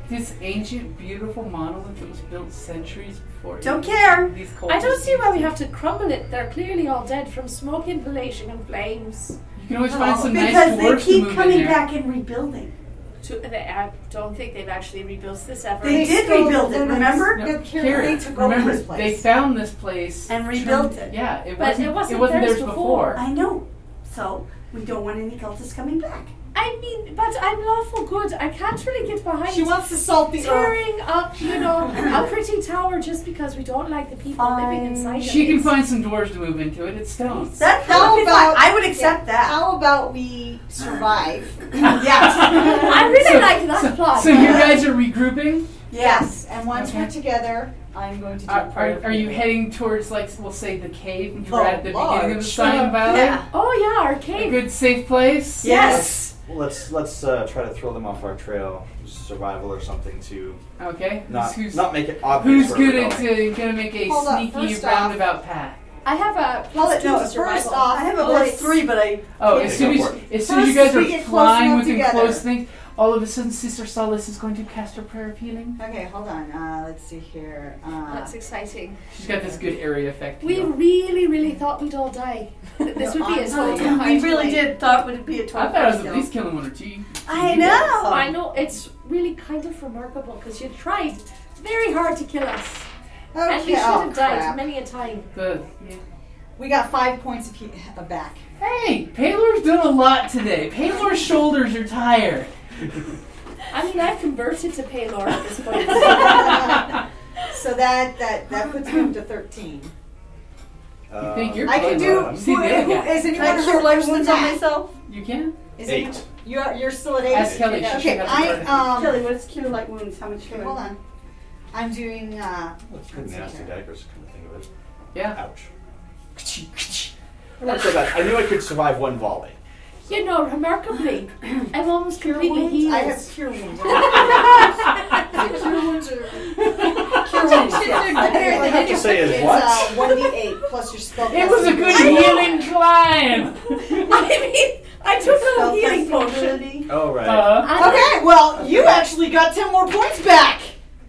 Speaker 2: This ancient, beautiful monolith that was built centuries before.
Speaker 5: Don't
Speaker 2: even
Speaker 5: care.
Speaker 2: These
Speaker 10: I don't see why we have to crumble it. They're clearly all dead from smoke inhalation and flames.
Speaker 2: You can always find some nice
Speaker 5: because they
Speaker 2: dwarves to
Speaker 5: keep
Speaker 2: move in
Speaker 5: coming
Speaker 2: there.
Speaker 5: back and rebuilding.
Speaker 3: To, they, I don't think they've actually rebuilt this ever.
Speaker 5: They did rebuild it, remember?
Speaker 2: No, Karen, remember, they found this place
Speaker 5: And rebuilt
Speaker 2: turned-
Speaker 5: it.
Speaker 2: Yeah, it
Speaker 5: But
Speaker 2: wasn't.
Speaker 5: it wasn't
Speaker 2: wasn't
Speaker 5: theirs
Speaker 2: theirs
Speaker 5: before. I know. So we don't want any cultists coming back.
Speaker 10: I mean, but I'm lawful good. I can't really get behind.
Speaker 4: She wants to salt the
Speaker 5: uh,
Speaker 4: earth.
Speaker 10: tearing up, you know, a pretty tower just because we don't like the people living inside.
Speaker 2: She
Speaker 10: of
Speaker 2: can
Speaker 10: it.
Speaker 2: find some dwarves to move into it. It's stone.
Speaker 5: That, that would be fine. I would accept that.
Speaker 4: How about we survive?
Speaker 5: yes.
Speaker 10: I really
Speaker 2: So-
Speaker 10: like that
Speaker 2: so,
Speaker 10: plot.
Speaker 2: So you guys are regrouping.
Speaker 4: Yes, and once
Speaker 2: Okay.
Speaker 4: we're together, I'm going to do
Speaker 5: Uh,
Speaker 2: Are,
Speaker 4: a prayer.
Speaker 2: are, are you
Speaker 4: for
Speaker 2: heading towards, like, we'll say the cave you
Speaker 4: The
Speaker 2: were at the beginning of
Speaker 4: large.
Speaker 2: the Silent Valley?
Speaker 5: Yeah.
Speaker 10: Oh yeah, our
Speaker 2: A
Speaker 10: cave.
Speaker 2: good safe place?
Speaker 5: Yes.
Speaker 7: Well, let's let's uh, try to throw them off our trail, survival or something to
Speaker 2: Okay.
Speaker 7: not
Speaker 2: who's who's,
Speaker 7: not make it
Speaker 2: who's
Speaker 7: obvious. where
Speaker 2: good
Speaker 7: we're
Speaker 2: at
Speaker 7: going.
Speaker 2: uh, gonna make a
Speaker 4: Hold up,
Speaker 2: sneaky
Speaker 4: first off-
Speaker 2: roundabout path?
Speaker 10: I have a
Speaker 4: Well,
Speaker 10: plus two
Speaker 4: no,
Speaker 10: to
Speaker 4: first
Speaker 10: survival.
Speaker 4: off-
Speaker 5: I have a
Speaker 4: Oh,
Speaker 5: plus
Speaker 4: it's-
Speaker 5: three, but I
Speaker 2: Oh,
Speaker 7: Yeah,
Speaker 2: as soon
Speaker 7: go
Speaker 2: as,
Speaker 7: for it.
Speaker 2: as soon as you
Speaker 4: First,
Speaker 2: guys are
Speaker 4: we get close
Speaker 2: flying
Speaker 4: enough
Speaker 2: within
Speaker 4: together.
Speaker 2: close things, all of a sudden Sister Solace is going to cast her prayer of healing.
Speaker 4: it. Okay, hold on. Uh, let's see here. Uh,
Speaker 10: That's exciting.
Speaker 2: She's got this good area effect.
Speaker 10: We
Speaker 2: you know.
Speaker 10: really, really thought we'd all die. That This
Speaker 4: No,
Speaker 10: would be a
Speaker 4: honestly,
Speaker 10: total
Speaker 4: yeah.
Speaker 10: high
Speaker 5: Oh, we really
Speaker 10: point.
Speaker 5: did thought would be a
Speaker 2: I
Speaker 5: total.
Speaker 2: thought I was at
Speaker 5: kill.
Speaker 2: least killing one or two. You-
Speaker 5: I
Speaker 2: you did.
Speaker 5: know.
Speaker 10: I know it's really kind of remarkable because you tried very hard to kill us,
Speaker 4: okay,
Speaker 10: and we should
Speaker 4: oh,
Speaker 10: have died
Speaker 4: crap.
Speaker 10: many a time.
Speaker 2: The,
Speaker 4: We got five points of, he- of back.
Speaker 2: Hey, Paylor's doing a lot today. Paylor's shoulders are tired.
Speaker 10: I mean, I've converted to Paylor at this point.
Speaker 4: So that that that puts me up to thirteen.
Speaker 7: Uh,
Speaker 2: think you're
Speaker 4: I can do.
Speaker 2: You see
Speaker 4: who-
Speaker 2: the other
Speaker 4: who-
Speaker 2: guy.
Speaker 4: is
Speaker 5: Can I
Speaker 4: anyone
Speaker 5: cure
Speaker 4: hurt
Speaker 5: life
Speaker 4: worse
Speaker 5: wounds
Speaker 4: than
Speaker 5: on
Speaker 4: that?
Speaker 5: myself?
Speaker 2: You can?
Speaker 4: Is
Speaker 7: Eight.
Speaker 4: anyone- You're you're still at eight.
Speaker 2: Ask Kelly.
Speaker 4: Okay,
Speaker 2: She should have
Speaker 4: I
Speaker 2: the
Speaker 4: um.
Speaker 5: Kelly, what's cure light wounds? How much?
Speaker 4: Okay, hold on. I'm doing. Uh,
Speaker 7: Well, it's pretty nasty daggers, come to think of it.
Speaker 2: Yeah.
Speaker 7: Ouch.
Speaker 4: Oh,
Speaker 7: I worked on that. I knew I could survive one volley.
Speaker 10: you know, remarkably, I'm almost
Speaker 4: cure
Speaker 10: completely
Speaker 4: wounds?
Speaker 10: healed.
Speaker 4: I have cure wounds. The cure wounds are. Cure wounds. yeah.
Speaker 7: All I have to say is
Speaker 4: It's
Speaker 7: what?
Speaker 4: uh, 1d8 plus your spell.
Speaker 2: It was a good healing climb.
Speaker 10: I mean, I took a little healing potion.
Speaker 7: Oh, right.
Speaker 2: Uh,
Speaker 4: Okay, well, you actually got 10 more points back.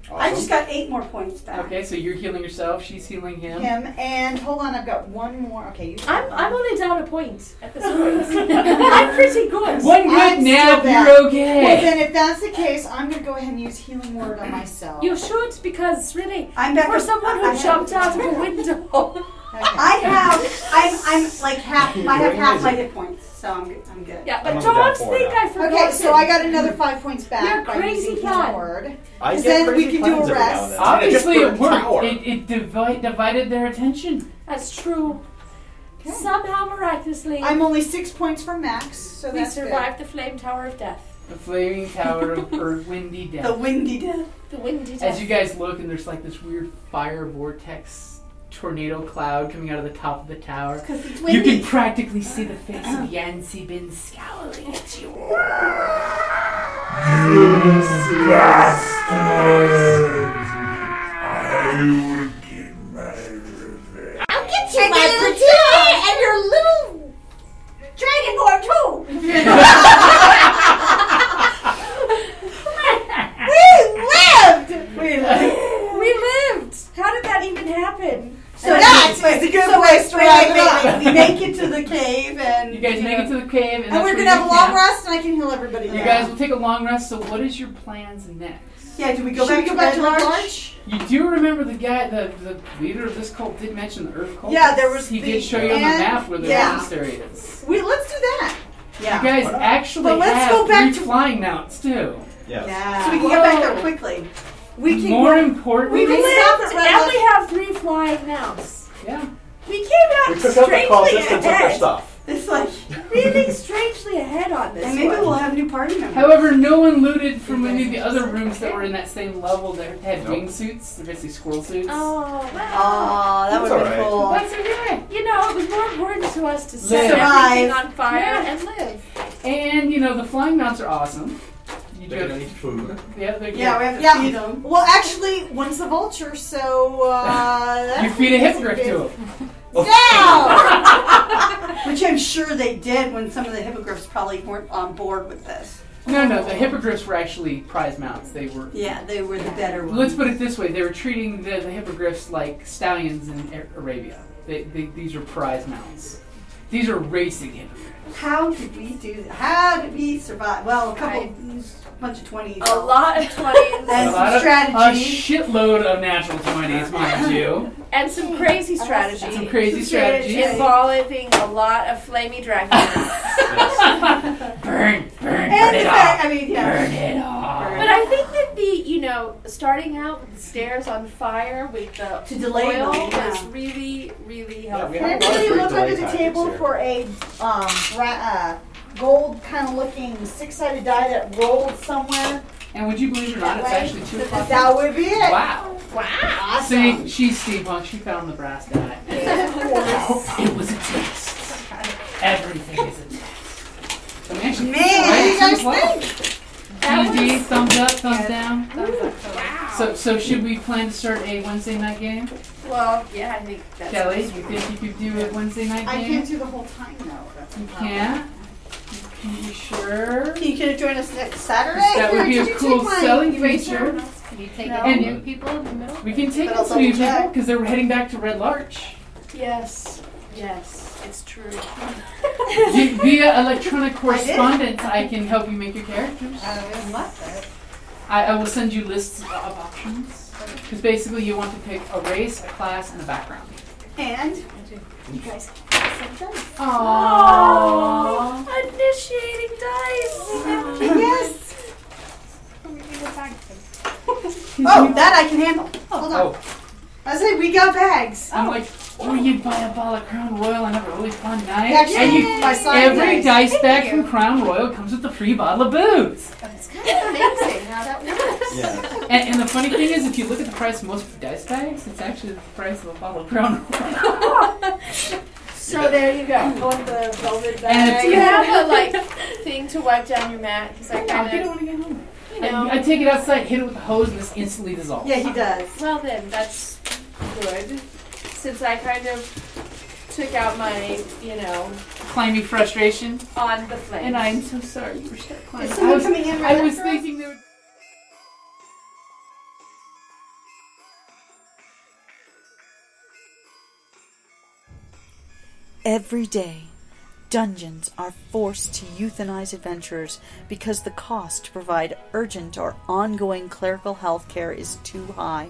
Speaker 7: awesome.
Speaker 5: I just got eight more points back.
Speaker 2: okay, so you're healing yourself. She's healing him.
Speaker 4: Him, and hold on, I've got one more. Okay, you.
Speaker 10: I'm, I'm only down a point at this point. I'm pretty good.
Speaker 2: One good
Speaker 4: I'm
Speaker 2: nap,
Speaker 4: still bad.
Speaker 2: you're
Speaker 4: Well,
Speaker 2: okay.
Speaker 4: then, if that's the case, I'm going to go ahead and use healing word on myself.
Speaker 10: You should, because really,
Speaker 5: I'm back
Speaker 10: for
Speaker 5: up-
Speaker 10: someone
Speaker 5: I-
Speaker 10: who
Speaker 5: I-
Speaker 10: jumped out of a window.
Speaker 4: Okay.
Speaker 5: I have. I'm. I'm like half. I have half my hit points, so I'm good. I'm good.
Speaker 10: yeah,
Speaker 7: I'm
Speaker 10: but
Speaker 7: only down
Speaker 10: dogs
Speaker 7: four
Speaker 10: think
Speaker 7: now.
Speaker 10: I forgot.
Speaker 4: Okay, so I got another five points back.
Speaker 10: You're
Speaker 4: by
Speaker 10: crazy
Speaker 4: using
Speaker 10: plan.
Speaker 4: healing word.
Speaker 7: I
Speaker 4: Because
Speaker 7: get
Speaker 4: then we
Speaker 7: crazy
Speaker 4: can do
Speaker 7: plans
Speaker 4: a
Speaker 7: every now
Speaker 4: rest.
Speaker 7: and then.
Speaker 2: Obviously,
Speaker 7: Just
Speaker 2: it
Speaker 7: for a
Speaker 2: worked.
Speaker 7: tower.
Speaker 2: It, it divide, divided their attention.
Speaker 10: That's true. Somehow miraculously,
Speaker 4: I'm only six points from max, so
Speaker 10: we
Speaker 4: that's good.
Speaker 10: survived the flame tower of death.
Speaker 2: The flaming tower of earth, windy death.
Speaker 5: The windy death.
Speaker 10: The windy death.
Speaker 2: As you guys look, and there's like this weird fire vortex tornado cloud coming out of the top of the tower. you can practically see the face
Speaker 5: Oh.
Speaker 2: of Yancy Bin scowling at you.
Speaker 15: Take my little toy and
Speaker 5: long
Speaker 2: down.
Speaker 5: rest and I can heal everybody.
Speaker 2: You guys will take a long rest. So, what is your plans next?
Speaker 5: Yeah, do we go back to Red Larch?
Speaker 2: You do remember the guy, the, the leader of this cult, did mention the Earth cult.
Speaker 5: Yeah, there was
Speaker 2: He
Speaker 5: the-
Speaker 2: did show you on the
Speaker 5: and-
Speaker 2: map where the
Speaker 5: yeah.
Speaker 2: monastery is.
Speaker 5: We let's do that. Yeah.
Speaker 2: You guys actually
Speaker 5: But let's
Speaker 2: have
Speaker 5: go back
Speaker 2: three
Speaker 5: to-
Speaker 2: flying mounts too.
Speaker 5: Yeah. So
Speaker 4: Uh,
Speaker 5: we can get back there quickly.
Speaker 2: We can More importantly,
Speaker 10: we
Speaker 5: stop
Speaker 10: lived
Speaker 5: at Red
Speaker 10: and
Speaker 5: Light.
Speaker 10: we have three flying mounts.
Speaker 2: Yeah.
Speaker 10: We came out
Speaker 7: We took out the call
Speaker 10: strangely
Speaker 7: system, took
Speaker 10: ahead.
Speaker 7: their stuff.
Speaker 10: It's like really strangely ahead on this.
Speaker 16: And maybe
Speaker 10: one.
Speaker 16: we'll have new party members.
Speaker 2: However, no one looted from any of the other rooms that were in that same level that had
Speaker 16: Nope.
Speaker 2: wingsuits. They're basically squirrel suits.
Speaker 10: Oh, well.
Speaker 16: Aw, that That's would've been alright. cool.
Speaker 10: That's okay. You know, it was more important to us to set
Speaker 2: Live.
Speaker 10: everything
Speaker 2: Survive.
Speaker 10: on fire
Speaker 2: Yeah.
Speaker 10: and live.
Speaker 2: And you know the flying mounts are awesome. You do
Speaker 7: They
Speaker 2: have
Speaker 7: can eat food.
Speaker 2: Yeah, they
Speaker 5: Yeah, we have to yeah. feed them. Well, actually, one's a vulture, so uh, that's
Speaker 2: You feed a hippogriff to
Speaker 5: it.
Speaker 2: them.
Speaker 16: Which I'm sure they did when some of the hippogriffs probably weren't on board with this.
Speaker 2: No, no, the hippogriffs were actually prize mounts. They were.
Speaker 16: Yeah, they were the better ones.
Speaker 2: Let's put it this way: they were treating the, the hippogriffs like stallions in Ar- Arabia. They, they, these are prize mounts. These are racing hippogriffs.
Speaker 16: How did we do that? How did we survive? Well, a couple, bunch of 20s.
Speaker 3: A lot of 20s.
Speaker 16: and
Speaker 2: A lot
Speaker 16: some
Speaker 2: of-
Speaker 16: strategy.
Speaker 2: a shitload of natural twenties, mind you.
Speaker 3: And some crazy strategy.
Speaker 2: Some crazy strategy.
Speaker 3: Involving a lot of flamey dragons.
Speaker 2: Burn, burn,
Speaker 3: And
Speaker 2: burn it
Speaker 3: the
Speaker 2: off.
Speaker 3: fact- I mean, yeah.
Speaker 2: Burn it off.
Speaker 3: But I think that the, you know, starting out with the stairs on fire with the
Speaker 5: To delay
Speaker 3: oil
Speaker 5: them, yeah.
Speaker 3: was really, really
Speaker 5: Can
Speaker 3: helpful.
Speaker 5: I tell you, look under the table for a um, ra- uh, gold kind of looking six sided die that rolled somewhere?
Speaker 2: And would you believe it or not, it's
Speaker 5: Right?
Speaker 2: actually two o'clock.
Speaker 5: That would be it.
Speaker 2: Wow.
Speaker 5: Wow.
Speaker 2: See, she's steampunk. She found the brass die. it was a test. Everything is a test. I mean, actually,
Speaker 5: Man, what do you guys
Speaker 2: think? D&D, thumbs up, thumbs down. So, so should we plan to start a Wednesday night game?
Speaker 3: Well, yeah, I think that's.
Speaker 2: Kelly, you think you could do a Wednesday night
Speaker 5: I
Speaker 2: game?
Speaker 5: can't do the whole time though. That's you
Speaker 2: can't? You sure?
Speaker 5: You could have joined us next Saturday.
Speaker 2: That would be
Speaker 5: Did
Speaker 2: a
Speaker 5: you
Speaker 2: cool
Speaker 5: take my
Speaker 2: selling
Speaker 5: eraser?
Speaker 2: feature.
Speaker 17: Can you take
Speaker 2: No.
Speaker 17: any
Speaker 2: And-
Speaker 17: new people in the middle?
Speaker 2: We can take
Speaker 17: But I'll
Speaker 2: it to you
Speaker 17: double check.
Speaker 2: because they're heading back to Red Larch
Speaker 3: Yes, yes, it's true.
Speaker 2: Vi- via electronic correspondence.
Speaker 3: I
Speaker 2: I,
Speaker 3: did.
Speaker 2: can help you make your characters. I, I will send you lists of options because basically you want to pick a race, a class, and a background.
Speaker 5: And you guys can some dice.
Speaker 2: Aww.
Speaker 3: Initiating dice.
Speaker 5: yes. Oh, that I can handle. Hold on. Oh. I say we got bags.
Speaker 2: I'm like, oh, you buy a bottle of Crown Royal and have a really fun night.
Speaker 5: Yeah, actually,
Speaker 2: and you,
Speaker 5: my son
Speaker 2: every
Speaker 5: does.
Speaker 2: dice
Speaker 5: Thank
Speaker 2: bag
Speaker 5: you.
Speaker 2: from Crown Royal comes with a free bottle of booze.
Speaker 5: It's kind of amazing how that works.
Speaker 2: Yeah. And, and the funny thing is, if you look at the price of most dice bags, it's actually the price of a bottle of Crown Royal.
Speaker 3: So there you go. On the velvet
Speaker 2: And it's-
Speaker 3: bag. You have a like thing to wipe down your mat because I
Speaker 2: Yeah, I'll
Speaker 3: kind
Speaker 2: get it
Speaker 3: of. You know.
Speaker 2: I, I take it outside, hit it with a hose, and this instantly dissolves.
Speaker 5: Yeah, he does.
Speaker 3: Well then, that's good. Since I kind of took out my, you know,
Speaker 2: Climby frustration.
Speaker 3: on the flames.
Speaker 2: And I'm so sorry for that climbing.
Speaker 3: Is someone
Speaker 2: I was,
Speaker 3: coming in right
Speaker 2: I was
Speaker 3: after us?
Speaker 2: thinking there would
Speaker 4: Every day, dungeons are forced to euthanize adventurers because the cost to provide urgent or ongoing clerical health care is too high.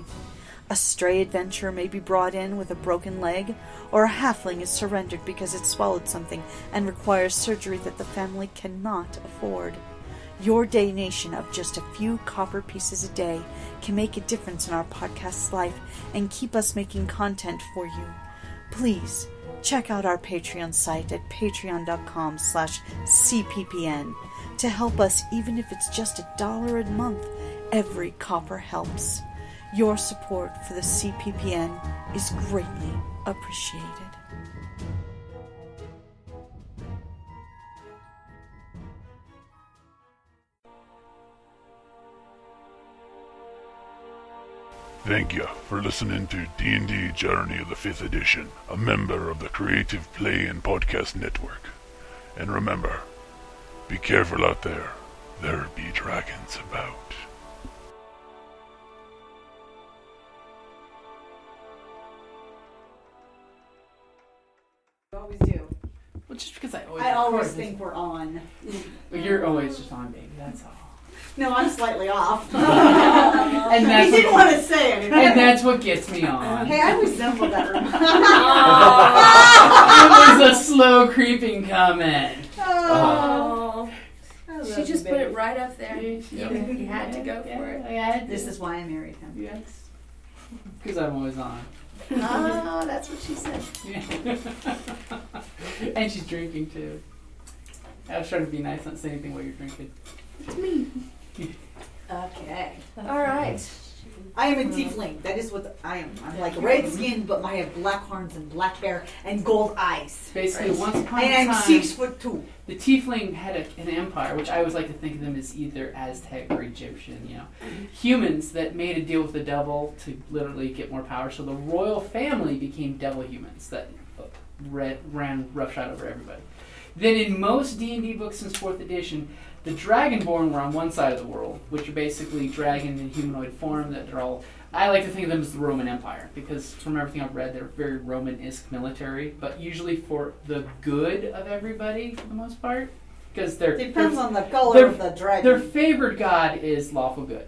Speaker 4: A stray adventurer may be brought in with a broken leg, or a halfling is surrendered because it swallowed something and requires surgery that the family cannot afford. Your donation of just a few copper pieces a day can make a difference in our podcast's life and keep us making content for you. Please check out our Patreon site at patreon.com slash cppn to help us even if it's just a dollar a month. Every copper helps. Your support for the CPPN is greatly appreciated.
Speaker 18: Thank you for listening to D&D Journey of the 5th Edition, a member of the Creative Play and Podcast Network. And remember, be careful out there. There be dragons about.
Speaker 2: Well, just because I always
Speaker 5: I always
Speaker 2: record
Speaker 5: think we're on.
Speaker 2: this- You're always just on, baby. That's all.
Speaker 5: No, I'm slightly off.
Speaker 2: and that's
Speaker 5: we didn't
Speaker 2: what-
Speaker 5: want to say anything.
Speaker 2: And that's what gets me on.
Speaker 5: Hey, I resemble that
Speaker 2: it was a slow creeping comment.
Speaker 5: Uh-huh.
Speaker 10: Oh.
Speaker 6: She just put it right up there. You
Speaker 2: Yeah.
Speaker 6: you had to go for it.
Speaker 5: This is why I married him.
Speaker 2: Yes. Because I'm always on.
Speaker 10: Oh, that's what she said.
Speaker 2: and she's drinking too. I was trying to be nice, not say anything while you're drinking.
Speaker 10: It's me.
Speaker 5: Okay.
Speaker 10: All right.
Speaker 5: I am a
Speaker 2: Mm-hmm.
Speaker 5: tiefling. That is what I am. I'm like red skin, but I have black horns and black hair and gold eyes.
Speaker 2: Basically, once upon
Speaker 5: and
Speaker 2: a time,
Speaker 5: I'm six foot two.
Speaker 2: the Tiefling had a, an empire, which I always like to think of them as either Aztec or Egyptian. You know, humans that made a deal with the devil to literally get more power. So the royal family became devil humans that re ran roughshod over everybody. Then in most D&D books since 4th edition, the Dragonborn were on one side of the world, which are basically dragon in humanoid form that they're all... I like to think of them as the Roman Empire, because from everything I've read, they're very Roman-esque military, but usually for the good of everybody, for the most part, because they're...
Speaker 5: Depends
Speaker 2: they're-
Speaker 5: on the color
Speaker 2: they're-
Speaker 5: of the dragon.
Speaker 2: Their favored god is lawful good.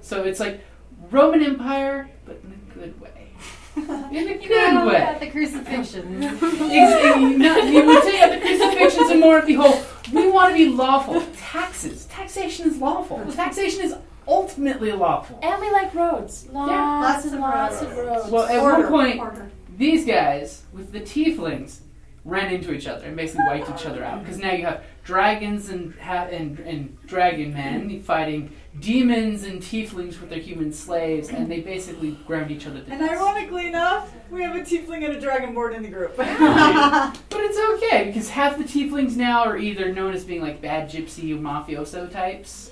Speaker 2: So it's like Roman Empire, but in a good way. In a
Speaker 12: Yeah,
Speaker 2: good way.
Speaker 12: At the crucifixion.
Speaker 2: Ex- no, you would say that the crucifixions are more of the whole. We want to be lawful. Taxes. Taxation is lawful. Taxation is ultimately lawful.
Speaker 6: And we like roads. Lots
Speaker 2: Yeah.
Speaker 6: and lots of roads.
Speaker 2: Well, at one point, these guys with the tieflings ran into each other and basically wiped each other out. Because now you have dragons and ha- and and dragon men fighting demons and tieflings with their human slaves, and they basically ground each other to
Speaker 5: And
Speaker 2: dust.
Speaker 5: ironically enough, we have a tiefling and a dragonborn in the group.
Speaker 2: But it's okay because half the tieflings now are either known as being like bad gypsy or mafioso types,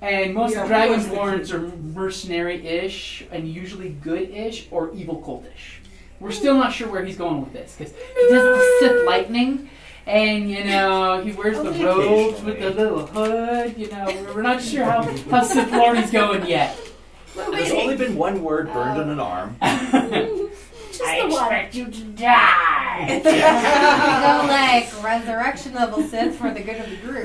Speaker 2: and most
Speaker 5: Yeah,
Speaker 2: of
Speaker 5: of
Speaker 2: the
Speaker 5: course.
Speaker 2: dragonborns are mercenary-ish and usually good-ish or evil cultish. We're still not sure where he's going with this because he does the Sith lightning, and you know he wears the
Speaker 19: Only
Speaker 2: robes with the little hood. You know we're- we're not sure how how Sith Lord he's going yet.
Speaker 7: There's only been one word
Speaker 4: Oh.
Speaker 7: burned on an arm.
Speaker 2: I expect you to
Speaker 12: die. Go like resurrection level Sith for the good of the group.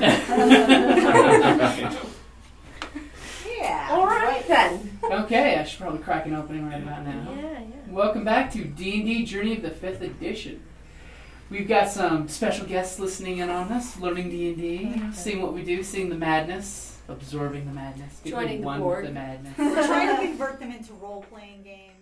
Speaker 5: yeah.
Speaker 12: All right then.
Speaker 2: Okay, I should probably crack an opening right about now.
Speaker 12: Yeah, yeah.
Speaker 2: Welcome back to D&D Journey of the 5th Edition. We've got some special guests listening in on us, learning D&D,
Speaker 5: Oh,
Speaker 2: seeing what we do, seeing the madness, absorbing the madness, getting
Speaker 5: Joining the
Speaker 2: one
Speaker 5: board.
Speaker 2: with the madness.
Speaker 5: We're trying to convert them into role playing games.